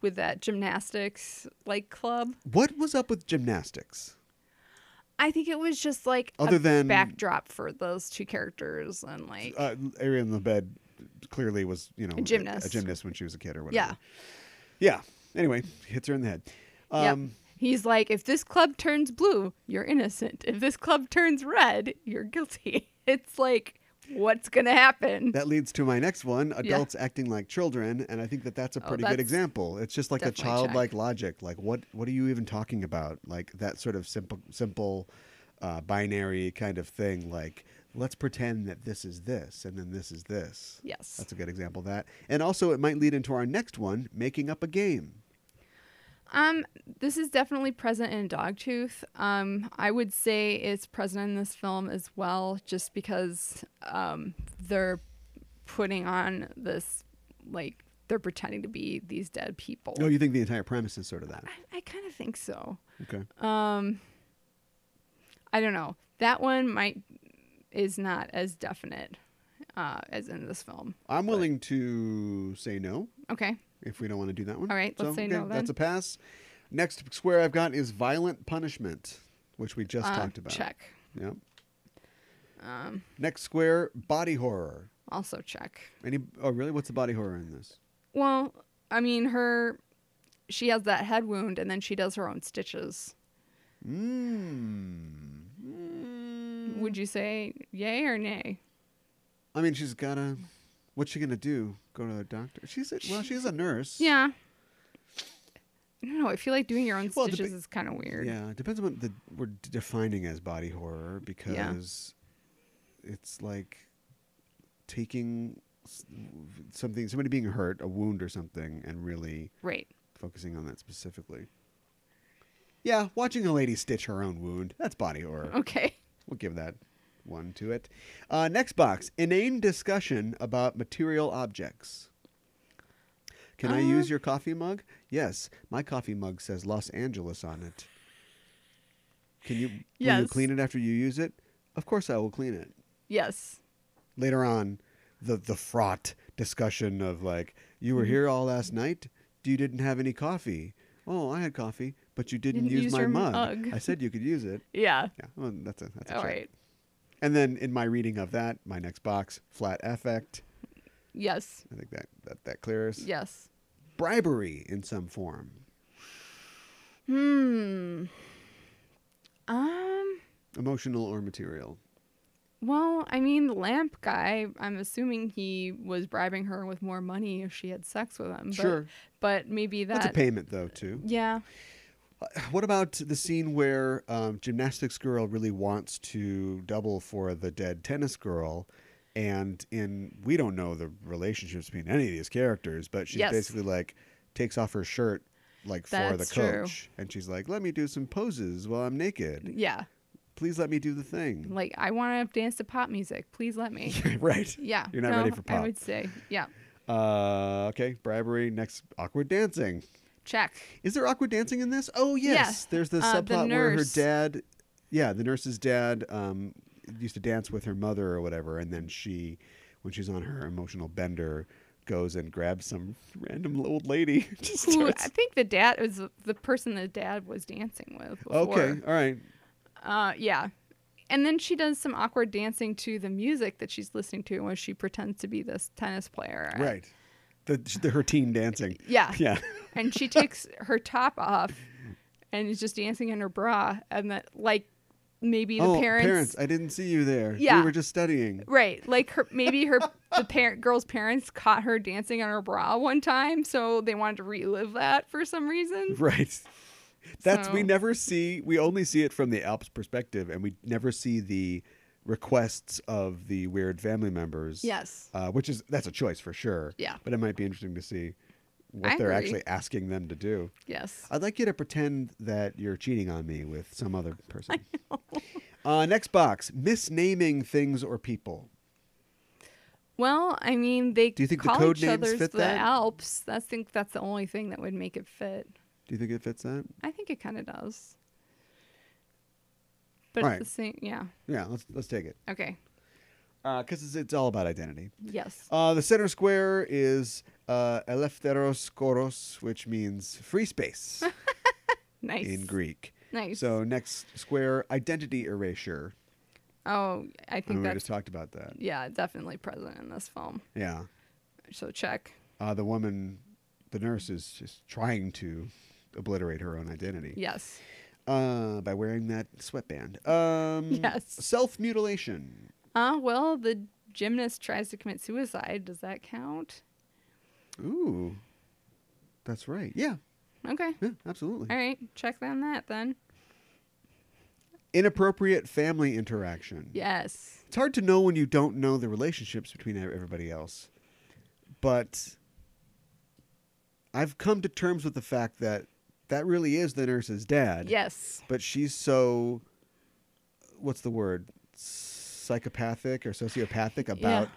[SPEAKER 3] with that gymnastics like club.
[SPEAKER 2] What was up with gymnastics?
[SPEAKER 3] I think it was just like
[SPEAKER 2] Other
[SPEAKER 3] a
[SPEAKER 2] than-
[SPEAKER 3] backdrop for those two characters and like
[SPEAKER 2] Uh, area in the bed clearly was you know a
[SPEAKER 3] gymnast.
[SPEAKER 2] a gymnast when she was a kid or
[SPEAKER 3] yeah.
[SPEAKER 2] whatever. Yeah. Yeah. Anyway, hits her in the head. Um,
[SPEAKER 3] yep. He's like, if this club turns blue, you're innocent. If this club turns red, you're guilty. It's like, what's gonna happen?
[SPEAKER 2] That leads to my next one: adults acting like children, and I think that that's a
[SPEAKER 3] Oh,
[SPEAKER 2] pretty good
[SPEAKER 3] that's
[SPEAKER 2] example. It's just like a
[SPEAKER 3] definitely
[SPEAKER 2] childlike
[SPEAKER 3] check.
[SPEAKER 2] logic. Like, what what are you even talking about? Like that sort of simple simple uh, binary kind of thing. Like, let's pretend that this is this, and then this is this.
[SPEAKER 3] Yes.
[SPEAKER 2] that's a good example of that. And also, it might lead into our next one: making up a game.
[SPEAKER 3] Um, this is definitely present in Dogtooth. Um, I would say it's present in this film as well, just because um, they're putting on this, like, they're pretending to be these dead people.
[SPEAKER 2] Oh, you think the entire premise is sort of that?
[SPEAKER 3] I, Oh, I kind of think so.
[SPEAKER 2] Okay.
[SPEAKER 3] I don't know. That one might is not as definite uh, as in this film.
[SPEAKER 2] I'm willing to say no.
[SPEAKER 3] Okay.
[SPEAKER 2] if we don't want to do that one.
[SPEAKER 3] All right, let's say no
[SPEAKER 2] That's a
[SPEAKER 3] then.
[SPEAKER 2] pass. Next square I've got is violent punishment, which we just
[SPEAKER 3] Uh,
[SPEAKER 2] talked about.
[SPEAKER 3] Check.
[SPEAKER 2] Yep.
[SPEAKER 3] Um.
[SPEAKER 2] Next square, body horror.
[SPEAKER 3] Also check.
[SPEAKER 2] Any? Oh, really? What's the body horror in this?
[SPEAKER 3] Well, I mean, her. She has that head wound, and then she does her own stitches.
[SPEAKER 2] Hmm.
[SPEAKER 3] Mm. Would you say yay or nay?
[SPEAKER 2] I mean, she's gotta. What's she gonna do? Go to the doctor? She's a, well, she's a nurse.
[SPEAKER 3] Yeah. I don't know. I feel like doing your own
[SPEAKER 2] Well, the
[SPEAKER 3] stitches
[SPEAKER 2] big-
[SPEAKER 3] is kind of weird.
[SPEAKER 2] Yeah, it depends on what the, we're d- defining as body horror because it's like taking s- something, somebody being hurt, a wound or something, and really
[SPEAKER 3] Right.
[SPEAKER 2] focusing on that specifically. Yeah, watching a lady stitch her own wound, that's body horror.
[SPEAKER 3] Okay.
[SPEAKER 2] We'll give that one to it. Uh, next box inane discussion about material objects. Can I
[SPEAKER 3] Uh.
[SPEAKER 2] use your coffee mug? Yes, my coffee mug says Los Angeles on it. Can you, will you
[SPEAKER 3] Yes.
[SPEAKER 2] clean it after you use it? Of course I will clean it.
[SPEAKER 3] Yes.
[SPEAKER 2] Later on, the, the fraught discussion of like, you
[SPEAKER 3] Mm-hmm.
[SPEAKER 2] were here all last night, you didn't have any coffee. Oh, I had coffee, but you didn't,
[SPEAKER 3] Didn't
[SPEAKER 2] use,
[SPEAKER 3] use
[SPEAKER 2] my
[SPEAKER 3] your
[SPEAKER 2] mug.
[SPEAKER 3] mug.
[SPEAKER 2] I said you could use it.
[SPEAKER 3] Yeah.
[SPEAKER 2] Yeah, well, that's a that's a
[SPEAKER 3] All
[SPEAKER 2] check.
[SPEAKER 3] right.
[SPEAKER 2] And then in my reading of that, my next box, flat affect.
[SPEAKER 3] Yes.
[SPEAKER 2] I think that that, that clears.
[SPEAKER 3] Yes.
[SPEAKER 2] Bribery in some form.
[SPEAKER 3] Hmm. Um.
[SPEAKER 2] Emotional or material.
[SPEAKER 3] Well, I mean, the lamp guy. I'm assuming he was bribing her with more money if she had sex with him. But,
[SPEAKER 2] Sure.
[SPEAKER 3] But maybe that.
[SPEAKER 2] That's a payment though too.
[SPEAKER 3] Yeah.
[SPEAKER 2] What about the scene where um, gymnastics girl really wants to double for the dead tennis girl? And in we don't know the relationships between any of these characters, but she's
[SPEAKER 3] Yes.
[SPEAKER 2] basically like takes off her shirt like for the
[SPEAKER 3] That's true.
[SPEAKER 2] coach, and she's like, "Let me do some poses while I'm naked.
[SPEAKER 3] Yeah.
[SPEAKER 2] Please let me do the thing."
[SPEAKER 3] Like I want to dance to pop music. Please let me.
[SPEAKER 2] right.
[SPEAKER 3] Yeah.
[SPEAKER 2] You're not
[SPEAKER 3] no,
[SPEAKER 2] ready for pop.
[SPEAKER 3] I would say. Yeah.
[SPEAKER 2] Uh, okay, bribery. Next, awkward dancing.
[SPEAKER 3] Check.
[SPEAKER 2] Is there awkward dancing in this? Oh yes.
[SPEAKER 3] Yes,
[SPEAKER 2] There's the
[SPEAKER 3] uh, the
[SPEAKER 2] subplot where her
[SPEAKER 3] nurse.
[SPEAKER 2] dad, yeah, the nurse's dad, um, used to dance with her mother or whatever, and then she, when she's on her emotional bender, goes and grabs some random old lady. Just
[SPEAKER 3] Who I
[SPEAKER 2] starts-
[SPEAKER 3] think the dad was the- the person the dad was dancing with. Before.
[SPEAKER 2] okay, all right.
[SPEAKER 3] Uh, yeah. And then she does some awkward dancing to the music that she's listening to when she pretends to be this tennis player.
[SPEAKER 2] Right. The, the her teen dancing.
[SPEAKER 3] Yeah.
[SPEAKER 2] Yeah.
[SPEAKER 3] And she takes her top off and is just dancing in her bra. And that, like, maybe the
[SPEAKER 2] oh,
[SPEAKER 3] parents.
[SPEAKER 2] I didn't see you there.
[SPEAKER 3] Yeah.
[SPEAKER 2] We were just studying.
[SPEAKER 3] Right, like her, maybe her the parent girl's parents caught her dancing on her bra one time, so they wanted to relive that for some reason.
[SPEAKER 2] Right. That's we
[SPEAKER 3] So-
[SPEAKER 2] never see. We only see it from the Alps perspective, and we never see the requests of the weird family members.
[SPEAKER 3] Yes.
[SPEAKER 2] uh, which is that's a choice for sure.
[SPEAKER 3] Yeah.
[SPEAKER 2] but it might be interesting to see what
[SPEAKER 3] I
[SPEAKER 2] they're
[SPEAKER 3] agree.
[SPEAKER 2] actually asking them to do.
[SPEAKER 3] Yes.
[SPEAKER 2] I'd like you to pretend that you're cheating on me with some other person. Uh, next box: misnaming things or people.
[SPEAKER 3] Well, I mean, they
[SPEAKER 2] Do you think the
[SPEAKER 3] call
[SPEAKER 2] code
[SPEAKER 3] each
[SPEAKER 2] names
[SPEAKER 3] other's
[SPEAKER 2] fit
[SPEAKER 3] the
[SPEAKER 2] that?
[SPEAKER 3] Alps. That's- I think that's the only thing that would make it fit.
[SPEAKER 2] Do you think it fits that?
[SPEAKER 3] I think it kind of does. But
[SPEAKER 2] Right.
[SPEAKER 3] it's the same, yeah.
[SPEAKER 2] Yeah, let's let's take it
[SPEAKER 3] Okay.
[SPEAKER 2] because it's, it's all about identity.
[SPEAKER 3] Yes.
[SPEAKER 2] Uh, the center square is uh, Eleftheros Koros, which means free space
[SPEAKER 3] nice.
[SPEAKER 2] in Greek.
[SPEAKER 3] Nice.
[SPEAKER 2] So next square, identity erasure.
[SPEAKER 3] oh, I
[SPEAKER 2] And
[SPEAKER 3] think
[SPEAKER 2] we
[SPEAKER 3] that's
[SPEAKER 2] just talked about that.
[SPEAKER 3] yeah, definitely present in this film.
[SPEAKER 2] Yeah.
[SPEAKER 3] So check.
[SPEAKER 2] Uh, the woman, the nurse, is just trying to obliterate her own identity
[SPEAKER 3] Yes.
[SPEAKER 2] uh, by wearing that sweatband. Um,
[SPEAKER 3] Yes.
[SPEAKER 2] Self mutilation.
[SPEAKER 3] Uh, well, the gymnast tries to commit suicide. Does that count?
[SPEAKER 2] Ooh. That's right. Yeah.
[SPEAKER 3] Okay.
[SPEAKER 2] Yeah, absolutely.
[SPEAKER 3] All right. Check on that then.
[SPEAKER 2] Inappropriate family interaction.
[SPEAKER 3] Yes.
[SPEAKER 2] it's hard to know when you don't know the relationships between ev- everybody else. But I've come to terms with the fact that that really is the nurse's dad.
[SPEAKER 3] Yes.
[SPEAKER 2] But she's so, what's the word, psychopathic or sociopathic about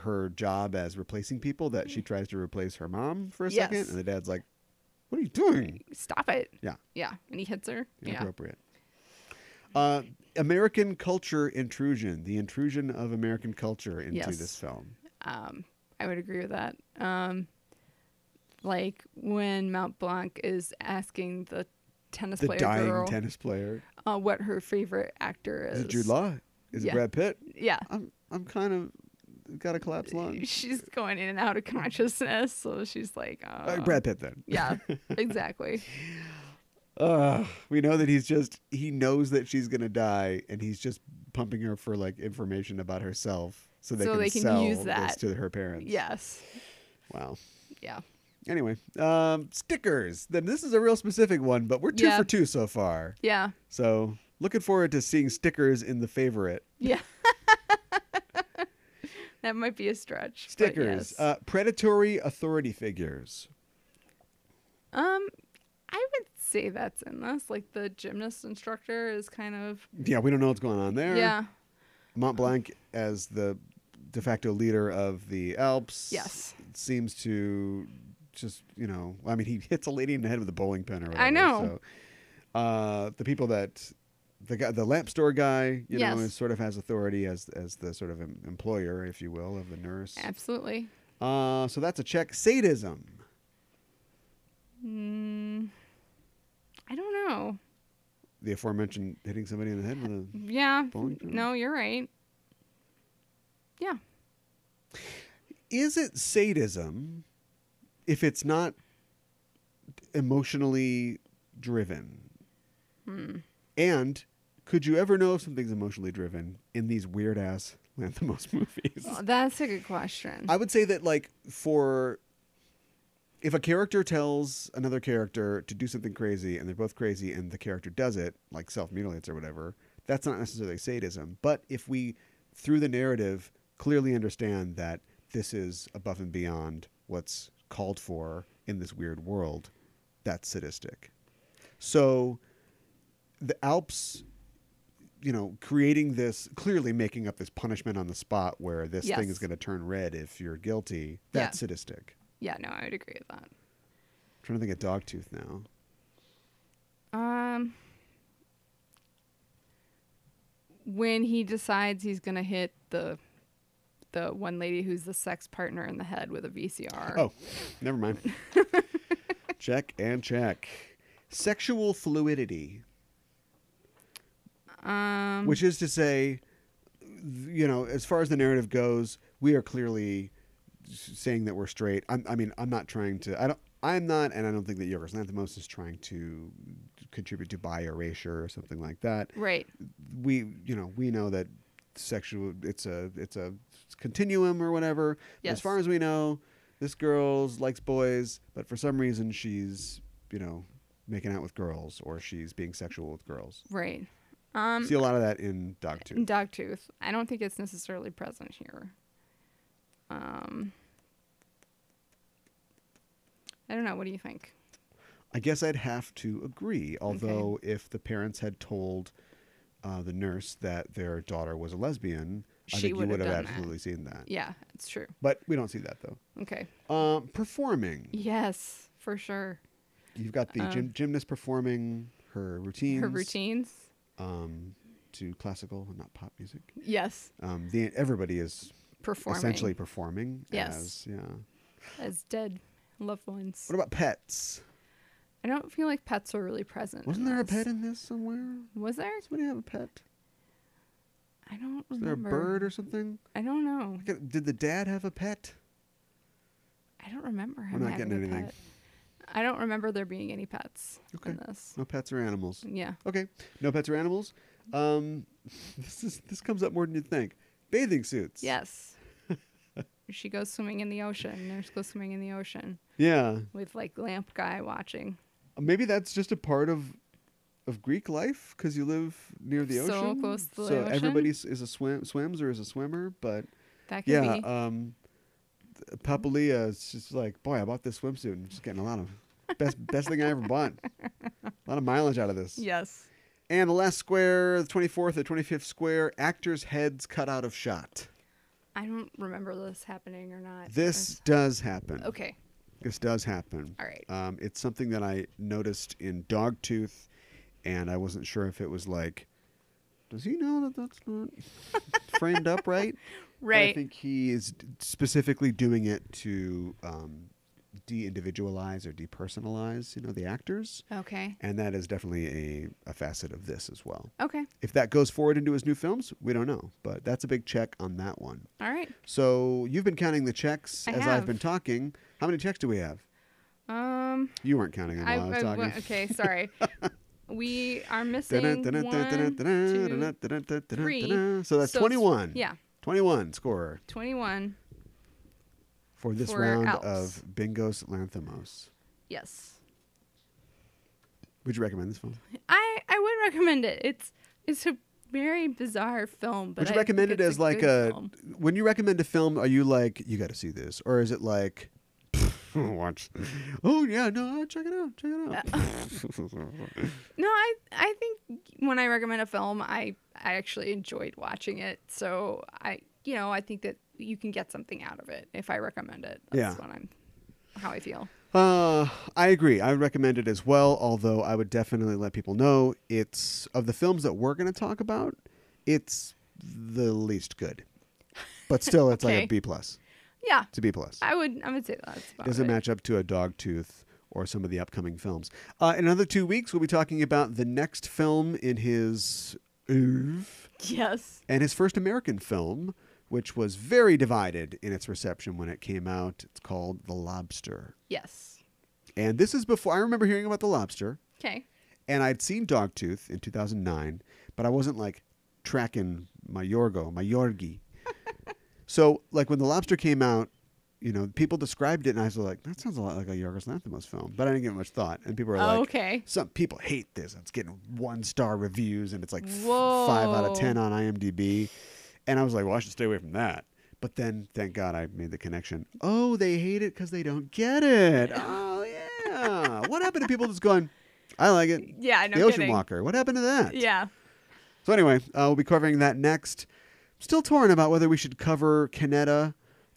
[SPEAKER 2] her job as replacing people that she tries to replace her mom for a
[SPEAKER 3] Yes.
[SPEAKER 2] second. And the dad's like, what are you doing?
[SPEAKER 3] Stop it.
[SPEAKER 2] Yeah,
[SPEAKER 3] Yeah. And he hits her. Yeah.
[SPEAKER 2] inappropriate. Uh, American culture intrusion, the intrusion of American culture into
[SPEAKER 3] Yes.
[SPEAKER 2] this film.
[SPEAKER 3] Um, I would agree with that. Um, like when Mount Blanc is asking the tennis
[SPEAKER 2] the
[SPEAKER 3] player
[SPEAKER 2] dying
[SPEAKER 3] girl
[SPEAKER 2] tennis player.
[SPEAKER 3] uh, what her favorite actor is.
[SPEAKER 2] Is it Jude Law? Is
[SPEAKER 3] Yeah.
[SPEAKER 2] it Brad Pitt?
[SPEAKER 3] Yeah.
[SPEAKER 2] I'm I'm kind of got a collapsed lung.
[SPEAKER 3] She's going in and out of consciousness, so she's like, uh,
[SPEAKER 2] Uh, Brad Pitt then.
[SPEAKER 3] Yeah, exactly.
[SPEAKER 2] Uh, we know that he's just he knows that she's gonna die, and he's just pumping her for like information about herself, so they
[SPEAKER 3] So
[SPEAKER 2] can
[SPEAKER 3] they can
[SPEAKER 2] sell
[SPEAKER 3] use
[SPEAKER 2] this
[SPEAKER 3] that.
[SPEAKER 2] to her parents.
[SPEAKER 3] yes.
[SPEAKER 2] Wow.
[SPEAKER 3] Yeah.
[SPEAKER 2] Anyway, um, stickers. Then this is a real specific one, but we're two
[SPEAKER 3] Yeah.
[SPEAKER 2] for two so far.
[SPEAKER 3] Yeah.
[SPEAKER 2] So looking forward to seeing stickers in the favorite.
[SPEAKER 3] Yeah. that might be a stretch. but
[SPEAKER 2] Stickers.
[SPEAKER 3] yes.
[SPEAKER 2] Uh, predatory authority figures.
[SPEAKER 3] um, I would say that's in this. Like the gymnast instructor is kind of
[SPEAKER 2] Yeah, we don't know what's going on there.
[SPEAKER 3] yeah.
[SPEAKER 2] Mont Blanc as the de facto leader of the Alps.
[SPEAKER 3] Yes.
[SPEAKER 2] Seems to just, you know, I mean, he hits a lady in the head with a bowling pin or whatever.
[SPEAKER 3] know.
[SPEAKER 2] So, uh, the people that, the guy, the lamp store guy, you
[SPEAKER 3] Yes.
[SPEAKER 2] know, is sort of has authority as as the sort of em- employer, if you will, of the nurse.
[SPEAKER 3] Absolutely.
[SPEAKER 2] Uh, so that's a check. Sadism.
[SPEAKER 3] Mm, I don't know.
[SPEAKER 2] The aforementioned hitting somebody in the head with a.
[SPEAKER 3] Yeah.
[SPEAKER 2] Bowling pin?
[SPEAKER 3] No, you're right. Yeah.
[SPEAKER 2] Is it sadism if it's not emotionally driven? And could you ever know if something's emotionally driven in these weird ass Lanthimos movies?
[SPEAKER 3] Well, that's a good question.
[SPEAKER 2] I would say that like for if a character tells another character to do something crazy and they're both crazy and the character does it, like self mutilates or whatever, that's not necessarily sadism. But if we through the narrative clearly understand that this is above and beyond what's called for in this weird world, that's sadistic. So the Alps you know, creating this, clearly making up this punishment on the spot where this
[SPEAKER 3] Yes.
[SPEAKER 2] thing is going to turn red if you're guilty.
[SPEAKER 3] Yeah.
[SPEAKER 2] That's sadistic.
[SPEAKER 3] yeah, no, I would agree with that.
[SPEAKER 2] I'm trying to think of Dogtooth now.
[SPEAKER 3] Um, when he decides he's gonna hit the the one lady who's the sex partner in the head with a VCR.
[SPEAKER 2] Oh, never mind. check and check. Sexual fluidity,
[SPEAKER 3] um,
[SPEAKER 2] which is to say, th- you know, as far as the narrative goes, we are clearly s- saying that we're straight. I'm, I mean, I'm not trying to. I don't. I'm not, and I don't think that Yorgos Lanthimos is trying to contribute to bi erasure or something like that.
[SPEAKER 3] right.
[SPEAKER 2] we you know we know that sexual it's a it's a continuum or whatever But as
[SPEAKER 3] Yes.
[SPEAKER 2] far as we know this girl's likes boys but for some reason she's you know making out with girls or she's being sexual with girls
[SPEAKER 3] Right. Um,
[SPEAKER 2] see a lot of that in dog
[SPEAKER 3] And
[SPEAKER 2] tooth
[SPEAKER 3] Dog tooth. I don't think it's necessarily present here. Um, I don't know. What do you think?
[SPEAKER 2] i guess i'd have to agree although if the parents had told uh, the nurse that their daughter was a lesbian i
[SPEAKER 3] She
[SPEAKER 2] think you
[SPEAKER 3] would have
[SPEAKER 2] would have
[SPEAKER 3] done that.
[SPEAKER 2] absolutely seen that
[SPEAKER 3] Yeah, it's true.
[SPEAKER 2] but we don't see that though
[SPEAKER 3] Okay.
[SPEAKER 2] um, performing
[SPEAKER 3] Yes, for sure.
[SPEAKER 2] You've got the gym, gymnast performing her routines,
[SPEAKER 3] Uh, Her routines.
[SPEAKER 2] um, to classical and not pop music.
[SPEAKER 3] Yes.
[SPEAKER 2] Um, the, everybody is
[SPEAKER 3] Performing.
[SPEAKER 2] essentially performing.
[SPEAKER 3] Yes.
[SPEAKER 2] As, yeah.
[SPEAKER 3] as dead loved ones.
[SPEAKER 2] What about pets?
[SPEAKER 3] I don't feel like pets are really present.
[SPEAKER 2] Wasn't there a
[SPEAKER 3] this.
[SPEAKER 2] pet in this somewhere?
[SPEAKER 3] Was there?
[SPEAKER 2] Somebody have a pet?
[SPEAKER 3] I don't
[SPEAKER 2] Was there a
[SPEAKER 3] remember.
[SPEAKER 2] bird or something?
[SPEAKER 3] I don't know.
[SPEAKER 2] Did the dad have a pet?
[SPEAKER 3] I don't remember him.
[SPEAKER 2] We're not
[SPEAKER 3] having
[SPEAKER 2] getting
[SPEAKER 3] a
[SPEAKER 2] anything.
[SPEAKER 3] pet. I don't remember there being any pets
[SPEAKER 2] Okay.
[SPEAKER 3] in this.
[SPEAKER 2] No pets or animals.
[SPEAKER 3] Yeah.
[SPEAKER 2] Okay. No pets or animals. Um, this is this comes up more than you'd think. Bathing suits.
[SPEAKER 3] Yes. she goes swimming in the ocean. Nurse goes swimming in the ocean
[SPEAKER 2] Yeah.
[SPEAKER 3] with like lamp guy watching.
[SPEAKER 2] Maybe that's just a part of of Greek life because you live near the
[SPEAKER 3] So
[SPEAKER 2] ocean.
[SPEAKER 3] close to the
[SPEAKER 2] so
[SPEAKER 3] ocean.
[SPEAKER 2] everybody s- is a swim swims or is a swimmer. But
[SPEAKER 3] That could
[SPEAKER 2] yeah,
[SPEAKER 3] be.
[SPEAKER 2] um, th- Papalia is just like, boy, I bought this swimsuit and just getting a lot of best best thing I ever bought. A lot of mileage out of this.
[SPEAKER 3] yes.
[SPEAKER 2] And the last square, the twenty fourth or twenty fifth square, actors' heads cut out of shot.
[SPEAKER 3] I don't remember this happening or not.
[SPEAKER 2] This does happen.
[SPEAKER 3] Okay.
[SPEAKER 2] This does happen.
[SPEAKER 3] All right.
[SPEAKER 2] Um, it's something that I noticed in Dogtooth, and I wasn't sure if it was like, does he know that that's not framed up right? But I
[SPEAKER 3] Right.
[SPEAKER 2] think he is d- specifically doing it to um, de-individualize or depersonalize, you know, the actors,
[SPEAKER 3] Okay.
[SPEAKER 2] and that is definitely a, a facet of this as well.
[SPEAKER 3] Okay.
[SPEAKER 2] If that goes forward into his new films, we don't know, but that's a big check on that one.
[SPEAKER 3] All right.
[SPEAKER 2] So you've been counting the checks
[SPEAKER 3] I
[SPEAKER 2] as I've
[SPEAKER 3] have.
[SPEAKER 2] been talking. How many checks do we have?
[SPEAKER 3] Um.
[SPEAKER 2] You weren't counting them
[SPEAKER 3] I,
[SPEAKER 2] while I, was
[SPEAKER 3] I-
[SPEAKER 2] talking.
[SPEAKER 3] wa- okay. Sorry. we are missing one, two,
[SPEAKER 2] Da-da-da-da-da-da-da-da-da-da-da-da.
[SPEAKER 3] three.
[SPEAKER 2] So that's
[SPEAKER 3] So it's-
[SPEAKER 2] 21.
[SPEAKER 3] yeah.
[SPEAKER 2] 21 score
[SPEAKER 3] twenty-one.
[SPEAKER 2] for this
[SPEAKER 3] For
[SPEAKER 2] round
[SPEAKER 3] Alps.
[SPEAKER 2] of Bingos Lanthimos.
[SPEAKER 3] Yes.
[SPEAKER 2] Would you recommend this film?
[SPEAKER 3] I I would recommend it. It's it's a very bizarre film, but
[SPEAKER 2] Would you
[SPEAKER 3] I think
[SPEAKER 2] recommend it
[SPEAKER 3] it's
[SPEAKER 2] as like
[SPEAKER 3] good
[SPEAKER 2] a.
[SPEAKER 3] film.
[SPEAKER 2] When you recommend a film, are you like, you got to see this? Or is it like. Watch. Oh yeah, no, check it out. Check it out.
[SPEAKER 3] Uh, No, I I think when I recommend a film, I I actually enjoyed watching it. So I you know I think that you can get something out of it if I recommend it. That's
[SPEAKER 2] Yeah.
[SPEAKER 3] what I'm how I feel.
[SPEAKER 2] Uh, I agree. I would recommend it as well, although I would definitely let people know it's of the films that we're going to talk about, it's the least good. But still, it's like
[SPEAKER 3] Okay.
[SPEAKER 2] a B plus.
[SPEAKER 3] Yeah,
[SPEAKER 2] It's a B plus.
[SPEAKER 3] I would I would say that's about
[SPEAKER 2] Doesn't
[SPEAKER 3] it.
[SPEAKER 2] match up to a Dogtooth or some of the upcoming films. Uh, in another two weeks, we'll be talking about the next film in his oeuvre
[SPEAKER 3] Yes.
[SPEAKER 2] and his first American film, which was very divided in its reception when it came out. It's called The Lobster.
[SPEAKER 3] Yes.
[SPEAKER 2] And this is before I remember hearing about The Lobster.
[SPEAKER 3] Okay.
[SPEAKER 2] and I'd seen Dogtooth in 2009, but I wasn't like tracking my Yorgo, my Yorgi. so like when The Lobster came out, you know, people described it, and I was like, that sounds a lot like a Yorgos Lanthimos film, but I didn't give it much thought. And people were like,
[SPEAKER 3] okay.
[SPEAKER 2] Some people hate this. It's getting one star reviews, and it's like f-
[SPEAKER 3] Whoa.
[SPEAKER 2] five out of ten on IMDb. And I was like, well, I should stay away from that. But then, thank God, I made the connection. Oh, they hate it because they don't get it. Oh yeah. what happened to people just going? I like it.
[SPEAKER 3] Yeah, no
[SPEAKER 2] the Ocean
[SPEAKER 3] kidding.
[SPEAKER 2] Walker. What happened to that?
[SPEAKER 3] Yeah.
[SPEAKER 2] So anyway, uh, we'll be covering that next. Still torn about whether we should cover Canetta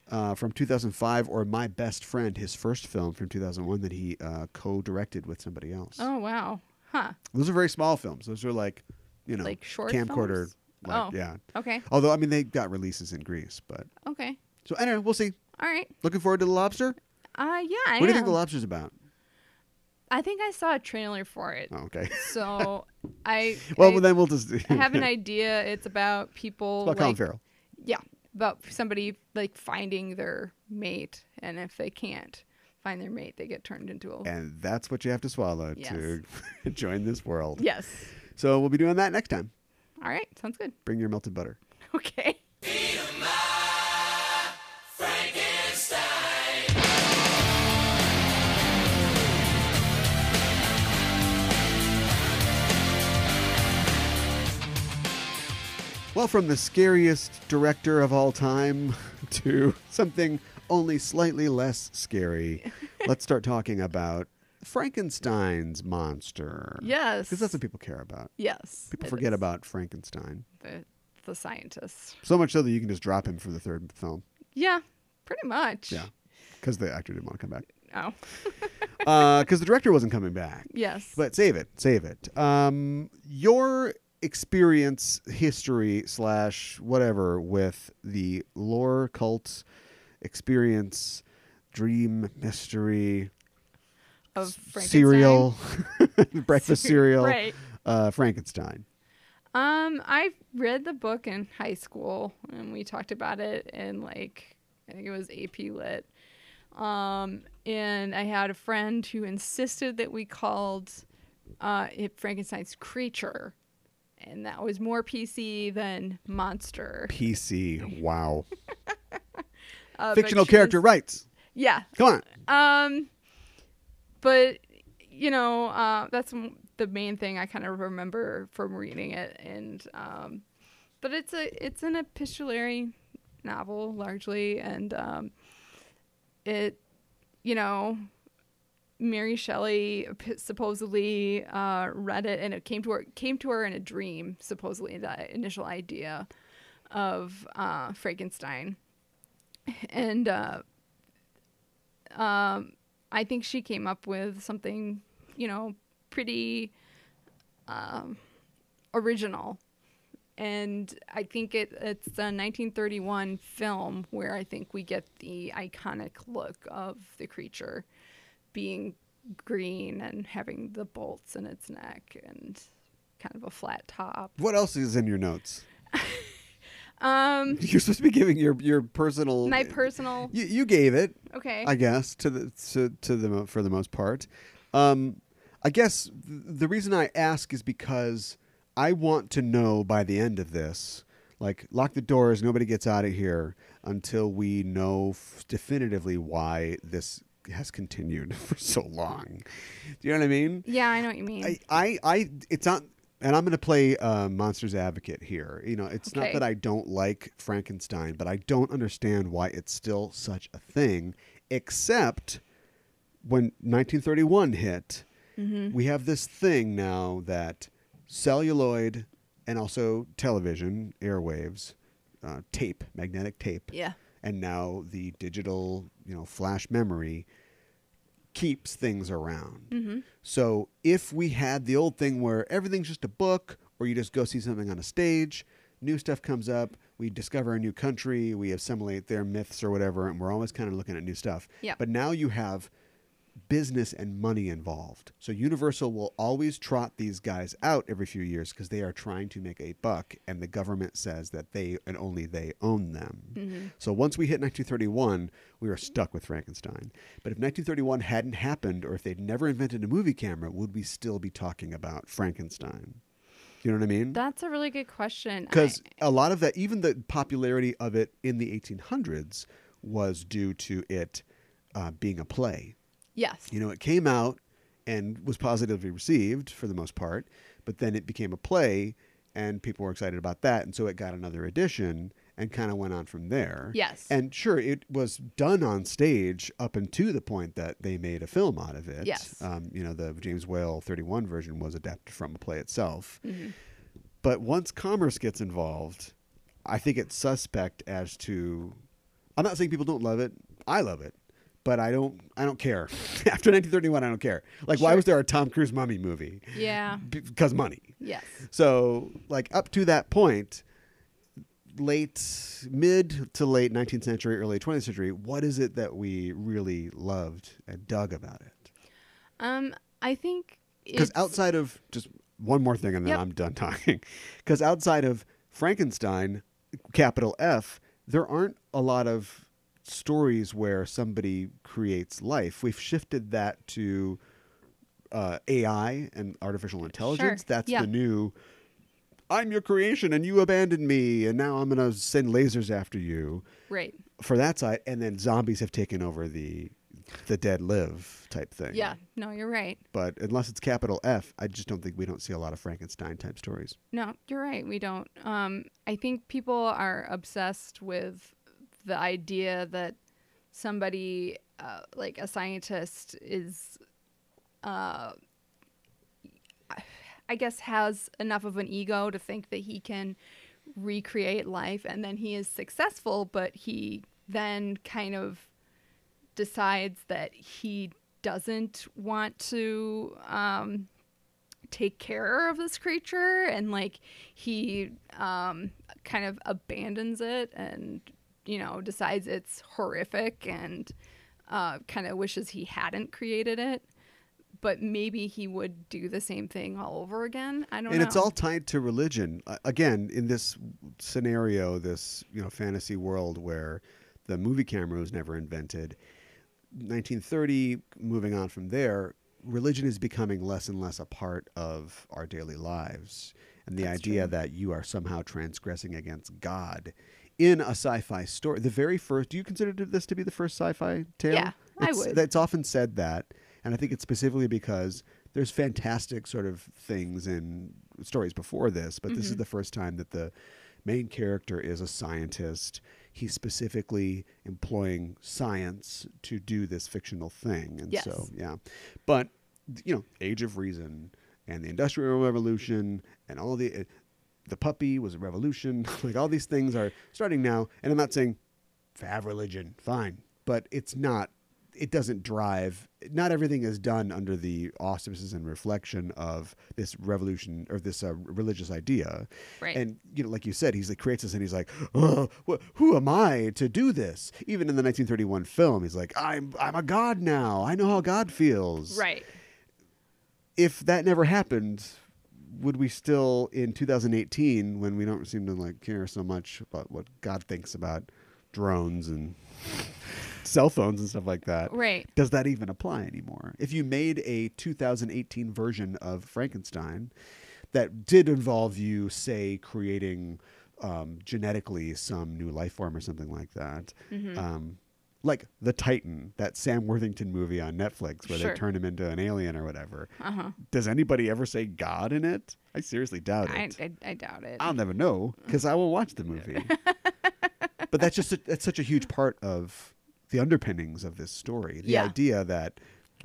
[SPEAKER 2] uh, from 2005 or My Best Friend, his first film from 2001 that he uh, co-directed with somebody else.
[SPEAKER 3] Oh wow. Huh.
[SPEAKER 2] Those are very small films. Those are like, you know,
[SPEAKER 3] Like short
[SPEAKER 2] camcorder.
[SPEAKER 3] films?
[SPEAKER 2] Like,
[SPEAKER 3] Oh.
[SPEAKER 2] Yeah.
[SPEAKER 3] Okay.
[SPEAKER 2] Although I mean, they got releases in Greece, but
[SPEAKER 3] Okay.
[SPEAKER 2] so anyway, we'll see.
[SPEAKER 3] All right.
[SPEAKER 2] Looking forward to the lobster.
[SPEAKER 3] Uh yeah. I
[SPEAKER 2] what do you think the
[SPEAKER 3] am.
[SPEAKER 2] lobster's about?
[SPEAKER 3] I think I saw a trailer for it.
[SPEAKER 2] Oh, okay.
[SPEAKER 3] So I
[SPEAKER 2] well,
[SPEAKER 3] I,
[SPEAKER 2] then we'll just.
[SPEAKER 3] I have an idea. It's about people.
[SPEAKER 2] It's about Colin
[SPEAKER 3] like,
[SPEAKER 2] Farrell.
[SPEAKER 3] Yeah, about somebody like finding their mate, and if they can't find their mate, they get turned into a.
[SPEAKER 2] And that's what you have to swallow to join this world.
[SPEAKER 3] Yes.
[SPEAKER 2] So we'll be doing that next time.
[SPEAKER 3] All right. Sounds good.
[SPEAKER 2] Bring your melted butter.
[SPEAKER 3] Okay.
[SPEAKER 2] Well, from the scariest director of all time to something only slightly less scary, let's start talking about Frankenstein's monster.
[SPEAKER 3] Yes.
[SPEAKER 2] Because that's what people care about.
[SPEAKER 3] Yes.
[SPEAKER 2] People
[SPEAKER 3] it
[SPEAKER 2] forget
[SPEAKER 3] is.
[SPEAKER 2] about Frankenstein.
[SPEAKER 3] the the scientist.
[SPEAKER 2] So much so that you can just drop him from the third film.
[SPEAKER 3] Yeah. Pretty much.
[SPEAKER 2] Yeah. Because the actor didn't want to come back.
[SPEAKER 3] Oh.
[SPEAKER 2] Because the director wasn't coming back.
[SPEAKER 3] Yes.
[SPEAKER 2] But save it, save it. Um, your experience, history slash whatever with the lore, cult, experience, dream, mystery,
[SPEAKER 3] of Frankenstein.
[SPEAKER 2] cereal, breakfast cereal,
[SPEAKER 3] Cereal, right.
[SPEAKER 2] uh, Frankenstein.
[SPEAKER 3] Um, I read the book in high school, and we talked about it in like I think it was AP Lit. Um, and I had a friend who insisted that we called uh, it Frankenstein's creature, and that was more PC than monster.
[SPEAKER 2] PC. Wow.
[SPEAKER 3] Uh, but
[SPEAKER 2] Fictional
[SPEAKER 3] she
[SPEAKER 2] character
[SPEAKER 3] was-
[SPEAKER 2] rights.
[SPEAKER 3] yeah,
[SPEAKER 2] Come on.
[SPEAKER 3] Um, but you know, uh, that's m- the main thing I kind of remember from reading it, and um, but it's a it's an epistolary novel largely, and um, it you know. Mary Shelley p- supposedly uh, read it, and it came to her came to her in a dream. Supposedly, that initial idea of uh, Frankenstein, and uh, um, I think she came up with something, you know, pretty um, original and I think it, it's a 1931 film where I think we get the iconic look of the creature being green and having the bolts in its neck and kind of a flat top.
[SPEAKER 2] What else is in your notes?
[SPEAKER 3] Um,
[SPEAKER 2] You're supposed to be giving your your personal.
[SPEAKER 3] my personal.
[SPEAKER 2] You, you gave it,
[SPEAKER 3] Okay.
[SPEAKER 2] I guess, to the to, to the mo- for the most part. Um, I guess th- the reason I ask is because I want to know by the end of this, like lock the doors, nobody gets out of here until we know f- definitively why this has continued for so long. Do you know what I mean?
[SPEAKER 3] yeah, I know what you mean.
[SPEAKER 2] I, I, I, it's not, and I'm going to play uh, monsters advocate here. You know, it's not
[SPEAKER 3] Okay.
[SPEAKER 2] that I don't like Frankenstein, but I don't understand why it's still such a thing. Except when 1931 hit,
[SPEAKER 3] Mm-hmm.
[SPEAKER 2] we have this thing now that celluloid and also television, airwaves, uh, tape, magnetic tape,
[SPEAKER 3] yeah.
[SPEAKER 2] and now the digital, you know, flash memory keeps things around. So if we had the old thing where everything's just a book or you just go see something on a stage, new stuff comes up, we discover a new country, we assimilate their myths or whatever, and we're always kind of looking at new stuff.
[SPEAKER 3] Yeah.
[SPEAKER 2] But now you have business and money involved. So Universal will always trot these guys out every few years because they are trying to make a buck and the government says that they and only they own them. So once we hit 1931, we were stuck with Frankenstein. But if 1931 hadn't happened or if they'd never invented a movie camera, would we still be talking about Frankenstein? You know what I mean?
[SPEAKER 3] That's a really good question. I-
[SPEAKER 2] because a lot of that, even the popularity of it in the 1800s, was due to it uh, being a play.
[SPEAKER 3] yes.
[SPEAKER 2] You know, it came out and was positively received for the most part, but then it became a play and people were excited about that. And so it got another edition and kind of went on from there.
[SPEAKER 3] Yes.
[SPEAKER 2] And sure, it was done on stage up until the point that they made a film out of it.
[SPEAKER 3] Yes.
[SPEAKER 2] Um, you know, the James Whale 31 version was adapted from a play itself.
[SPEAKER 3] Mm-hmm.
[SPEAKER 2] But once commerce gets involved, I think it's suspect as to. I'm not saying people don't love it. I love it, but I don't. I don't care. After 1931, I don't care. Like, why
[SPEAKER 3] Sure.
[SPEAKER 2] was there a Tom Cruise mummy movie?
[SPEAKER 3] yeah.
[SPEAKER 2] Because money.
[SPEAKER 3] Yes.
[SPEAKER 2] So, like up to that point, late mid to late 19th century, early 20th century, what is it that we really loved and dug about it?
[SPEAKER 3] Um, I think
[SPEAKER 2] Because
[SPEAKER 3] it's-
[SPEAKER 2] outside of just one more thing, and then
[SPEAKER 3] Yep.
[SPEAKER 2] I'm done talking. Because outside of Frankenstein, capital F, there aren't a lot of stories where somebody creates life. We've shifted that to uh, AI and artificial intelligence. That's
[SPEAKER 3] Yeah.
[SPEAKER 2] the new. I'm your creation, and you abandoned me, and now I'm gonna send lasers after you.
[SPEAKER 3] right.
[SPEAKER 2] For that side, and then zombies have taken over the, the dead live type thing
[SPEAKER 3] Yeah. No, you're right.
[SPEAKER 2] but unless it's capital F, I just don't think we don't see a lot of Frankenstein type stories.
[SPEAKER 3] No, you're right. We don't. Um, I think people are obsessed with the idea that somebody, uh, like a scientist, is, uh, I guess, has enough of an ego to think that he can recreate life, and then he is successful, but he then kind of decides that he doesn't want to um, take care of this creature and like he um, kind of abandons it and you know decides it's horrific and uh, kind of wishes he hadn't created it but maybe he would do the same thing all over again i don't
[SPEAKER 2] and
[SPEAKER 3] know
[SPEAKER 2] it's all tied to religion. Uh, Again, in this scenario, this you know fantasy world where the movie camera was never invented, 1930, moving on from there, religion is becoming less and less a part of our daily lives. And the idea that you are somehow transgressing against God in a sci fi story. The very first, do you consider this to be the first sci fi tale?
[SPEAKER 3] Yeah, I
[SPEAKER 2] It's-
[SPEAKER 3] would.
[SPEAKER 2] That's often said that. And I think it's specifically because there's fantastic sort of things in stories before this, but this is the first time that the main character is a scientist. He's specifically employing science to do this fictional thing. And
[SPEAKER 3] Yes.
[SPEAKER 2] so, yeah. But, th- you know, Age of Reason and the Industrial Revolution and all the. eh, The puppy was a revolution. like all these things are starting now. And I'm not saying have religion, fine, but it's not. it doesn't drive. Not everything is done under the auspices and reflection of this revolution or this uh, religious idea.
[SPEAKER 3] Right.
[SPEAKER 2] And you know, like you said, he's like creates this, and he's like, oh, wh- "Who am I to do this?" Even in the 1931 film, he's like, "I'm I'm a god now. I know how God feels."
[SPEAKER 3] Right.
[SPEAKER 2] If that never happened, would we still in 2018, when we don't seem to like care so much about what God thinks about drones and cell phones and stuff like that?
[SPEAKER 3] Right.
[SPEAKER 2] does that even apply anymore? If you made a 2018 version of Frankenstein that did involve you, say, creating um, genetically some new life form or something like that,
[SPEAKER 3] Mm-hmm.
[SPEAKER 2] um, like The Titan, that Sam Worthington movie on Netflix where
[SPEAKER 3] Sure.
[SPEAKER 2] they turn him into an alien or whatever,
[SPEAKER 3] Uh-huh.
[SPEAKER 2] does anybody ever say God in it? I seriously doubt
[SPEAKER 3] I,
[SPEAKER 2] it.
[SPEAKER 3] I, I doubt it.
[SPEAKER 2] I'll never know because I will watch the movie. but that's just a, that's such a huge part of the underpinnings of this story. The
[SPEAKER 3] Yeah.
[SPEAKER 2] idea that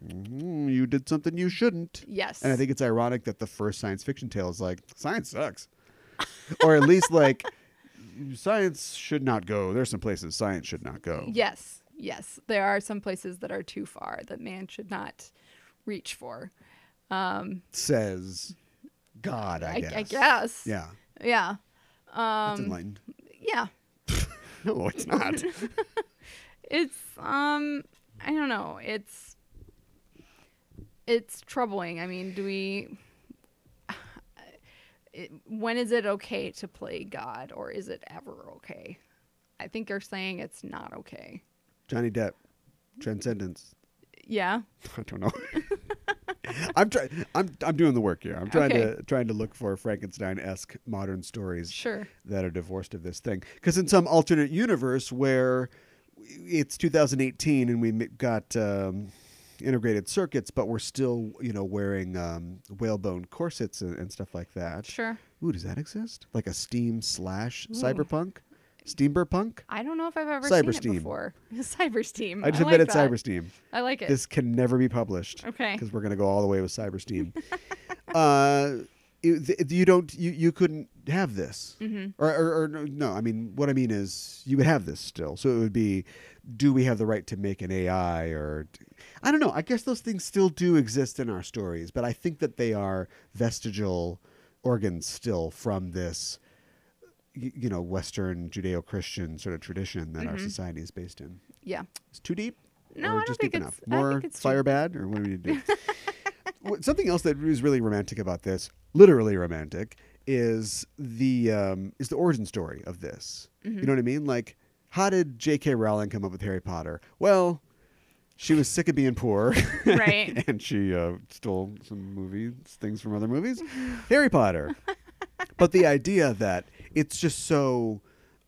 [SPEAKER 2] mm, you did something you shouldn't.
[SPEAKER 3] yes.
[SPEAKER 2] And I think it's ironic that the first science fiction tale is like science sucks, or at least like science should not go. There's some places science should not go.
[SPEAKER 3] Yes. Yes. There are some places that are too far that man should not reach for.
[SPEAKER 2] Says God, I,
[SPEAKER 3] I,
[SPEAKER 2] guess.
[SPEAKER 3] I guess. Um,
[SPEAKER 2] Yeah,
[SPEAKER 3] Yeah.
[SPEAKER 2] that's enlightened.
[SPEAKER 3] Yeah.
[SPEAKER 2] No, it's not.
[SPEAKER 3] It's um I don't know. It's it's troubling. I mean, do we it, when is it okay to play God or is it ever okay? I think you're saying it's not okay.
[SPEAKER 2] Johnny Depp, Transcendence.
[SPEAKER 3] Yeah.
[SPEAKER 2] I don't know. I'm trying. I'm I'm doing the work here. I'm trying to
[SPEAKER 3] Okay.
[SPEAKER 2] trying to look for Frankenstein esque modern stories
[SPEAKER 3] Sure.
[SPEAKER 2] that are divorced of this thing. Because in some alternate universe where it's 2018 and we m- got um, integrated circuits, but we're still you know wearing um, whalebone corsets and, and stuff like that.
[SPEAKER 3] Sure.
[SPEAKER 2] Ooh, does that exist? Like a steam slash cyberpunk, steamberpunk.
[SPEAKER 3] I don't know if I've ever seen
[SPEAKER 2] Cybersteam.
[SPEAKER 3] it before. Cybersteam.
[SPEAKER 2] I just
[SPEAKER 3] Mm, like
[SPEAKER 2] admitted
[SPEAKER 3] that.
[SPEAKER 2] cybersteam.
[SPEAKER 3] I like it.
[SPEAKER 2] This can never be published.
[SPEAKER 3] Okay.
[SPEAKER 2] Because we're gonna go all the way with Cybersteam. uh, you, th- you don't. You, you couldn't have this.
[SPEAKER 3] Mm-hmm.
[SPEAKER 2] Or, or, or no. I mean, what I mean is, you would have this still. So it would be, do we have the right to make an AI or? I don't know. I guess those things still do exist in our stories, but I think that they are vestigial organs still from this, y- you know, Western Judeo-Christian sort of tradition that
[SPEAKER 3] Mm-hmm.
[SPEAKER 2] our society is based in.
[SPEAKER 3] yeah.
[SPEAKER 2] It's too deep.
[SPEAKER 3] No,
[SPEAKER 2] or
[SPEAKER 3] I don't
[SPEAKER 2] just
[SPEAKER 3] think
[SPEAKER 2] deep
[SPEAKER 3] it's-
[SPEAKER 2] enough.
[SPEAKER 3] I
[SPEAKER 2] More
[SPEAKER 3] think it's too
[SPEAKER 2] fire
[SPEAKER 3] deep.
[SPEAKER 2] bad, or what do we do? What- Something else that is really romantic about this, literally romantic, is the um, is the origin story of this.
[SPEAKER 3] Mm-hmm.
[SPEAKER 2] You know what I mean? Like, how did J.K. Rowling come up with Harry Potter? Well, she was sick of being poor,
[SPEAKER 3] Right.
[SPEAKER 2] and she uh, stole some movies, things from other movies. Harry Potter. but the idea that it's just so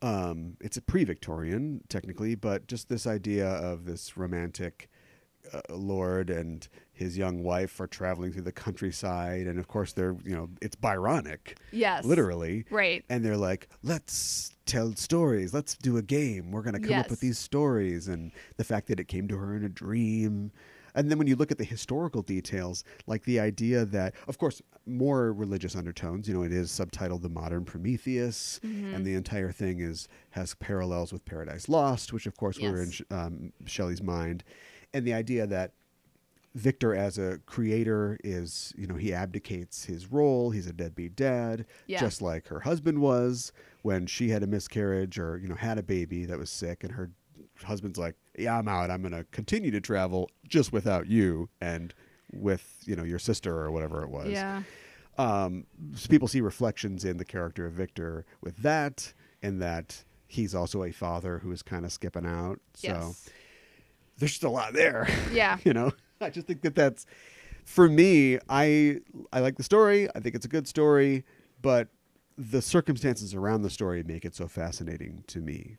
[SPEAKER 2] um, it's a pre-Victorian technically, but just this idea of this romantic uh, lord and his young wife are traveling through the countryside, and of course they're you know it's Byronic,
[SPEAKER 3] Yes.
[SPEAKER 2] literally,
[SPEAKER 3] Right.
[SPEAKER 2] and they're like, let's tell stories. Let's do a game. We're going to come up
[SPEAKER 3] Yes.
[SPEAKER 2] with these stories. And the fact that it came to her in a dream. And then when you look at the historical details, like the idea that, of course, more religious undertones, you know, it is subtitled The Modern Prometheus,
[SPEAKER 3] Mm-hmm.
[SPEAKER 2] and the entire thing is has parallels with Paradise Lost, which, of course, were in
[SPEAKER 3] Yes.
[SPEAKER 2] Sh- um, Shelley's mind. And the idea that Victor as a creator is, you know, he abdicates his role. He's a deadbeat dad,
[SPEAKER 3] Yeah.
[SPEAKER 2] just like her husband was when she had a miscarriage or, you know, had a baby that was sick. And her husband's like, yeah, I'm out. I'm going to continue to travel just without you and with, you know, your sister or whatever it was.
[SPEAKER 3] Yeah.
[SPEAKER 2] Um, s- people see reflections in the character of Victor with that and that he's also a father who is kind of skipping out. So
[SPEAKER 3] Yes.
[SPEAKER 2] there's just a lot there.
[SPEAKER 3] Yeah.
[SPEAKER 2] you know i just think that that's for me i i like the story i think it's a good story but the circumstances around the story make it so fascinating to me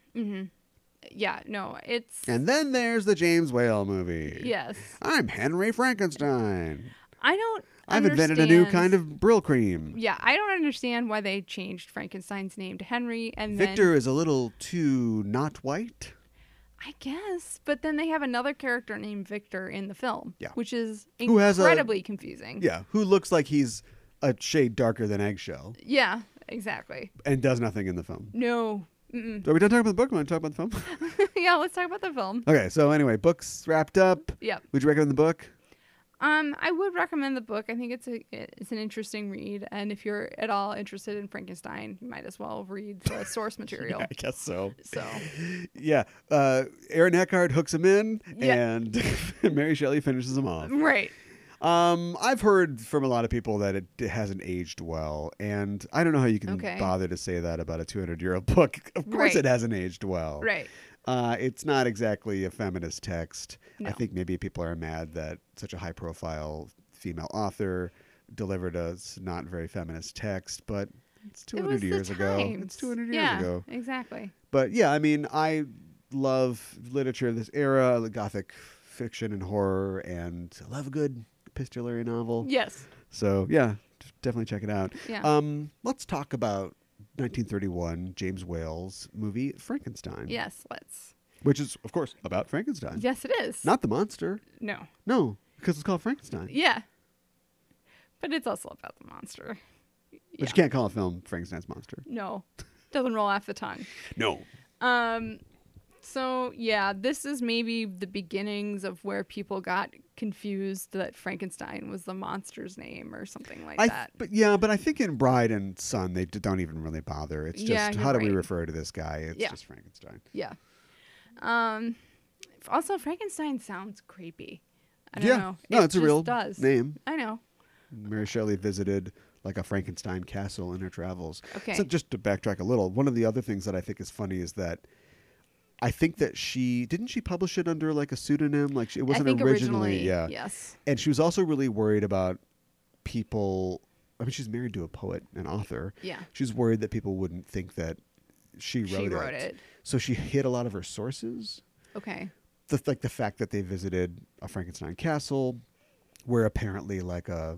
[SPEAKER 3] Yeah. No, it's
[SPEAKER 2] and then there's the james whale movie
[SPEAKER 3] yes.
[SPEAKER 2] i'm henry frankenstein
[SPEAKER 3] I don't
[SPEAKER 2] i've invented a new
[SPEAKER 3] understand-
[SPEAKER 2] kind of brill cream
[SPEAKER 3] Yeah, I don't understand why they changed Frankenstein's name to Henry and
[SPEAKER 2] victor
[SPEAKER 3] then
[SPEAKER 2] is a little too not white
[SPEAKER 3] I guess, but then they have another character named Victor in the film,
[SPEAKER 2] Yeah.
[SPEAKER 3] which is
[SPEAKER 2] Who has a-
[SPEAKER 3] incredibly confusing.
[SPEAKER 2] yeah who looks like he's a shade darker than eggshell
[SPEAKER 3] Yeah, exactly.
[SPEAKER 2] and does nothing in the film
[SPEAKER 3] No,
[SPEAKER 2] Are we done talking about the book? Want to talk about the film?
[SPEAKER 3] yeah, let's talk about the film.
[SPEAKER 2] okay. So anyway, books wrapped up.
[SPEAKER 3] Yep.
[SPEAKER 2] Would you recommend the book?
[SPEAKER 3] Um, I would recommend the book. I think it's a it's an interesting read, and if you're at all interested in Frankenstein, you might as well read the source material.
[SPEAKER 2] guess so.
[SPEAKER 3] So
[SPEAKER 2] Yeah. Uh, Aaron Eckhart hooks him in,
[SPEAKER 3] Yeah.
[SPEAKER 2] and Mary Shelley finishes him off.
[SPEAKER 3] right,
[SPEAKER 2] Um, I've heard from a lot of people that it, it hasn't aged well, and I don't know how you can
[SPEAKER 3] Okay.
[SPEAKER 2] bother to say that about a 200 year old book. Of course,
[SPEAKER 3] Right.
[SPEAKER 2] it hasn't aged well.
[SPEAKER 3] right.
[SPEAKER 2] Uh, it's not exactly a feminist text. I
[SPEAKER 3] No.
[SPEAKER 2] think maybe people are mad that such a high profile female author delivered a s- not very feminist text, but it's
[SPEAKER 3] It
[SPEAKER 2] 200
[SPEAKER 3] was the
[SPEAKER 2] years ago.
[SPEAKER 3] times.
[SPEAKER 2] It's 200
[SPEAKER 3] Yeah,
[SPEAKER 2] years ago.
[SPEAKER 3] Exactly.
[SPEAKER 2] But yeah, I mean, I love literature of this era, the gothic fiction and horror, and I love a good epistolary novel.
[SPEAKER 3] Yes.
[SPEAKER 2] So yeah, d- definitely check it out.
[SPEAKER 3] Yeah.
[SPEAKER 2] Um, let's talk about 1931 James Whale's movie Frankenstein.
[SPEAKER 3] Yes. Let's.
[SPEAKER 2] Which is, of course, about Frankenstein.
[SPEAKER 3] Yes, it is.
[SPEAKER 2] Not the monster.
[SPEAKER 3] no.
[SPEAKER 2] No, because it's called Frankenstein.
[SPEAKER 3] Yeah. But it's also about the monster.
[SPEAKER 2] But you can't call a film Frankenstein's monster.
[SPEAKER 3] No, doesn't roll off the tongue.
[SPEAKER 2] No.
[SPEAKER 3] Um, so yeah, this is maybe the beginnings of where people got confused that Frankenstein was the monster's name or something like
[SPEAKER 2] I th-
[SPEAKER 3] that.
[SPEAKER 2] but yeah, but I think in Bride and Son they d- don't even really bother. It's just
[SPEAKER 3] Yeah, you're
[SPEAKER 2] how do we
[SPEAKER 3] right.
[SPEAKER 2] refer to this guy? It's
[SPEAKER 3] Yeah.
[SPEAKER 2] just Frankenstein.
[SPEAKER 3] Yeah. Um, also Frankenstein sounds creepy. I don't
[SPEAKER 2] yeah.
[SPEAKER 3] know.
[SPEAKER 2] No,
[SPEAKER 3] It
[SPEAKER 2] it's a
[SPEAKER 3] just
[SPEAKER 2] real
[SPEAKER 3] does.
[SPEAKER 2] name.
[SPEAKER 3] I know.
[SPEAKER 2] Mary Shelley visited like a Frankenstein castle in her travels.
[SPEAKER 3] Okay.
[SPEAKER 2] So just to backtrack a little, one of the other things that I think is funny is that I think that she didn't she publish it under like a pseudonym, like she, it wasn't
[SPEAKER 3] I think
[SPEAKER 2] originally, yeah.
[SPEAKER 3] Yes.
[SPEAKER 2] And she was also really worried about people. I mean, she's married to a poet and author.
[SPEAKER 3] Yeah.
[SPEAKER 2] She's worried that people wouldn't think that she wrote,
[SPEAKER 3] She wrote it.
[SPEAKER 2] So she hid a lot of her sources
[SPEAKER 3] Okay.
[SPEAKER 2] the like the fact that they visited a Frankenstein castle, where apparently like a,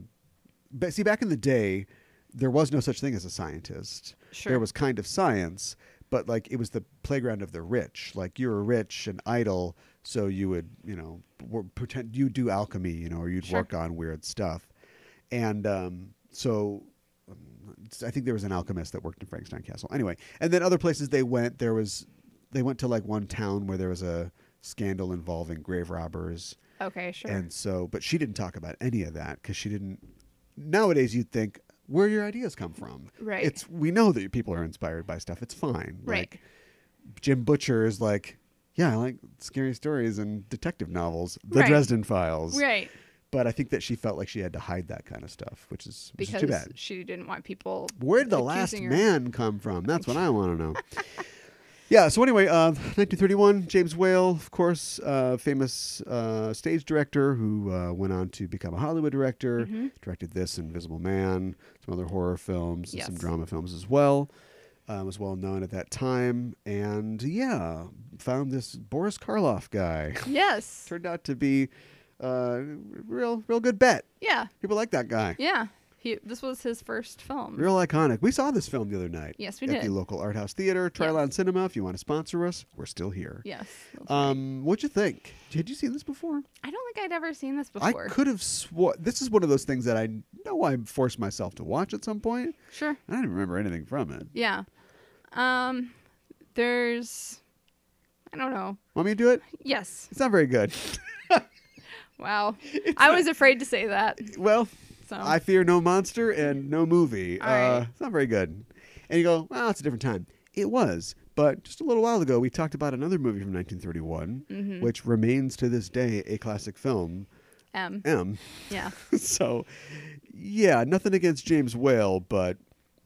[SPEAKER 2] but see back in the day, there was no such thing as a scientist.
[SPEAKER 3] Sure.
[SPEAKER 2] There was kind of science, but like it was the playground of the rich. Like you were rich and idle, so you would you know wor- pretend you do alchemy, you know, or you'd
[SPEAKER 3] Sure.
[SPEAKER 2] work on weird stuff, and um, so I think there was an alchemist that worked in Frankenstein Castle. Anyway, and then other places they went, there was they went to like one town where there was a scandal involving grave robbers,
[SPEAKER 3] Okay. Sure.
[SPEAKER 2] and so but she didn't talk about any of that because she didn't. Nowadays, you'd think where your ideas come from.
[SPEAKER 3] Right.
[SPEAKER 2] It's we know that people are inspired by stuff. It's fine.
[SPEAKER 3] right.
[SPEAKER 2] Like, Jim Butcher is like, yeah, I like scary stories and detective novels, The
[SPEAKER 3] Right.
[SPEAKER 2] Dresden Files.
[SPEAKER 3] right.
[SPEAKER 2] But I think that she felt like she had to hide that kind of stuff, which is, which is
[SPEAKER 3] Because
[SPEAKER 2] too bad.
[SPEAKER 3] she didn't want people.
[SPEAKER 2] Where'd the last
[SPEAKER 3] accusing her.
[SPEAKER 2] man come from? That's what I want to know. yeah. So anyway, uh, 1931, James Whale, of course, uh, famous uh, stage director who uh, went on to become a Hollywood director.
[SPEAKER 3] Mm-hmm.
[SPEAKER 2] Directed this, Invisible Man, some other horror films, and some
[SPEAKER 3] Yes.
[SPEAKER 2] drama films as well. Um, was well known at that time, and yeah, found this Boris Karloff guy.
[SPEAKER 3] Yes.
[SPEAKER 2] Turned out to be uh, real, real good bet.
[SPEAKER 3] Yeah.
[SPEAKER 2] People like that guy.
[SPEAKER 3] Yeah. He, this was his first film.
[SPEAKER 2] Real iconic. We saw this film the other night.
[SPEAKER 3] Yes, we
[SPEAKER 2] at At
[SPEAKER 3] did.
[SPEAKER 2] the local art house theater, Triline Cinema. If you want to sponsor us, we're still here.
[SPEAKER 3] Yes.
[SPEAKER 2] Um, what'd you think? Had you seen this before?
[SPEAKER 3] I don't think I'd ever seen this before.
[SPEAKER 2] I could have swore this is one of those things that I know I forced myself to watch at some point.
[SPEAKER 3] Sure.
[SPEAKER 2] I don't even remember anything from it.
[SPEAKER 3] Yeah. Um there's I don't know.
[SPEAKER 2] Want me to do it?
[SPEAKER 3] Yes.
[SPEAKER 2] It's not very good.
[SPEAKER 3] Wow. I was afraid to say that.
[SPEAKER 2] well,
[SPEAKER 3] So
[SPEAKER 2] I fear no monster and no movie.
[SPEAKER 3] All right.
[SPEAKER 2] uh, It's not very good. And you go, well, it's a different time. It was. But just a little while ago, we talked about another movie from 1931,
[SPEAKER 3] Mm-hmm.
[SPEAKER 2] which remains to this day a classic film,
[SPEAKER 3] M.
[SPEAKER 2] M.
[SPEAKER 3] Yeah.
[SPEAKER 2] so, yeah, nothing against James Whale, but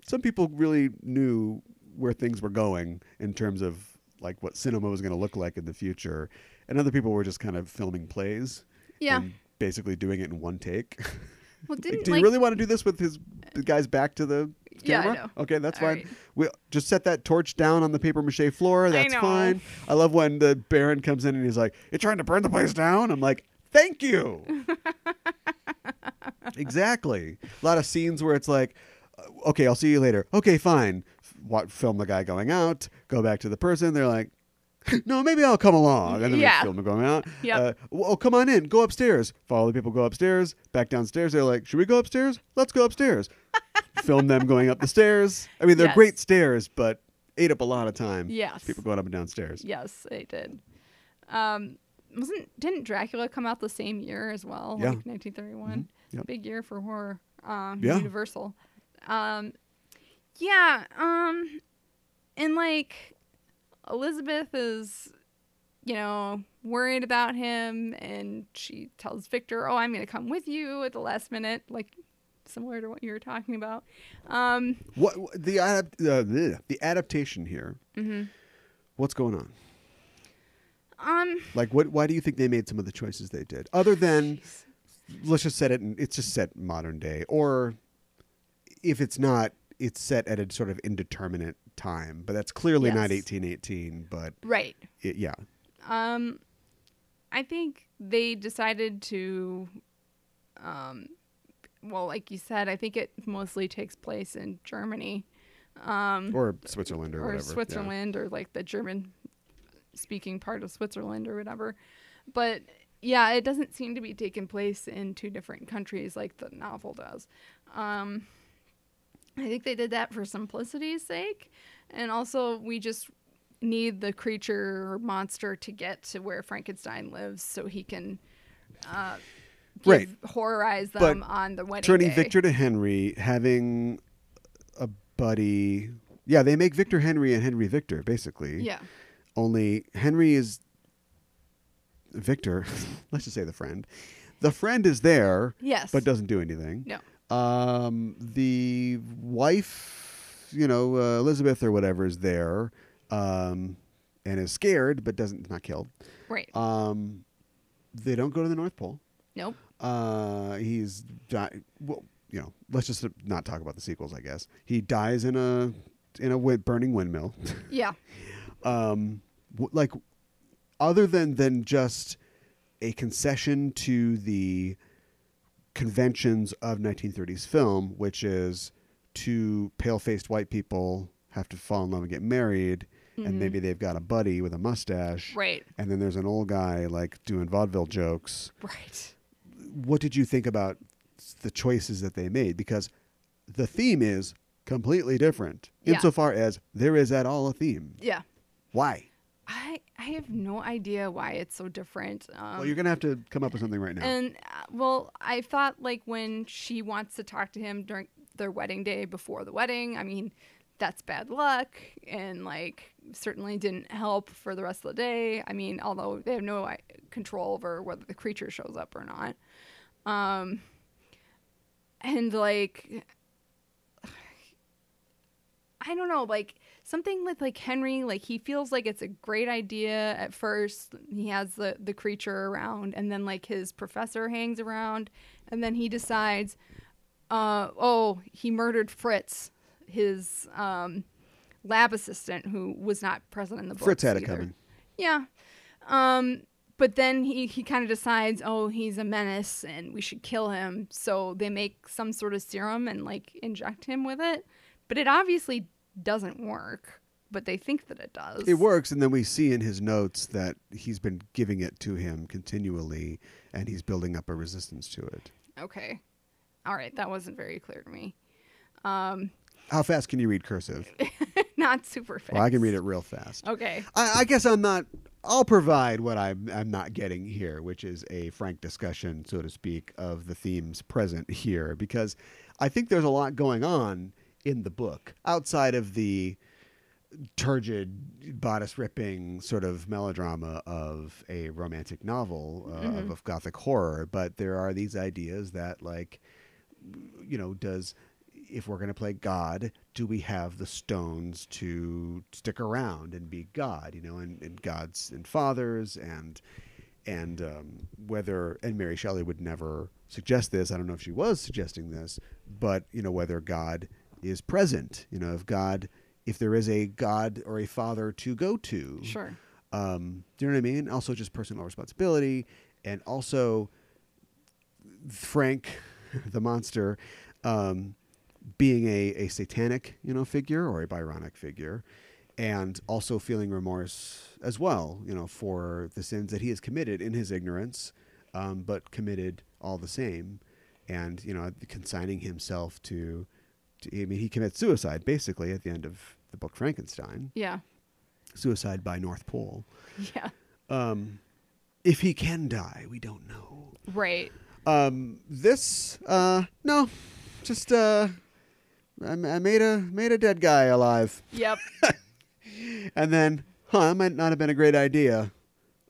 [SPEAKER 2] some people really knew where things were going in terms of like what cinema was going to look like in the future, and other people were just kind of filming plays.
[SPEAKER 3] Yeah.
[SPEAKER 2] and basically doing it in one take.
[SPEAKER 3] Well
[SPEAKER 2] Like,
[SPEAKER 3] didn't
[SPEAKER 2] do you
[SPEAKER 3] like
[SPEAKER 2] really want to do this with his the guy's back to the
[SPEAKER 3] Yeah, I
[SPEAKER 2] camera?
[SPEAKER 3] know.
[SPEAKER 2] Okay, that's
[SPEAKER 3] All
[SPEAKER 2] fine.
[SPEAKER 3] right.
[SPEAKER 2] We just set that torch down on the paper mache floor. That's
[SPEAKER 3] know.
[SPEAKER 2] fine. I love when the Baron comes in and he's like, "You're trying to burn the place down." I'm like, "Thank you." exactly. A lot of scenes where it's like, uh, "Okay, I'll see you later." Okay, fine. What film the guy going out? Go back to the person. They're like. No, maybe I'll come along. And then
[SPEAKER 3] Yeah.
[SPEAKER 2] they film him going out.
[SPEAKER 3] Yep.
[SPEAKER 2] Uh, oh, come on in. Go upstairs. Follow the people. Go upstairs. Back downstairs. They're like, should we go upstairs? Let's go upstairs. film them going up the stairs. I mean, they're
[SPEAKER 3] Yes.
[SPEAKER 2] great stairs, but ate up a lot of time.
[SPEAKER 3] Yes.
[SPEAKER 2] People going up and downstairs.
[SPEAKER 3] Yes, they did. Um, wasn't didn't Dracula come out the same year as well?
[SPEAKER 2] Yeah. Mm-hmm.
[SPEAKER 3] like 1931.
[SPEAKER 2] Yep.
[SPEAKER 3] Big year for horror. Um,
[SPEAKER 2] Yeah.
[SPEAKER 3] Universal. Um, yeah. Um, and like Elizabeth is, you know, worried about him, and she tells Victor, "Oh, I'm going to come with you at the last minute," like similar to what you were talking about. Um,
[SPEAKER 2] What what- the adapt, uh, bleh, the adaptation here?
[SPEAKER 3] Mm-hmm.
[SPEAKER 2] What's going on?
[SPEAKER 3] um,
[SPEAKER 2] Like, what? Why do you think they made some of the choices they did? Other than, let's just set it. In, it's just set modern day, or if it's not, it's set at a sort of indeterminate time. But that's clearly not
[SPEAKER 3] Yes.
[SPEAKER 2] 1818. But
[SPEAKER 3] right.
[SPEAKER 2] it, yeah,
[SPEAKER 3] Um, I think they decided to, um, well, like you said, I think it mostly takes place in Germany
[SPEAKER 2] or Switzerland or,
[SPEAKER 3] Um, or
[SPEAKER 2] whatever. yeah.
[SPEAKER 3] Switzerland or like the German speaking part of Switzerland or whatever. But yeah, it doesn't seem to be taking place in two different countries like the novel does. Um, I think they did that for simplicity's sake. And also, we just need the creature or monster to get to where Frankenstein lives so he can uh, give-
[SPEAKER 2] Right.
[SPEAKER 3] horrorize them
[SPEAKER 2] But
[SPEAKER 3] on the wedding.
[SPEAKER 2] Turning
[SPEAKER 3] day.
[SPEAKER 2] Victor to Henry, having a buddy. Yeah, they make Victor Henry and Henry Victor basically.
[SPEAKER 3] Yeah.
[SPEAKER 2] Only Henry is Victor. let's just say the friend. The friend is there.
[SPEAKER 3] Yes.
[SPEAKER 2] But doesn't do anything.
[SPEAKER 3] No.
[SPEAKER 2] Um, the wife, you know, uh, Elizabeth or whatever, is there, um, and is scared but doesn't not killed.
[SPEAKER 3] Right.
[SPEAKER 2] Um, they don't go to the North Pole.
[SPEAKER 3] nope.
[SPEAKER 2] Uh, he's di- well, you know, let's just not talk about the sequels, I guess. He dies in a in a wi- burning windmill.
[SPEAKER 3] Yeah.
[SPEAKER 2] um, w- like other than than just a concession to the conventions of 1930s film, which is two pale-faced white people have to fall in love and get married, and maybe they've got a buddy with a mustache,
[SPEAKER 3] Mm-hmm. Right.
[SPEAKER 2] And then there's an old guy like doing vaudeville jokes
[SPEAKER 3] Right.
[SPEAKER 2] what did you think about the choices that they made? Because the theme is completely different
[SPEAKER 3] Yeah.
[SPEAKER 2] insofar as there is at all a theme.
[SPEAKER 3] Yeah.
[SPEAKER 2] Why?
[SPEAKER 3] I I have no idea why it's so different. Um,
[SPEAKER 2] well, you're gonna have to come up with something right now.
[SPEAKER 3] and uh, well, I thought like when she wants to talk to him during their wedding day before the wedding. I mean, that's bad luck, and like certainly didn't help for the rest of the day. I mean, although they have no I, control over whether the creature shows up or not. Um, and like I don't know, like something with like Henry, like he feels like it's a great idea at first. He has the the creature around, and then like his professor hangs around, and then he decides, uh, oh, he murdered Fritz, his um, lab assistant, who was not present in the book.
[SPEAKER 2] Fritz had it coming.
[SPEAKER 3] Yeah. Um, but then he, he kind of decides, oh, he's a menace and we should kill him. So they make some sort of serum and like inject him with it. But it obviously doesn't work, but they think that it does.
[SPEAKER 2] It works, and then we see in his notes that he's been giving it to him continually, and he's building up a resistance to it.
[SPEAKER 3] Okay. All right. That wasn't very clear to me.
[SPEAKER 2] How fast can you read cursive?
[SPEAKER 3] Not super fast.
[SPEAKER 2] Well, I can read it real fast.
[SPEAKER 3] Okay.
[SPEAKER 2] I, I guess I'm not. I'll provide what I'm, I'm not getting here, which is a frank discussion, so to speak, of the themes present here, because I think there's a lot going on in the book outside of the turgid, bodice ripping sort of melodrama of a romantic novel uh, of, of gothic horror. But there are these ideas that, like, you know, does if we're going to play God, do we have the stones to stick around and be God? You know, and, and gods and fathers and and um, whether and Mary Shelley would never suggest this. I don't know if she was suggesting this, but you know whether God is present. You know, if God, if there is a God or a father to go to,
[SPEAKER 3] Sure.
[SPEAKER 2] um, do you know what I mean? Also, just personal responsibility, and also Frank, the monster, um, being a, a satanic you know figure or a Byronic figure, and also feeling remorse as well, you know, for the sins that he has committed in his ignorance, um, but committed all the same, and you know, consigning himself to, to I mean, he commits suicide basically at the end of the book Frankenstein,
[SPEAKER 3] Yeah.
[SPEAKER 2] Suicide by North Pole.
[SPEAKER 3] Yeah.
[SPEAKER 2] If he can die, we don't know.
[SPEAKER 3] Right.
[SPEAKER 2] Um, this, uh, no, just uh, I, I made a made a dead guy alive,
[SPEAKER 3] Yep.
[SPEAKER 2] and then, huh, that might not have been a great idea.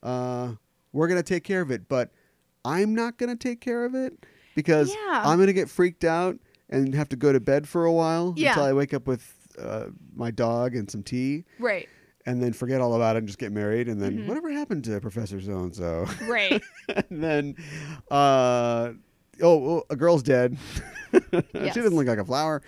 [SPEAKER 2] Uh, we're gonna take care of it, but I'm not gonna take care of it because
[SPEAKER 3] Yeah.
[SPEAKER 2] I'm gonna get freaked out and have to go to bed for a while
[SPEAKER 3] Yeah.
[SPEAKER 2] until I wake up with uh, my dog and some tea.
[SPEAKER 3] Right.
[SPEAKER 2] and then forget all about it and just get married and
[SPEAKER 3] Mm-hmm.
[SPEAKER 2] then whatever happened to professor so and so
[SPEAKER 3] Right.
[SPEAKER 2] and then uh oh, oh a girl's dead
[SPEAKER 3] Yes.
[SPEAKER 2] she doesn't look like a flower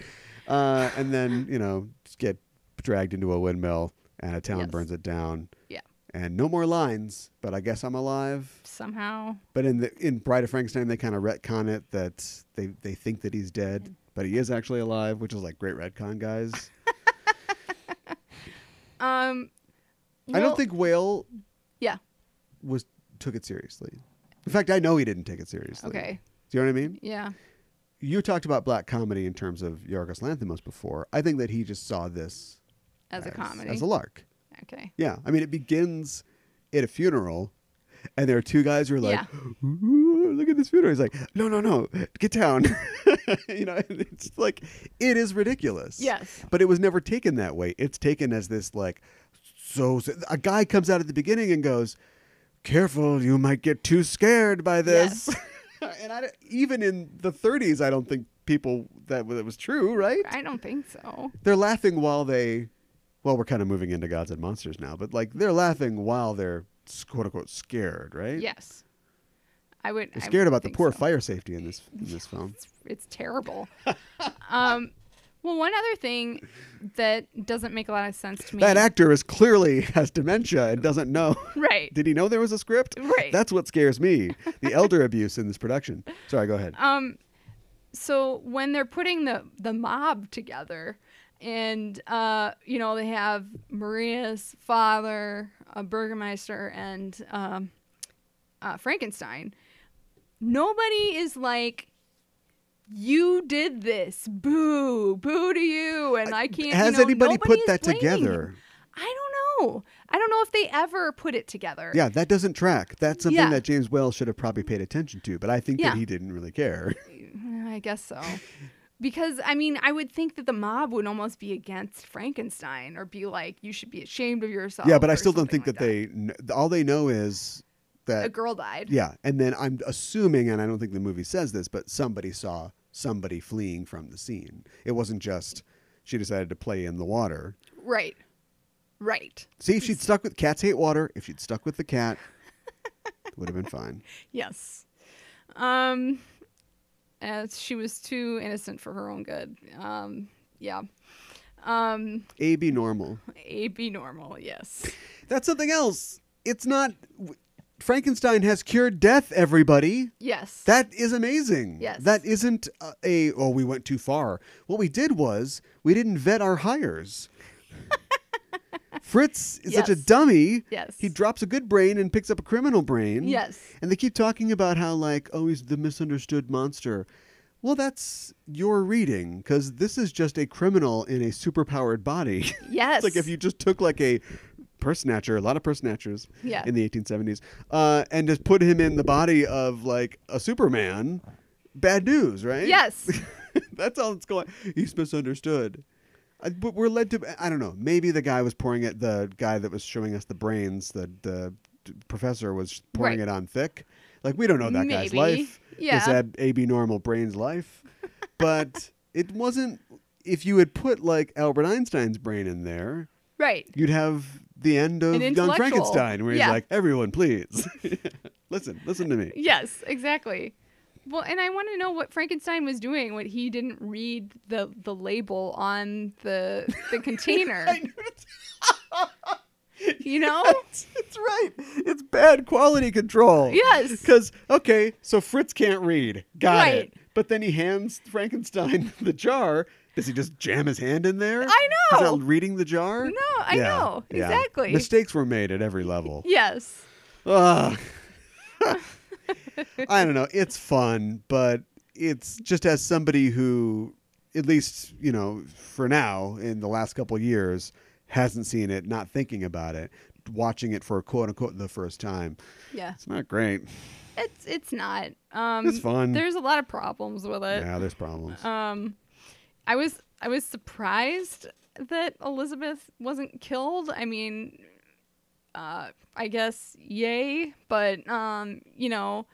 [SPEAKER 2] uh and then you know just get dragged into a windmill and a town
[SPEAKER 3] Yes.
[SPEAKER 2] burns it down
[SPEAKER 3] yeah.
[SPEAKER 2] and no more lines but i guess i'm alive
[SPEAKER 3] Somehow.
[SPEAKER 2] but in the in bride of frankenstein they kind of retcon it that they they think that he's dead but he is actually alive which is like great retcon guys
[SPEAKER 3] Um.
[SPEAKER 2] i
[SPEAKER 3] well,
[SPEAKER 2] don't think whale
[SPEAKER 3] Yeah.
[SPEAKER 2] was took it seriously. In fact, I know he didn't take it seriously.
[SPEAKER 3] Okay.
[SPEAKER 2] Do you know what I mean?
[SPEAKER 3] Yeah.
[SPEAKER 2] You talked about black comedy in terms of Yorgos Lanthimos before. I think that he just saw this
[SPEAKER 3] As, a comedy.
[SPEAKER 2] as a lark.
[SPEAKER 3] okay.
[SPEAKER 2] Yeah, I mean, it begins at a funeral, and there are two guys who are like, "Ooh, "Look at this funeral." He's like, "No, no, no, get down." you know, and it's like it is ridiculous.
[SPEAKER 3] Yes.
[SPEAKER 2] but it was never taken that way. It's taken as this like, so, so a guy comes out at the beginning and goes, "Careful, you might get too scared by this." and I, don't- even in the 30s, I don't think people that that was true, right?
[SPEAKER 3] I don't think so.
[SPEAKER 2] they're laughing while they well we're kind of moving into gods and monsters now but like they're laughing while they're s- quote unquote scared right
[SPEAKER 3] Yes. I would.
[SPEAKER 2] they're
[SPEAKER 3] I
[SPEAKER 2] scared
[SPEAKER 3] would
[SPEAKER 2] about the
[SPEAKER 3] think
[SPEAKER 2] poor
[SPEAKER 3] so.
[SPEAKER 2] fire safety in this in this film
[SPEAKER 3] It's, it's terrible. um. Well, one other thing that doesn't make a lot of sense to me.
[SPEAKER 2] that actor is clearly has dementia and doesn't know
[SPEAKER 3] Right.
[SPEAKER 2] did he know there was a script
[SPEAKER 3] Right.
[SPEAKER 2] that's what scares me the elder abuse in this production sorry go ahead
[SPEAKER 3] Um, so when they're putting the the mob together and uh you know they have maria's father a burgermeister and um uh, frankenstein nobody is like you did this boo boo to you and i can't you
[SPEAKER 2] has
[SPEAKER 3] know,
[SPEAKER 2] anybody put
[SPEAKER 3] nobody is
[SPEAKER 2] that
[SPEAKER 3] blaming
[SPEAKER 2] together?
[SPEAKER 3] him. i don't know i don't know if they ever put it together
[SPEAKER 2] yeah that doesn't track that's something
[SPEAKER 3] Yeah.
[SPEAKER 2] that james wells should have probably paid attention to but i think
[SPEAKER 3] Yeah.
[SPEAKER 2] that he didn't really care
[SPEAKER 3] I guess so. Because I mean, I would think that the mob would almost be against Frankenstein or be like, "You should be ashamed of yourself."
[SPEAKER 2] yeah but i
[SPEAKER 3] or
[SPEAKER 2] still don't
[SPEAKER 3] Oh, something
[SPEAKER 2] think
[SPEAKER 3] like
[SPEAKER 2] that, they kn- all they know is that
[SPEAKER 3] a girl died.
[SPEAKER 2] Yeah, and then I'm assuming, and I don't think the movie says this, but somebody saw somebody fleeing from the scene. It wasn't just she decided to play in the water.
[SPEAKER 3] Right. Right.
[SPEAKER 2] See, if she'd stuck with cats hate water, if she'd stuck with the cat, it would have been fine.
[SPEAKER 3] Yes. Um, as she was too innocent for her own good. Um, yeah. Um,
[SPEAKER 2] A be normal.
[SPEAKER 3] A B normal. Yes.
[SPEAKER 2] That's something else. It's not. w- Frankenstein has cured death. Everybody.
[SPEAKER 3] Yes.
[SPEAKER 2] That is amazing.
[SPEAKER 3] Yes.
[SPEAKER 2] That isn't a, a oh we went too far. What we did was we didn't vet our hires. Fritz is such a
[SPEAKER 3] Yes.
[SPEAKER 2] dummy.
[SPEAKER 3] Yes.
[SPEAKER 2] He drops a good brain and picks up a criminal brain.
[SPEAKER 3] Yes.
[SPEAKER 2] And they keep talking about how like oh he's the misunderstood monster. Well, that's your reading because this is just a criminal in a superpowered body. It's
[SPEAKER 3] yes.
[SPEAKER 2] like if you just took like a purse snatcher, a lot of purse snatchers
[SPEAKER 3] Yeah.
[SPEAKER 2] in the 1870s, uh, and just put him in the body of like a Superman. Bad news, right?
[SPEAKER 3] Yes.
[SPEAKER 2] That's all that's going. He's misunderstood. Uh, but we're led to. I don't know. Maybe the guy was pouring it. The guy that was showing us the brains, the the professor was pouring
[SPEAKER 3] Right.
[SPEAKER 2] it on thick. Like we don't know that guy's
[SPEAKER 3] Maybe.
[SPEAKER 2] life.
[SPEAKER 3] Yeah.
[SPEAKER 2] His ab- ab normal brain's life. But it wasn't. If you had put like Albert Einstein's brain in there,
[SPEAKER 3] Right.
[SPEAKER 2] you'd have the end of
[SPEAKER 3] An
[SPEAKER 2] Young
[SPEAKER 3] intellectual.
[SPEAKER 2] Frankenstein, where he's
[SPEAKER 3] Yeah.
[SPEAKER 2] like, "Everyone, please, listen, listen to me."
[SPEAKER 3] Yes, exactly. Well, and I want to know what Frankenstein was doing when he didn't read the the label on the the container. you know?
[SPEAKER 2] It's right. It's bad quality control.
[SPEAKER 3] Yes.
[SPEAKER 2] Because okay, so Fritz can't read. Got
[SPEAKER 3] Right.
[SPEAKER 2] it. But then he hands Frankenstein the jar. Does he just jam his hand in there?
[SPEAKER 3] I
[SPEAKER 2] He's
[SPEAKER 3] know.
[SPEAKER 2] not reading the jar.
[SPEAKER 3] No, I know. Exactly.
[SPEAKER 2] Mistakes were made at every level.
[SPEAKER 3] Yes.
[SPEAKER 2] Ugh. I don't know. It's fun, but it's just as somebody who at least you know for now in the last couple of years hasn't seen it, not thinking about it, watching it for quote unquote the first time.
[SPEAKER 3] Yeah.
[SPEAKER 2] It's not great.
[SPEAKER 3] It's it's not. Um,
[SPEAKER 2] It's fun.
[SPEAKER 3] There's a lot of problems with it.
[SPEAKER 2] Yeah, there's problems.
[SPEAKER 3] I was I was surprised that Elizabeth wasn't killed. I mean, uh, I guess yay, but um, you know,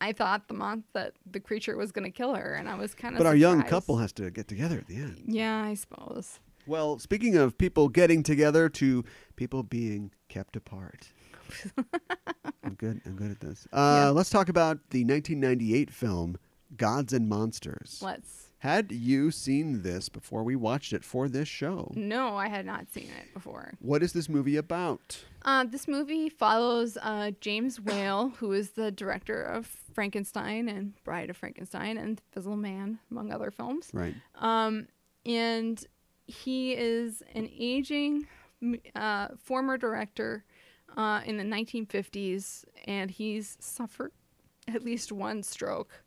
[SPEAKER 3] I thought the month that the creature was going to kill her, and I was kind of.
[SPEAKER 2] but our young couple has to get together at the end.
[SPEAKER 3] Yeah, I suppose.
[SPEAKER 2] Well, speaking of people getting together to people being kept apart. I'm good. I'm good at this. Uh,
[SPEAKER 3] Yeah.
[SPEAKER 2] Let's talk about the 1998 film Gods and Monsters.
[SPEAKER 3] Let's.
[SPEAKER 2] Had you seen this before we watched it for this show?
[SPEAKER 3] No, I had not seen it before.
[SPEAKER 2] What is this movie about?
[SPEAKER 3] Uh, this movie follows uh, James Whale, who is the director of Frankenstein and Bride of Frankenstein and Fizzle Man, among other films.
[SPEAKER 2] Right.
[SPEAKER 3] and he is an aging m- uh, former director uh, in the 1950s, and he's suffered at least one stroke.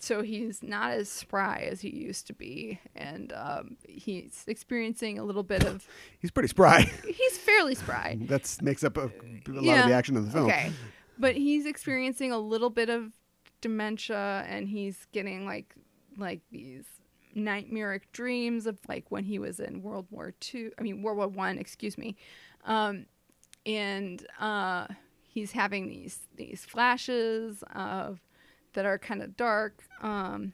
[SPEAKER 3] So he's not as spry as he used to be, and um, he's experiencing a little bit of.
[SPEAKER 2] He's pretty spry.
[SPEAKER 3] He's fairly spry.
[SPEAKER 2] that makes up a, a lot of the action of the film.
[SPEAKER 3] Okay. But he's experiencing a little bit of dementia and he's getting like like these nightmaric dreams of like when he was in World War Two I mean World War One, excuse me. Um and uh he's having these these flashes of that are kind of dark, um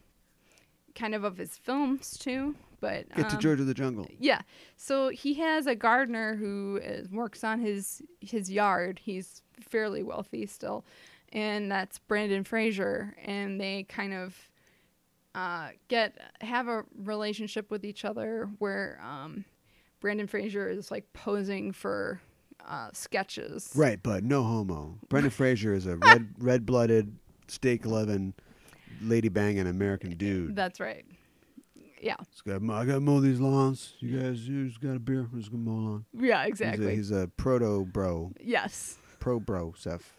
[SPEAKER 3] kind of of his films too. But
[SPEAKER 2] Get to
[SPEAKER 3] um,
[SPEAKER 2] George of the Jungle.
[SPEAKER 3] yeah. So he has a gardener who is, works on his his yard. He's fairly wealthy still, and that's Brandon Fraser. And they kind of uh, get have a relationship with each other where um, Brandon Fraser is like posing for uh, sketches.
[SPEAKER 2] Right, but no homo. Brendan Fraser is a red red blooded, steak loving, lady banging American dude.
[SPEAKER 3] That's right. Yeah.
[SPEAKER 2] He's got- I gotta mow these lawns. You guys, you just got a beer. I'm just gonna mow a lawn.
[SPEAKER 3] Yeah.
[SPEAKER 2] He's a-
[SPEAKER 3] Exactly.
[SPEAKER 2] He's a, proto bro,
[SPEAKER 3] yes.
[SPEAKER 2] pro bro, Seth.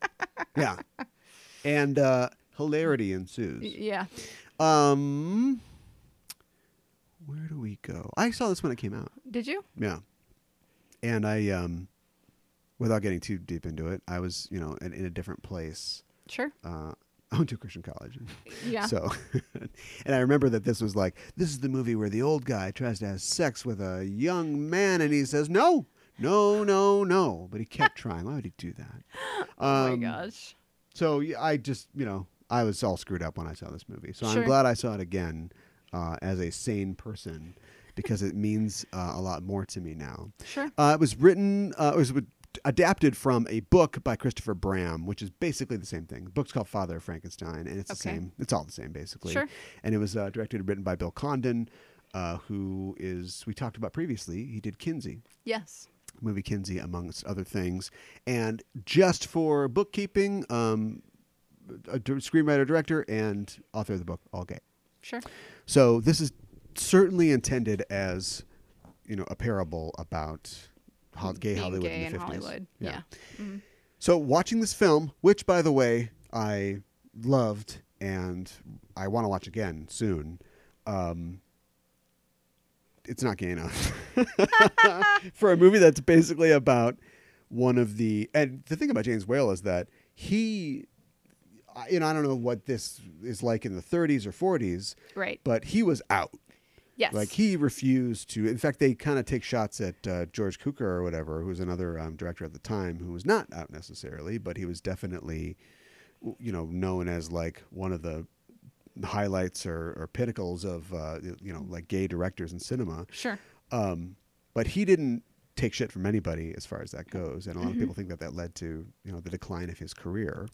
[SPEAKER 2] yeah, and uh, hilarity ensues.
[SPEAKER 3] Yeah.
[SPEAKER 2] Um, where do we go? I saw this when it came out.
[SPEAKER 3] Did you?
[SPEAKER 2] Yeah. And I, um, without getting too deep into it, I was, you know, in, in a different place.
[SPEAKER 3] Sure.
[SPEAKER 2] Uh, I went to a Christian college.
[SPEAKER 3] Yeah.
[SPEAKER 2] So, and I remember that this was like, this is the movie where the old guy tries to have sex with a young man and he says, no, no, no, no. But he kept trying. Why would he do that?
[SPEAKER 3] oh my
[SPEAKER 2] Um,
[SPEAKER 3] gosh.
[SPEAKER 2] so yeah, I just, you know, I was all screwed up when I saw this movie. So
[SPEAKER 3] Sure.
[SPEAKER 2] I'm glad I saw it again uh, as a sane person because it means uh, a lot more to me now.
[SPEAKER 3] Sure.
[SPEAKER 2] Uh, it was written, uh, it was w- adapted from a book by Christopher Bram, which is basically the same thing. The book's called Father of Frankenstein, and it's the
[SPEAKER 3] Okay.
[SPEAKER 2] same. It's all the same, basically.
[SPEAKER 3] Sure.
[SPEAKER 2] And it was uh, directed and written by Bill Condon, uh, who is, we talked about previously, he did Kinsey
[SPEAKER 3] Yes.
[SPEAKER 2] movie Kinsey, amongst other things. And just for bookkeeping, um, a dir- screenwriter, director, and author of the book, all gay.
[SPEAKER 3] Sure.
[SPEAKER 2] So this is certainly intended as, you know, a parable about ho- gay
[SPEAKER 3] Being
[SPEAKER 2] Hollywood
[SPEAKER 3] gay
[SPEAKER 2] in the
[SPEAKER 3] in
[SPEAKER 2] 50s.
[SPEAKER 3] Hollywood. yeah.
[SPEAKER 2] So watching this film, which by the way I loved and I want to watch again soon, um, it's not gay enough for a movie that's basically about one of the. And the thing about James Whale is that he, I- you know, I don't know what this is like in the 30s or 40s,
[SPEAKER 3] Right.
[SPEAKER 2] but he was out.
[SPEAKER 3] Yes.
[SPEAKER 2] Like he refused to. In fact, they kind of take shots at uh, George Cukor or whatever, who was another um, director at the time, who was not out necessarily, but he was definitely, w- you know, known as like one of the highlights or, or pinnacles of uh, you know like gay directors in cinema.
[SPEAKER 3] Sure.
[SPEAKER 2] Um, but he didn't take shit from anybody as far as that goes, and a lot of people think that that led to you know the decline of his career,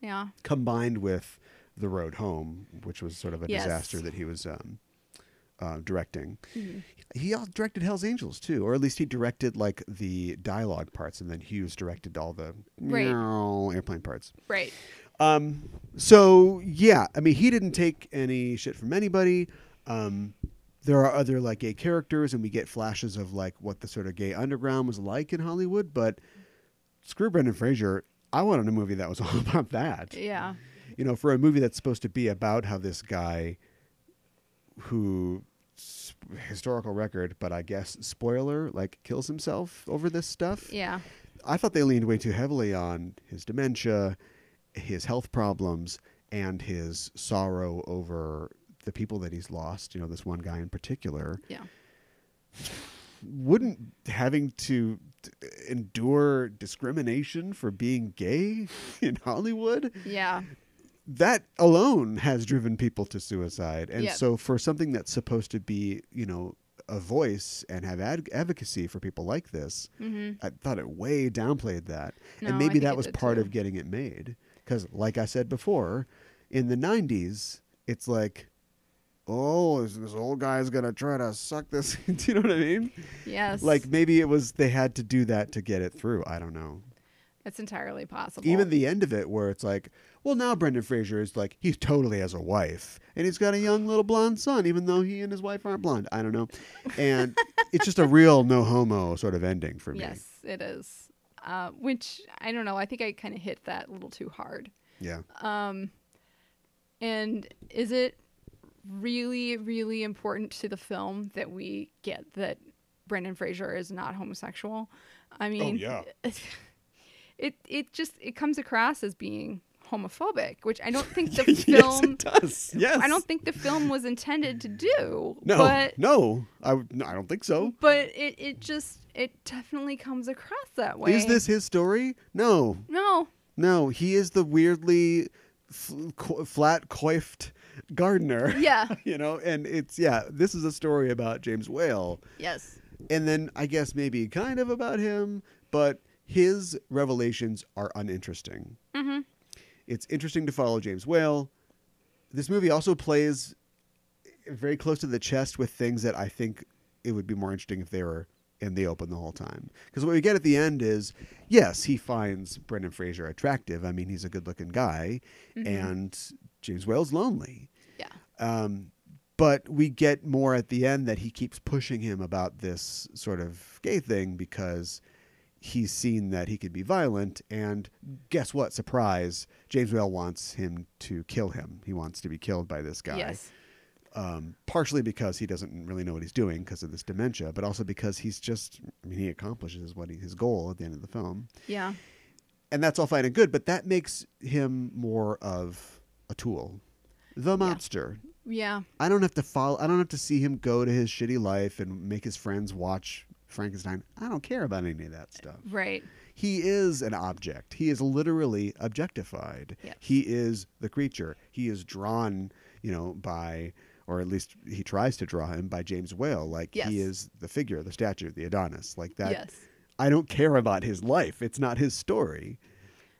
[SPEAKER 3] Yeah.
[SPEAKER 2] combined with the road home, which was sort of a
[SPEAKER 3] Yes.
[SPEAKER 2] disaster that he was. Um, uh, directing,
[SPEAKER 3] Mm-hmm.
[SPEAKER 2] he also directed Hell's Angels too, or at least he directed like the dialogue parts, and then Hughes directed all the
[SPEAKER 3] Right.
[SPEAKER 2] meow airplane parts.
[SPEAKER 3] Right.
[SPEAKER 2] Um, so yeah, I mean, he didn't take any shit from anybody. Um, there are other like gay characters, and we get flashes of like what the sort of gay underground was like in Hollywood. But screw Brendan Fraser. I wanted a movie that was all about that.
[SPEAKER 3] Yeah.
[SPEAKER 2] You know, for a movie that's supposed to be about how this guy who s- historical record, but I guess spoiler, like kills himself over this stuff.
[SPEAKER 3] Yeah.
[SPEAKER 2] I thought they leaned way too heavily on his dementia, his health problems, and his sorrow over the people that he's lost. You know, this one guy in particular.
[SPEAKER 3] Yeah.
[SPEAKER 2] Wouldn't having to t- endure discrimination for being gay in Hollywood?
[SPEAKER 3] Yeah.
[SPEAKER 2] that alone has driven people to suicide. And
[SPEAKER 3] Yep.
[SPEAKER 2] so for something that's supposed to be, you know, a voice and have ad- advocacy for people like this, I thought it way downplayed that.
[SPEAKER 3] Mm-hmm. No, I
[SPEAKER 2] and maybe
[SPEAKER 3] think
[SPEAKER 2] that
[SPEAKER 3] it
[SPEAKER 2] was
[SPEAKER 3] did
[SPEAKER 2] part
[SPEAKER 3] too.
[SPEAKER 2] of getting it made. Because, like I said before, in the 90s, it's like, oh, is this old guy's going to try to suck this. Do you know what I mean?
[SPEAKER 3] Yes.
[SPEAKER 2] Like maybe it was they had to do that to get it through. I don't know
[SPEAKER 3] it's entirely possible.
[SPEAKER 2] even the end of it where it's like well now brendan fraser is like he totally has a wife and he's got a young little blonde son even though he and his wife aren't blonde i don't know and it's just a real no homo sort of ending for me
[SPEAKER 3] Yes, it is. Uh, which I don't know. I think I kind of hit that a little too hard.
[SPEAKER 2] yeah
[SPEAKER 3] And is it really, really important to the film that we get that Brendan Fraser is not homosexual? I mean,
[SPEAKER 2] Oh, yeah.
[SPEAKER 3] it it just it comes across as being homophobic, which I don't think the film.
[SPEAKER 2] does yes
[SPEAKER 3] I don't think the film was intended to do.
[SPEAKER 2] no
[SPEAKER 3] but
[SPEAKER 2] no I, would- no, I don't think so
[SPEAKER 3] but it, it just it definitely comes across that way.
[SPEAKER 2] is this his story no
[SPEAKER 3] no?
[SPEAKER 2] no he is the weirdly f- co- flat coiffed gardener
[SPEAKER 3] Yeah.
[SPEAKER 2] you know and it's yeah this is a story about james whale
[SPEAKER 3] yes.
[SPEAKER 2] and then I guess maybe kind of about him, but his revelations are uninteresting. Mm-hmm. It's interesting to follow James Whale. This movie also plays very close to the chest with things that I think it would be more interesting if they were in the open the whole time. Because what we get at the end is, yes, he finds Brendan Fraser attractive. I mean, he's a good-looking guy, and James Whale's lonely
[SPEAKER 3] Yeah.
[SPEAKER 2] but we get more at the end that he keeps pushing him about this sort of gay thing because he's seen that he could be violent and guess what surprise james whale wants him to kill him he wants to be killed by this guy
[SPEAKER 3] Yes.
[SPEAKER 2] partially because he doesn't really know what he's doing because of this dementia but also because he's just i mean he accomplishes what he, his goal at the end of the film
[SPEAKER 3] Yeah.
[SPEAKER 2] and that's all fine and good but that makes him more of a tool the monster
[SPEAKER 3] Yeah.
[SPEAKER 2] I don't have to follow. I don't have to see him go to his shitty life and make his friends watch Frankenstein. I don't care about any of that stuff.
[SPEAKER 3] Right.
[SPEAKER 2] He is an object. He is literally objectified.
[SPEAKER 3] Yes.
[SPEAKER 2] He is the creature. He is drawn, you know, by or at least he tries to draw him by James Whale. Like
[SPEAKER 3] Yes.
[SPEAKER 2] he is the figure, the statue, the Adonis. Like that.
[SPEAKER 3] Yes.
[SPEAKER 2] I don't care about his life. It's not his story.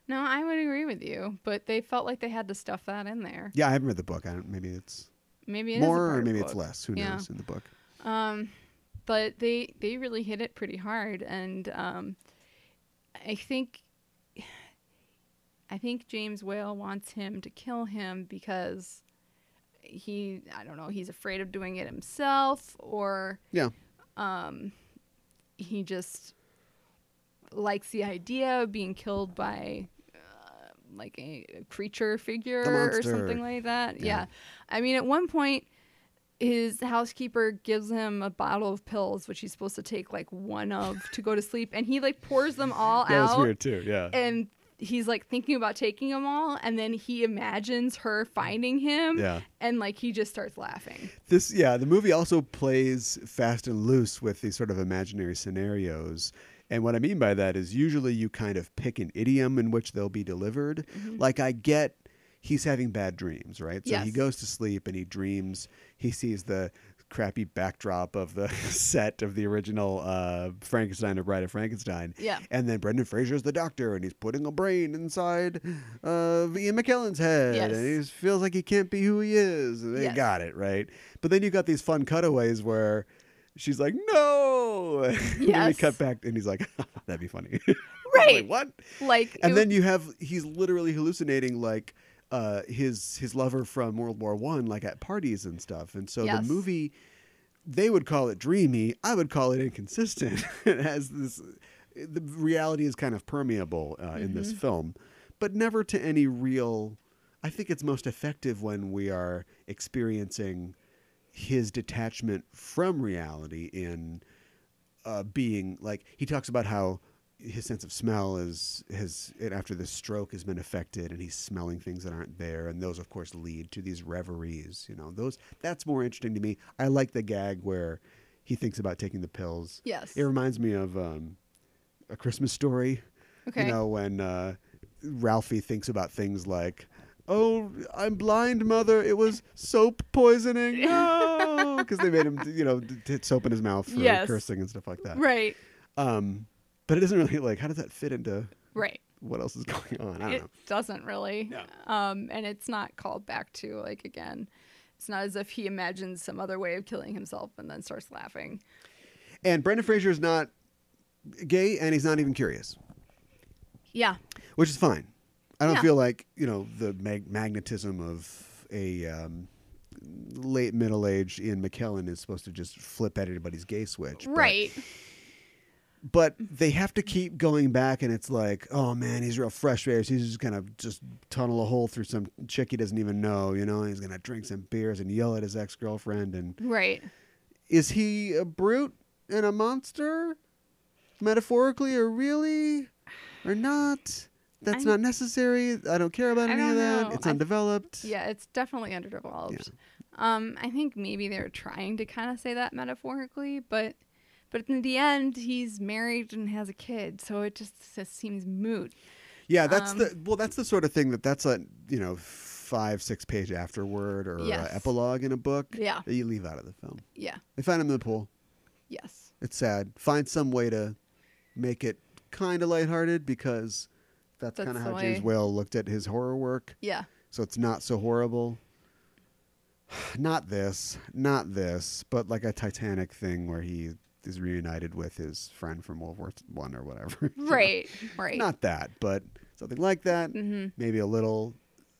[SPEAKER 3] No, I would agree with you, but they felt like they had to stuff that in there.
[SPEAKER 2] Yeah, I haven't read the book. I don't, maybe it's
[SPEAKER 3] Maybe it is a
[SPEAKER 2] more
[SPEAKER 3] part
[SPEAKER 2] or
[SPEAKER 3] of
[SPEAKER 2] maybe
[SPEAKER 3] the
[SPEAKER 2] it's
[SPEAKER 3] book.
[SPEAKER 2] less. Who
[SPEAKER 3] Yeah.
[SPEAKER 2] knows in the book?
[SPEAKER 3] But they they really hit it pretty hard, and um, I think I think James Whale wants him to kill him because he I don't know he's afraid of doing it himself or
[SPEAKER 2] Yeah.
[SPEAKER 3] he just likes the idea of being killed by uh, like a a creature figure or
[SPEAKER 2] monster.
[SPEAKER 3] something like that. Yeah. I mean, at one point, his housekeeper gives him a bottle of pills, which he's supposed to take like one of to go to sleep, and he like pours them all
[SPEAKER 2] That was
[SPEAKER 3] out.
[SPEAKER 2] weird too. Yeah.
[SPEAKER 3] And he's like thinking about taking them all, and then he imagines her finding him,
[SPEAKER 2] Yeah.
[SPEAKER 3] and like he just starts laughing.
[SPEAKER 2] this yeah the movie also plays fast and loose with these sort of imaginary scenarios and what i mean by that is usually you kind of pick an idiom in which they'll be delivered like i get he's having bad dreams right so he
[SPEAKER 3] Mm-hmm. Yes.
[SPEAKER 2] goes to sleep and he dreams he sees the crappy backdrop of the set of the original uh, frankenstein or bride of frankenstein
[SPEAKER 3] Yeah.
[SPEAKER 2] and then brendan fraser's the doctor and he's putting a brain inside of ian mckellen's head
[SPEAKER 3] Yes.
[SPEAKER 2] and he feels like he can't be who he is they
[SPEAKER 3] Yes.
[SPEAKER 2] got it right. But then you got these fun cutaways where she's like, "No," and then we
[SPEAKER 3] Yes.
[SPEAKER 2] cut back, and he's like, "That'd be funny." I'm
[SPEAKER 3] Right.
[SPEAKER 2] like, what?
[SPEAKER 3] Like, it
[SPEAKER 2] And
[SPEAKER 3] was-
[SPEAKER 2] then you have he's literally hallucinating like uh, his his lover from World War One, like at parties and stuff. And so
[SPEAKER 3] Yes.
[SPEAKER 2] the movie, they would call it dreamy. I would call it inconsistent. it has this. The reality is kind of permeable uh, in this
[SPEAKER 3] Mm-hmm.
[SPEAKER 2] film, but never to any real. I think it's most effective when we are experiencing his detachment from reality in uh, being like he talks about how his sense of smell is has and after this stroke has been affected and he's smelling things that aren't there and those of course lead to these reveries you know those that's more interesting to me i like the gag where he thinks about taking the pills
[SPEAKER 3] Yes.
[SPEAKER 2] it reminds me of um, a christmas story
[SPEAKER 3] Okay.
[SPEAKER 2] you know when uh, ralphie thinks about things like oh i'm blind mother it was soap poisoning no because they made him you know d- d- soap in his mouth for
[SPEAKER 3] Yes.
[SPEAKER 2] cursing and stuff like that
[SPEAKER 3] Right.
[SPEAKER 2] um, but it doesn't really like how does that fit into
[SPEAKER 3] Right.
[SPEAKER 2] what else is going on? I don't
[SPEAKER 3] it
[SPEAKER 2] know.
[SPEAKER 3] doesn't really. Um, and it's not called back to like again. It's not as if he imagines some other way of killing himself and then starts laughing.
[SPEAKER 2] And Brendan Fraser is not gay, and he's not even curious,
[SPEAKER 3] Yeah.
[SPEAKER 2] which is fine. I don't
[SPEAKER 3] Yeah.
[SPEAKER 2] feel like you know the mag- magnetism of a um, late middle age Ian McKellen is supposed to just flip at everybody's gay switch, but-
[SPEAKER 3] Right.
[SPEAKER 2] But they have to keep going back, and it's like, oh man, he's real frustrated. He's just gonna just tunnel a hole through some chick he doesn't even know, you know. and He's gonna drink some beers and yell at his ex girlfriend, and
[SPEAKER 3] Right.
[SPEAKER 2] is he a brute and a monster metaphorically or really or not that's
[SPEAKER 3] I-
[SPEAKER 2] not necessary i don't care about
[SPEAKER 3] I
[SPEAKER 2] any of
[SPEAKER 3] don't
[SPEAKER 2] that
[SPEAKER 3] know.
[SPEAKER 2] it's
[SPEAKER 3] I-
[SPEAKER 2] undeveloped
[SPEAKER 3] Yeah, it's definitely underdeveloped. Um, I think maybe they were trying to kind of say that metaphorically, but but in the end, he's married and has a kid, so it just, just seems moot.
[SPEAKER 2] yeah
[SPEAKER 3] um,
[SPEAKER 2] that's the well that's the sort of thing that that's a you know five six page afterward or
[SPEAKER 3] Yes.
[SPEAKER 2] a epilogue in a book
[SPEAKER 3] Yeah.
[SPEAKER 2] that you leave out of the film
[SPEAKER 3] Yeah.
[SPEAKER 2] they find him in the pool
[SPEAKER 3] Yes.
[SPEAKER 2] it's sad find some way to make it kind of lighthearted because that's,
[SPEAKER 3] That's
[SPEAKER 2] kind of
[SPEAKER 3] the
[SPEAKER 2] how james
[SPEAKER 3] way.
[SPEAKER 2] whale looked at his horror work
[SPEAKER 3] Yeah.
[SPEAKER 2] so it's not so horrible. Not this, not this, but like a Titanic thing where he is reunited with his friend from World War One or whatever. You know?
[SPEAKER 3] Right. Mm-hmm. Right.
[SPEAKER 2] Not that, but something like that. Maybe a little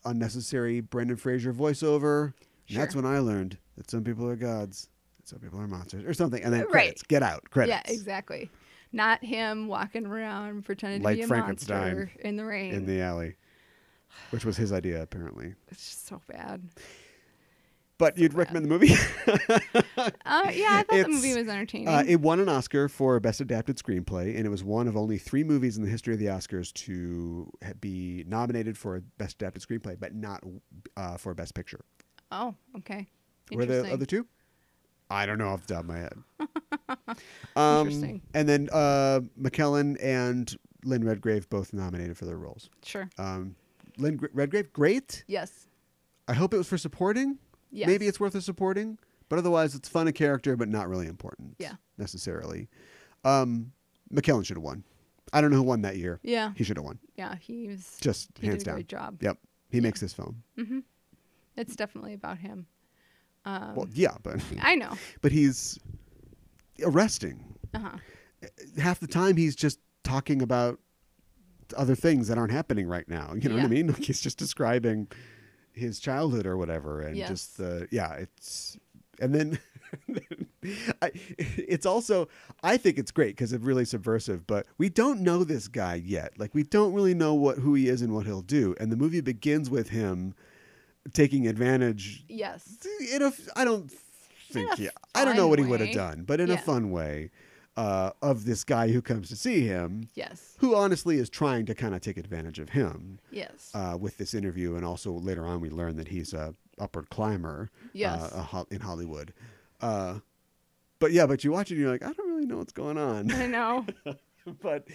[SPEAKER 2] unnecessary Brendan Fraser voiceover. And That's
[SPEAKER 3] Sure.
[SPEAKER 2] when I learned that some people are gods, and some people are monsters, or something. And then
[SPEAKER 3] Right.
[SPEAKER 2] credits. Get out. Credits.
[SPEAKER 3] Yeah, exactly. Not him walking around pretending
[SPEAKER 2] Like
[SPEAKER 3] to be a
[SPEAKER 2] Frankenstein
[SPEAKER 3] monster in the rain.
[SPEAKER 2] In the alley, which was his idea apparently.
[SPEAKER 3] it's just so bad.
[SPEAKER 2] But you'd recommend the movie?
[SPEAKER 3] Uh, yeah, I thought the
[SPEAKER 2] It's-
[SPEAKER 3] movie was entertaining.
[SPEAKER 2] Uh, it won an Oscar for Best Adapted Screenplay, and it was one of only three movies in the history of the Oscars to ha- be nominated for Best Adapted Screenplay, but not uh, for Best Picture.
[SPEAKER 3] oh, okay.
[SPEAKER 2] Were the
[SPEAKER 3] Interesting.
[SPEAKER 2] other two? I don't know off the top of my head. Um,
[SPEAKER 3] Interesting.
[SPEAKER 2] And then uh, McKellen and Lynn Redgrave both nominated for their roles.
[SPEAKER 3] Sure.
[SPEAKER 2] Um, Lynn Gr- Redgrave, great.
[SPEAKER 3] yes.
[SPEAKER 2] I hope it was for supporting.
[SPEAKER 3] Yes.
[SPEAKER 2] Maybe it's worth a supporting, but otherwise it's fun a character, but not really important.
[SPEAKER 3] Yeah.
[SPEAKER 2] Necessarily. Um, McKellen should have won. I don't know who won that year.
[SPEAKER 3] Yeah.
[SPEAKER 2] He should have won.
[SPEAKER 3] Yeah, he was.
[SPEAKER 2] Just
[SPEAKER 3] he
[SPEAKER 2] hands
[SPEAKER 3] did a
[SPEAKER 2] down.
[SPEAKER 3] Great job.
[SPEAKER 2] Yep. He makes this film.
[SPEAKER 3] It's definitely about him. Um,
[SPEAKER 2] well, yeah, but
[SPEAKER 3] I know.
[SPEAKER 2] but he's arresting.
[SPEAKER 3] Uh huh.
[SPEAKER 2] Half the time he's just talking about other things that aren't happening right now. You know what I
[SPEAKER 3] Yeah.
[SPEAKER 2] mean? Like he's just describing his childhood or whatever and
[SPEAKER 3] Yes.
[SPEAKER 2] just the yeah, it's and then I, it's also I think it's great because it's really subversive, but we don't know this guy yet. Like we don't really know what who he is and what he'll do. And the movie begins with him taking advantage
[SPEAKER 3] Yes.
[SPEAKER 2] in a I don't think he, I don't
[SPEAKER 3] fun
[SPEAKER 2] know what he would have
[SPEAKER 3] way.
[SPEAKER 2] done, but in a
[SPEAKER 3] Yeah.
[SPEAKER 2] fun way uh, of this guy who comes to see him,
[SPEAKER 3] Yes.
[SPEAKER 2] who honestly is trying to kind of take advantage of him
[SPEAKER 3] Yes.
[SPEAKER 2] uh, with this interview, and also later on we learn that he's a upward climber uh,
[SPEAKER 3] Yes.
[SPEAKER 2] a ho- in Hollywood. Uh, but yeah, but you watch it, and you're like, I don't really know what's going on,
[SPEAKER 3] I know.
[SPEAKER 2] but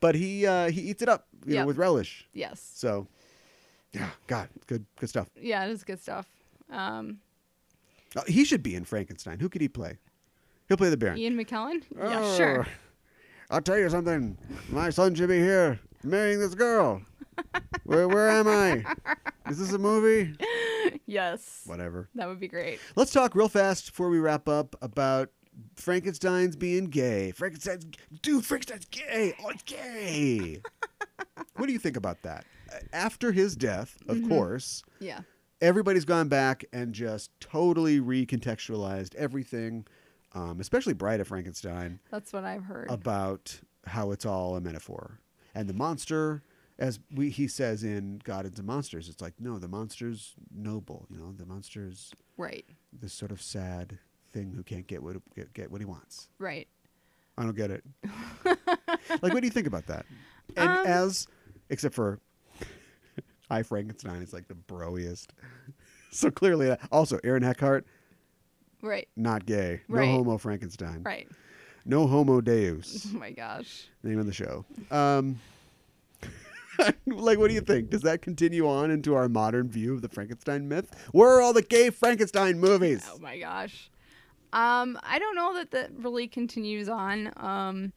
[SPEAKER 2] but he uh, he eats it up, you know,
[SPEAKER 3] Yep.
[SPEAKER 2] with relish.
[SPEAKER 3] Yes.
[SPEAKER 2] So yeah, God, good good stuff.
[SPEAKER 3] Yeah, it is good stuff. Um,
[SPEAKER 2] Uh, he should be in Frankenstein. Who could he play? He'll play the Baron.
[SPEAKER 3] Ian McKellen. Yeah,
[SPEAKER 2] Oh,
[SPEAKER 3] sure.
[SPEAKER 2] I'll tell you something. My son should be here marrying this girl. where, where am I? Is this a movie?
[SPEAKER 3] Yes.
[SPEAKER 2] Whatever.
[SPEAKER 3] That would be great.
[SPEAKER 2] Let's talk real fast before we wrap up about Frankenstein's being gay. Frankenstein's, dude, Frankenstein's gay. Oh, it's gay. what do you think about that? Uh, After his death, of
[SPEAKER 3] Mm-hmm.
[SPEAKER 2] course,
[SPEAKER 3] Yeah.
[SPEAKER 2] everybody's gone back and just totally recontextualized everything, um, especially Bride of Frankenstein
[SPEAKER 3] That's what I've heard.
[SPEAKER 2] about how it's all a metaphor and the monster as we he says in god and the monsters it's like no the monster's noble you know the monster's
[SPEAKER 3] right.
[SPEAKER 2] this sort of sad thing who can't get what get, get what he wants.
[SPEAKER 3] Right.
[SPEAKER 2] I don't get it. like, what do you think about that? And
[SPEAKER 3] Um,
[SPEAKER 2] as, except for, I Frankenstein is like the broiest. so clearly, that- also Aaron Eckhart,
[SPEAKER 3] Right.
[SPEAKER 2] not gay.
[SPEAKER 3] Right.
[SPEAKER 2] No homo Frankenstein.
[SPEAKER 3] Right.
[SPEAKER 2] No homo
[SPEAKER 3] Oh
[SPEAKER 2] Deus.
[SPEAKER 3] my gosh.
[SPEAKER 2] name of the show. Um, like, what do you think? Does that continue on into our modern view of the Frankenstein myth? Where are all the gay Frankenstein movies?
[SPEAKER 3] Oh my gosh. Um, I don't know that that really continues on. Um,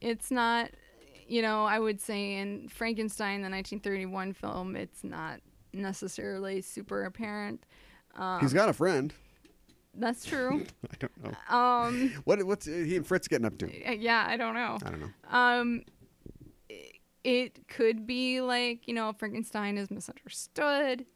[SPEAKER 3] it's not, you know, I would say in Frankenstein, the 1931 film, it's not necessarily super apparent.
[SPEAKER 2] He's got a friend.
[SPEAKER 3] That's true.
[SPEAKER 2] I don't know.
[SPEAKER 3] um,
[SPEAKER 2] What what's uh, he and Fritz getting up to?
[SPEAKER 3] yeah, I don't know.
[SPEAKER 2] I don't know.
[SPEAKER 3] Um, i- it could be like you know Frankenstein is misunderstood.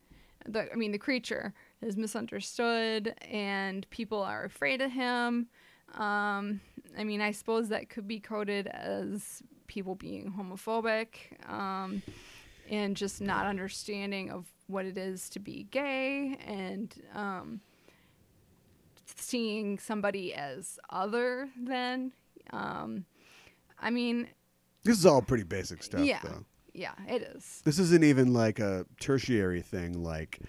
[SPEAKER 3] The, I mean, the creature is misunderstood, and people are afraid of him. Um, I mean, I suppose that could be coded as people being homophobic um, and just not understanding of what it is to be gay and um, seeing somebody as other than. Um, I mean,
[SPEAKER 2] This is all pretty basic stuff,
[SPEAKER 3] yeah,
[SPEAKER 2] though.
[SPEAKER 3] yeah, it is.
[SPEAKER 2] This isn't even like a tertiary thing, like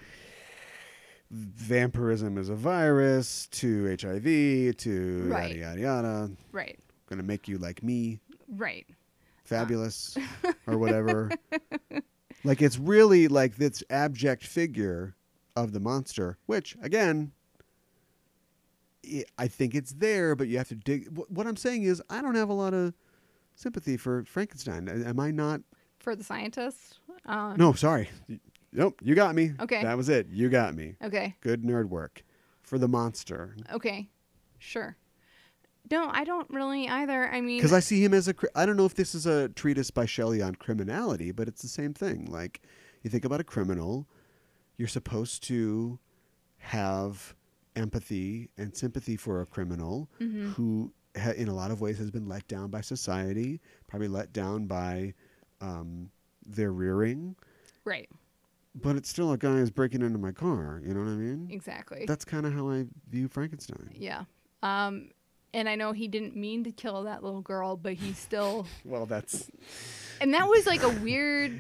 [SPEAKER 2] vampirism is a virus to HIV to
[SPEAKER 3] Right.
[SPEAKER 2] yada yada yada.
[SPEAKER 3] Right,
[SPEAKER 2] Gonna make you like me.
[SPEAKER 3] right,
[SPEAKER 2] fabulous or whatever. like it's really like this abject figure of the monster, which again, i I think it's there, but you have to dig. wh- What I'm saying is, I don't have a lot of sympathy for Frankenstein. A- Am I not?
[SPEAKER 3] for the scientist. Um,
[SPEAKER 2] No, sorry. Nope, you got me.
[SPEAKER 3] Okay.
[SPEAKER 2] that was it. You got me.
[SPEAKER 3] Okay,
[SPEAKER 2] Good nerd work for the monster,
[SPEAKER 3] okay, sure. No, I don't really either. I mean,
[SPEAKER 2] because I see him as a. cri- I don't know if this is a treatise by Shelley on criminality, but it's the same thing. Like, you think about a criminal, you're supposed to have empathy and sympathy for a criminal who, ha- in a lot of ways, has been let down by society, probably let down by um, their rearing.
[SPEAKER 3] right,
[SPEAKER 2] But it's still a guy who's breaking into my car. You know what I mean?
[SPEAKER 3] exactly.
[SPEAKER 2] That's kind of how I view Frankenstein.
[SPEAKER 3] yeah. Um, and I know he didn't mean to kill that little girl, but he still.
[SPEAKER 2] Well, that's
[SPEAKER 3] and that was like a weird,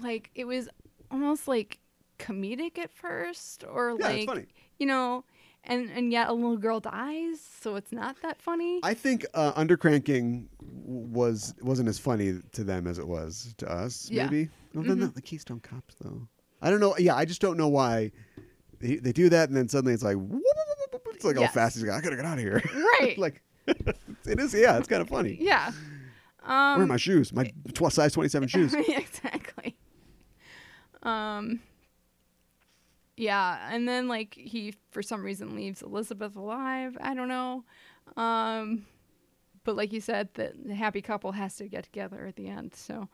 [SPEAKER 3] like it was almost like comedic at first, or
[SPEAKER 2] Yeah,
[SPEAKER 3] like
[SPEAKER 2] it's funny.
[SPEAKER 3] you know, and and yet a little girl dies, so it's not that funny.
[SPEAKER 2] I think uh, undercranking w- was wasn't as funny to them as it was to us.
[SPEAKER 3] Yeah. Mm-hmm.
[SPEAKER 2] Maybe. Well, then not the Keystone Cops though. I don't know. Yeah, I just don't know why they, they do that, and then suddenly it's like whoop, whoop, whoop, whoop, whoop. it's like
[SPEAKER 3] Yes.
[SPEAKER 2] how fast he's going. I gotta get out of here.
[SPEAKER 3] Right.
[SPEAKER 2] like it is. Yeah, it's kind of funny.
[SPEAKER 3] yeah. Um,
[SPEAKER 2] Where are my shoes? My tw- size twenty-seven shoes.
[SPEAKER 3] exactly. Um. Yeah, and then like he for some reason leaves Elizabeth alive. I don't know. Um, but like you said, the, the happy couple has to get together at the end. So,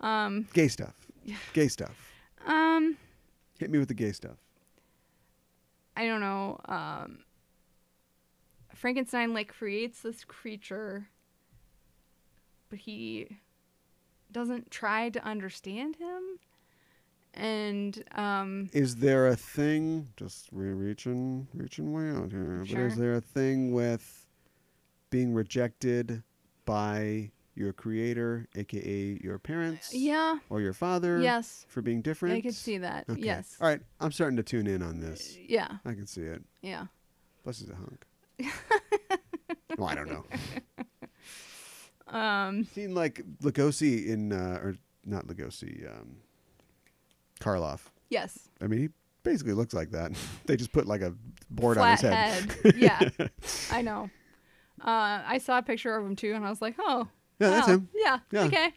[SPEAKER 3] um,
[SPEAKER 2] Gay stuff. Gay stuff.
[SPEAKER 3] um,
[SPEAKER 2] Hit me with the gay stuff.
[SPEAKER 3] I don't know. Um, Frankenstein like creates this creature, but he doesn't try to understand him, and um,
[SPEAKER 2] Is there a thing? Just we're reaching, reaching way out here. But
[SPEAKER 3] Sure.
[SPEAKER 2] is there a thing with being rejected by your creator, aka your parents,
[SPEAKER 3] Uh, yeah,
[SPEAKER 2] or your father,
[SPEAKER 3] Yes.
[SPEAKER 2] for being different?
[SPEAKER 3] I could see that.
[SPEAKER 2] Okay.
[SPEAKER 3] Yes. Uh,
[SPEAKER 2] All right, I'm starting to tune in on this.
[SPEAKER 3] Yeah.
[SPEAKER 2] I can see it.
[SPEAKER 3] Yeah.
[SPEAKER 2] Plus, he's a hunk. well, I don't know.
[SPEAKER 3] Um,
[SPEAKER 2] Seen like Lugosi in, uh, or not Lugosi, um, Karloff.
[SPEAKER 3] yes.
[SPEAKER 2] I mean, he basically looks like that. they just put like a board on
[SPEAKER 3] Flat
[SPEAKER 2] his head.
[SPEAKER 3] head. yeah. I know. Uh, I saw a picture of him too, and I was like, oh.
[SPEAKER 2] Yeah, that's
[SPEAKER 3] wow.
[SPEAKER 2] him.
[SPEAKER 3] Yeah.
[SPEAKER 2] Yeah.
[SPEAKER 3] Okay.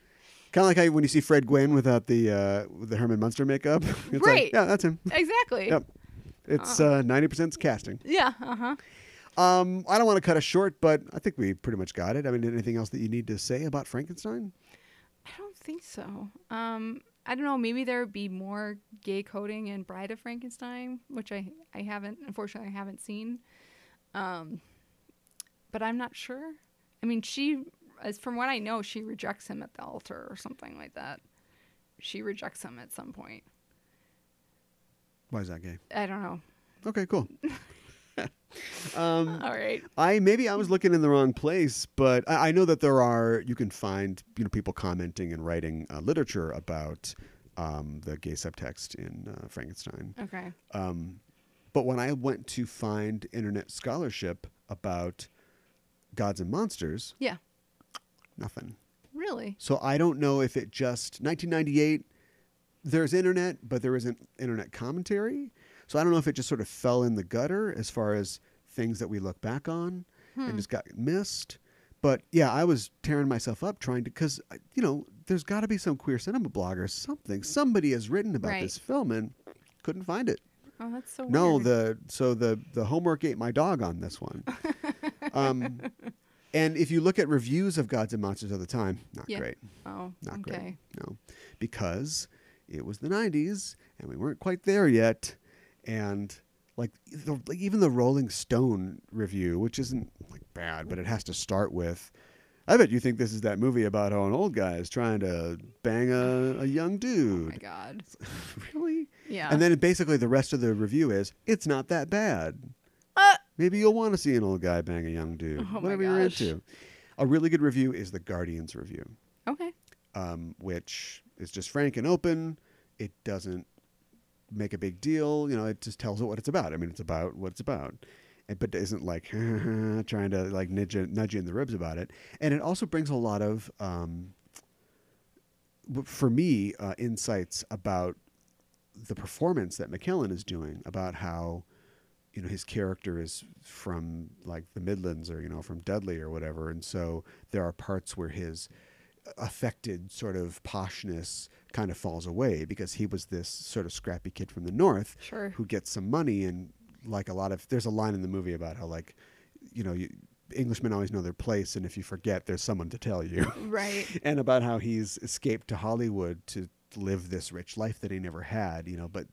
[SPEAKER 2] Kind of like how you- when you see Fred Gwynn without the uh, with the Herman Munster makeup. It's like,
[SPEAKER 3] Right. Oh.
[SPEAKER 2] yeah, that's him.
[SPEAKER 3] Exactly.
[SPEAKER 2] Yep. It's uh, ninety percent casting.
[SPEAKER 3] Yeah. Uh huh.
[SPEAKER 2] Um, I don't want to cut us short, but I think we pretty much got it. I mean, anything else that you need to say about Frankenstein?
[SPEAKER 3] I don't think so. Um, I don't know. Maybe there would be more gay coding in Bride of Frankenstein, which I I haven't unfortunately I haven't seen. Um, but I'm not sure. I mean, she as from what I know, she rejects him at the altar or something like that. She rejects him at some point.
[SPEAKER 2] Why is that gay?
[SPEAKER 3] I don't know.
[SPEAKER 2] Okay, cool. Um,
[SPEAKER 3] Mm. All right.
[SPEAKER 2] I maybe I was looking in the wrong place, but I, I know that there are you can find you know people commenting and writing uh, literature about um, the gay subtext in uh, Frankenstein.
[SPEAKER 3] Okay.
[SPEAKER 2] But when I went to find internet scholarship about gods and monsters,
[SPEAKER 3] Yeah.
[SPEAKER 2] nothing.
[SPEAKER 3] Really?
[SPEAKER 2] So I don't know if it just 1998. There's internet, but there isn't internet commentary. So I don't know if it just sort of fell in the gutter as far as things that we look back on and just got missed. But yeah, I was tearing myself up trying to because you know there's got to be some queer cinema blog or something. Somebody has written about
[SPEAKER 3] Right.
[SPEAKER 2] this film and couldn't find it.
[SPEAKER 3] Oh, that's so
[SPEAKER 2] No,
[SPEAKER 3] weird.
[SPEAKER 2] the so the the homework ate my dog on this one. um, and if you look at reviews of Gods and Monsters of the time, not
[SPEAKER 3] Yeah.
[SPEAKER 2] great,
[SPEAKER 3] Oh,
[SPEAKER 2] not
[SPEAKER 3] okay.
[SPEAKER 2] great, no, because it was the '90s and we weren't quite there yet, and like, the, like even the Rolling Stone review, which isn't like bad, but it has to start with. I bet you think this is that movie about how an old guy is trying to bang a, a young
[SPEAKER 3] Oh my
[SPEAKER 2] dude.
[SPEAKER 3] god.
[SPEAKER 2] really?
[SPEAKER 3] Yeah.
[SPEAKER 2] And then basically the rest of the review is it's not that bad.
[SPEAKER 3] Uh,
[SPEAKER 2] Maybe you'll want to see an old guy bang a young dude.
[SPEAKER 3] Oh my
[SPEAKER 2] whatever you're
[SPEAKER 3] gosh.
[SPEAKER 2] into. A really good review is the Guardian's review,
[SPEAKER 3] okay.
[SPEAKER 2] um, which is just frank and open. It doesn't make a big deal. You know, it just tells it what it's about. I mean, it's about what it's about, and, but isn't like trying to like nudge you, nudge you in the ribs about it. And it also brings a lot of, um, w- for me, uh, insights about the performance that McKellen is doing about how, you know, his character is from like the Midlands or you know from Dudley or whatever, and so there are parts where his affected sort of poshness kind of falls away because he was this sort of scrappy kid from the north
[SPEAKER 3] Sure.
[SPEAKER 2] who gets some money and like a lot of there's a line in the movie about how like you know you, Englishmen always know their place and if you forget there's someone to tell you
[SPEAKER 3] Right.
[SPEAKER 2] and about how he's escaped to Hollywood to live this rich life that he never had, you know. But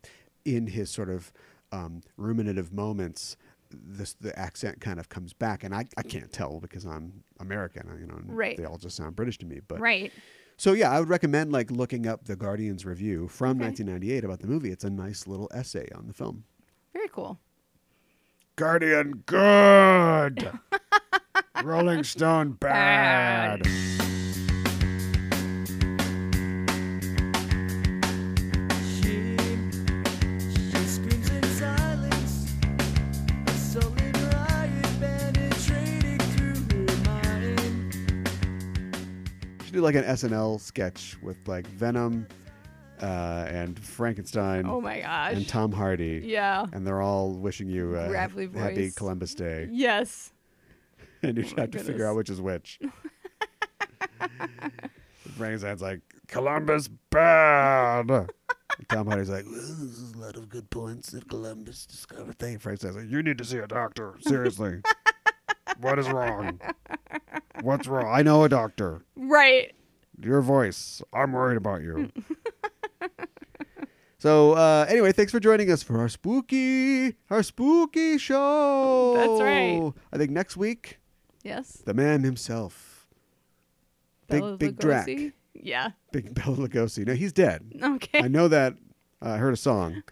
[SPEAKER 2] in his sort of um, ruminative moments, this the accent kind of comes back, and I, I can't tell because I'm American, you know. and
[SPEAKER 3] Right.
[SPEAKER 2] They all just sound British to me, but
[SPEAKER 3] Right.
[SPEAKER 2] So yeah, I would recommend like looking up the Guardian's review from
[SPEAKER 3] Okay.
[SPEAKER 2] 1998 about the movie. It's a nice little essay on the film.
[SPEAKER 3] Very cool.
[SPEAKER 2] Guardian good. Rolling Stone bad. She did like an SNL sketch with like Venom uh, and Frankenstein
[SPEAKER 3] Oh my gosh.
[SPEAKER 2] and Tom Hardy.
[SPEAKER 3] Yeah.
[SPEAKER 2] And they're all wishing you uh,
[SPEAKER 3] Gravelly
[SPEAKER 2] happy
[SPEAKER 3] voice.
[SPEAKER 2] Columbus Day.
[SPEAKER 3] Yes.
[SPEAKER 2] And you have to figure
[SPEAKER 3] goodness.
[SPEAKER 2] out which is which. Frankenstein's like, Columbus bad. And Tom Hardy's like,
[SPEAKER 5] There's a lot of good points that Columbus discovered.
[SPEAKER 2] hey, Frankenstein's like,
[SPEAKER 4] You need to see a doctor. Seriously. what is wrong?
[SPEAKER 2] what's wrong? I know a doctor.
[SPEAKER 3] Right.
[SPEAKER 2] Your voice.
[SPEAKER 4] I'm worried about you.
[SPEAKER 2] So uh, anyway, thanks for joining us for our spooky, our spooky show.
[SPEAKER 3] That's right.
[SPEAKER 2] I think next week,
[SPEAKER 3] Yes.
[SPEAKER 2] the man himself, big
[SPEAKER 3] Bela
[SPEAKER 2] big Drac,
[SPEAKER 3] Lugosi? Yeah.
[SPEAKER 2] big Bela Lugosi. No, he's dead.
[SPEAKER 3] Okay.
[SPEAKER 2] I know that. I heard a song,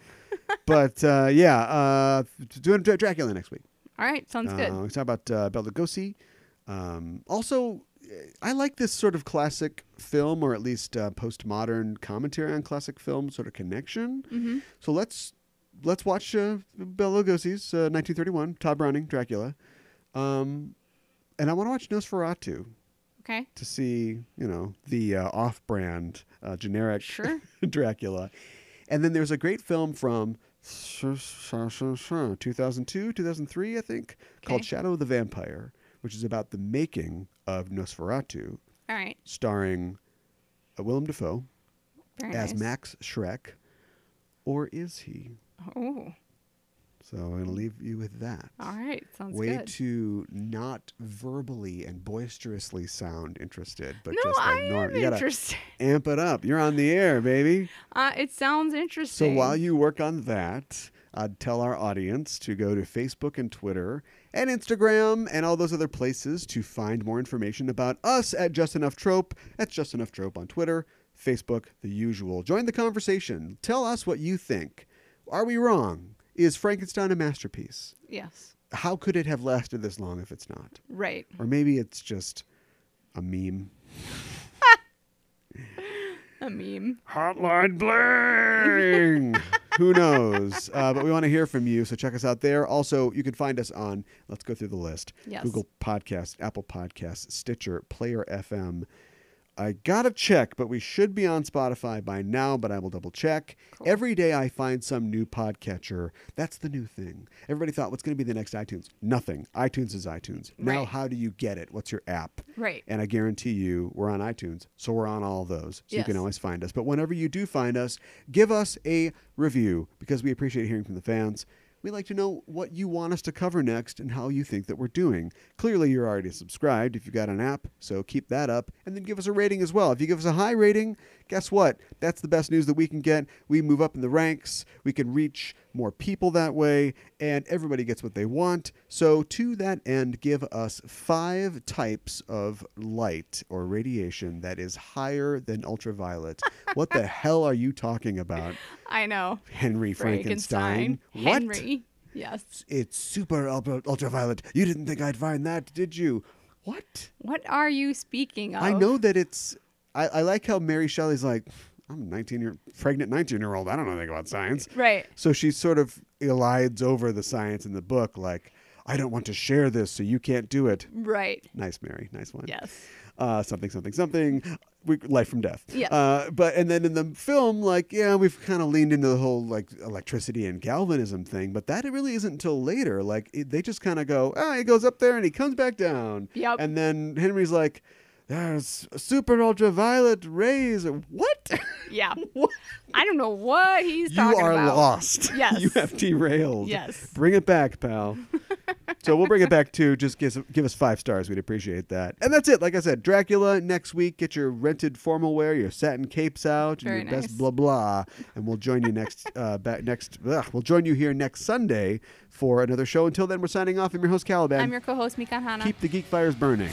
[SPEAKER 2] but uh, yeah, uh, doing Dra- Dracula next week.
[SPEAKER 3] All right. Sounds
[SPEAKER 2] Uh,
[SPEAKER 3] good.
[SPEAKER 2] we talk about uh, Bela Lugosi. Um, also, uh, I like this sort of classic film, or at least uh, postmodern commentary on classic film, sort of connection.
[SPEAKER 3] Mm-hmm.
[SPEAKER 2] So let's let's watch uh, Bela Lugosi's uh, 1931, Todd Browning, Dracula, um, and I want to watch Nosferatu
[SPEAKER 3] Okay.
[SPEAKER 2] to see, you know, the uh, off-brand uh, generic
[SPEAKER 3] Sure.
[SPEAKER 2] Dracula. And then there's a great film from 2002, 2003, I think, called
[SPEAKER 3] Okay.
[SPEAKER 2] Shadow of the Vampire, which is about the making of Nosferatu,
[SPEAKER 3] All right.
[SPEAKER 2] starring uh, Willem Dafoe
[SPEAKER 3] Very
[SPEAKER 2] as
[SPEAKER 3] nice.
[SPEAKER 2] Max Schreck, or is he?
[SPEAKER 3] Oh.
[SPEAKER 2] So I'm going to leave you with that.
[SPEAKER 3] All right. Sounds
[SPEAKER 2] Way
[SPEAKER 3] good.
[SPEAKER 2] to not verbally and boisterously sound interested, but
[SPEAKER 3] no,
[SPEAKER 2] just like
[SPEAKER 3] I
[SPEAKER 2] norm-
[SPEAKER 3] am
[SPEAKER 2] You gotta
[SPEAKER 3] interested.
[SPEAKER 2] amp it up. You're on the air, baby.
[SPEAKER 3] Uh, it sounds
[SPEAKER 2] So
[SPEAKER 3] interesting.
[SPEAKER 2] while you work on that, I'd tell our audience to go to Facebook and Twitter and Instagram and all those other places to find more information about us at Just Enough Trope. That's Just Enough Trope on Twitter, Facebook, the usual. Join the conversation. Tell us what you think. Are we wrong? Is Frankenstein a masterpiece?
[SPEAKER 3] Yes.
[SPEAKER 2] how could it have lasted this long if it's not?
[SPEAKER 3] Right.
[SPEAKER 2] Or maybe it's just a meme.
[SPEAKER 3] A meme.
[SPEAKER 2] Hotline Bling! Who knows? Uh, but we want to hear from you, so check us out there. Also, you can find us on, let's go through the list
[SPEAKER 3] Yes.
[SPEAKER 2] Google Podcast, Apple Podcasts, Stitcher, Player FM. I got to check, but we should be on Spotify by now, but I will double check. Every day I find some new podcatcher. That's the new thing. Everybody thought, what's going to be the next iTunes? Nothing. iTunes is iTunes. Now,
[SPEAKER 3] Right.
[SPEAKER 2] how do you get it? What's your app?
[SPEAKER 3] Right.
[SPEAKER 2] And I guarantee you, we're on iTunes, so we're on all those. So you can
[SPEAKER 3] Yes.
[SPEAKER 2] always find us. But whenever you do find us, give us a review because we appreciate hearing from the fans. We like to know what you want us to cover next and how you think that we're doing. Clearly, you're already subscribed if you've got an app, so keep that up. And then give us a rating as well. If you give us a high rating, guess what? That's the best news that we can get. We move up in the ranks, we can reach more people that way, and everybody gets what they want. So, to that end, give us five types of light or radiation that is higher than ultraviolet. what the hell are you talking about,
[SPEAKER 3] I know.
[SPEAKER 2] Henry Frankenstein? What?
[SPEAKER 3] Henry. Yes.
[SPEAKER 2] It's super ultra- ultraviolet. You didn't think I'd find that, did you? What?
[SPEAKER 3] What are you speaking of?
[SPEAKER 2] I know that it's. I, I like how Mary Shelley's like, I'm a 19 year pregnant 19 year old. I don't know anything about science.
[SPEAKER 3] Right.
[SPEAKER 2] So she sort of elides over the science in the book, like, I don't want to share this, so you can't do it.
[SPEAKER 3] Right.
[SPEAKER 2] Nice, Mary. Nice one.
[SPEAKER 3] Yes.
[SPEAKER 2] Uh, something, something, something. We, life from death.
[SPEAKER 3] Yes.
[SPEAKER 2] Uh, but and then in the film, like, yeah, we've kind of leaned into the whole like electricity and galvanism thing, but that really isn't until later. Like, it, they just kind of go, ah, he goes up there and he comes back down.
[SPEAKER 3] Yep.
[SPEAKER 2] And then Henry's like, there's super ultraviolet rays. What?
[SPEAKER 3] Yeah. I don't know what he's talking
[SPEAKER 2] you are
[SPEAKER 3] about.
[SPEAKER 2] lost.
[SPEAKER 3] Yes.
[SPEAKER 2] you have derailed.
[SPEAKER 3] Yes.
[SPEAKER 2] Bring it back, pal. so we'll bring it back too. Just give, give us five stars. We'd appreciate that. And that's it. Like I said, Dracula next week. Get your rented formal wear, your satin capes out,
[SPEAKER 3] Very
[SPEAKER 2] and your
[SPEAKER 3] nice.
[SPEAKER 2] best blah blah. And we'll join you next. Uh, back next. Ugh, we'll join you here next Sunday for another show. Until then, we're signing off. I'm your host Caliban.
[SPEAKER 3] I'm your co-host Mika Hana.
[SPEAKER 2] Keep the geek fires burning.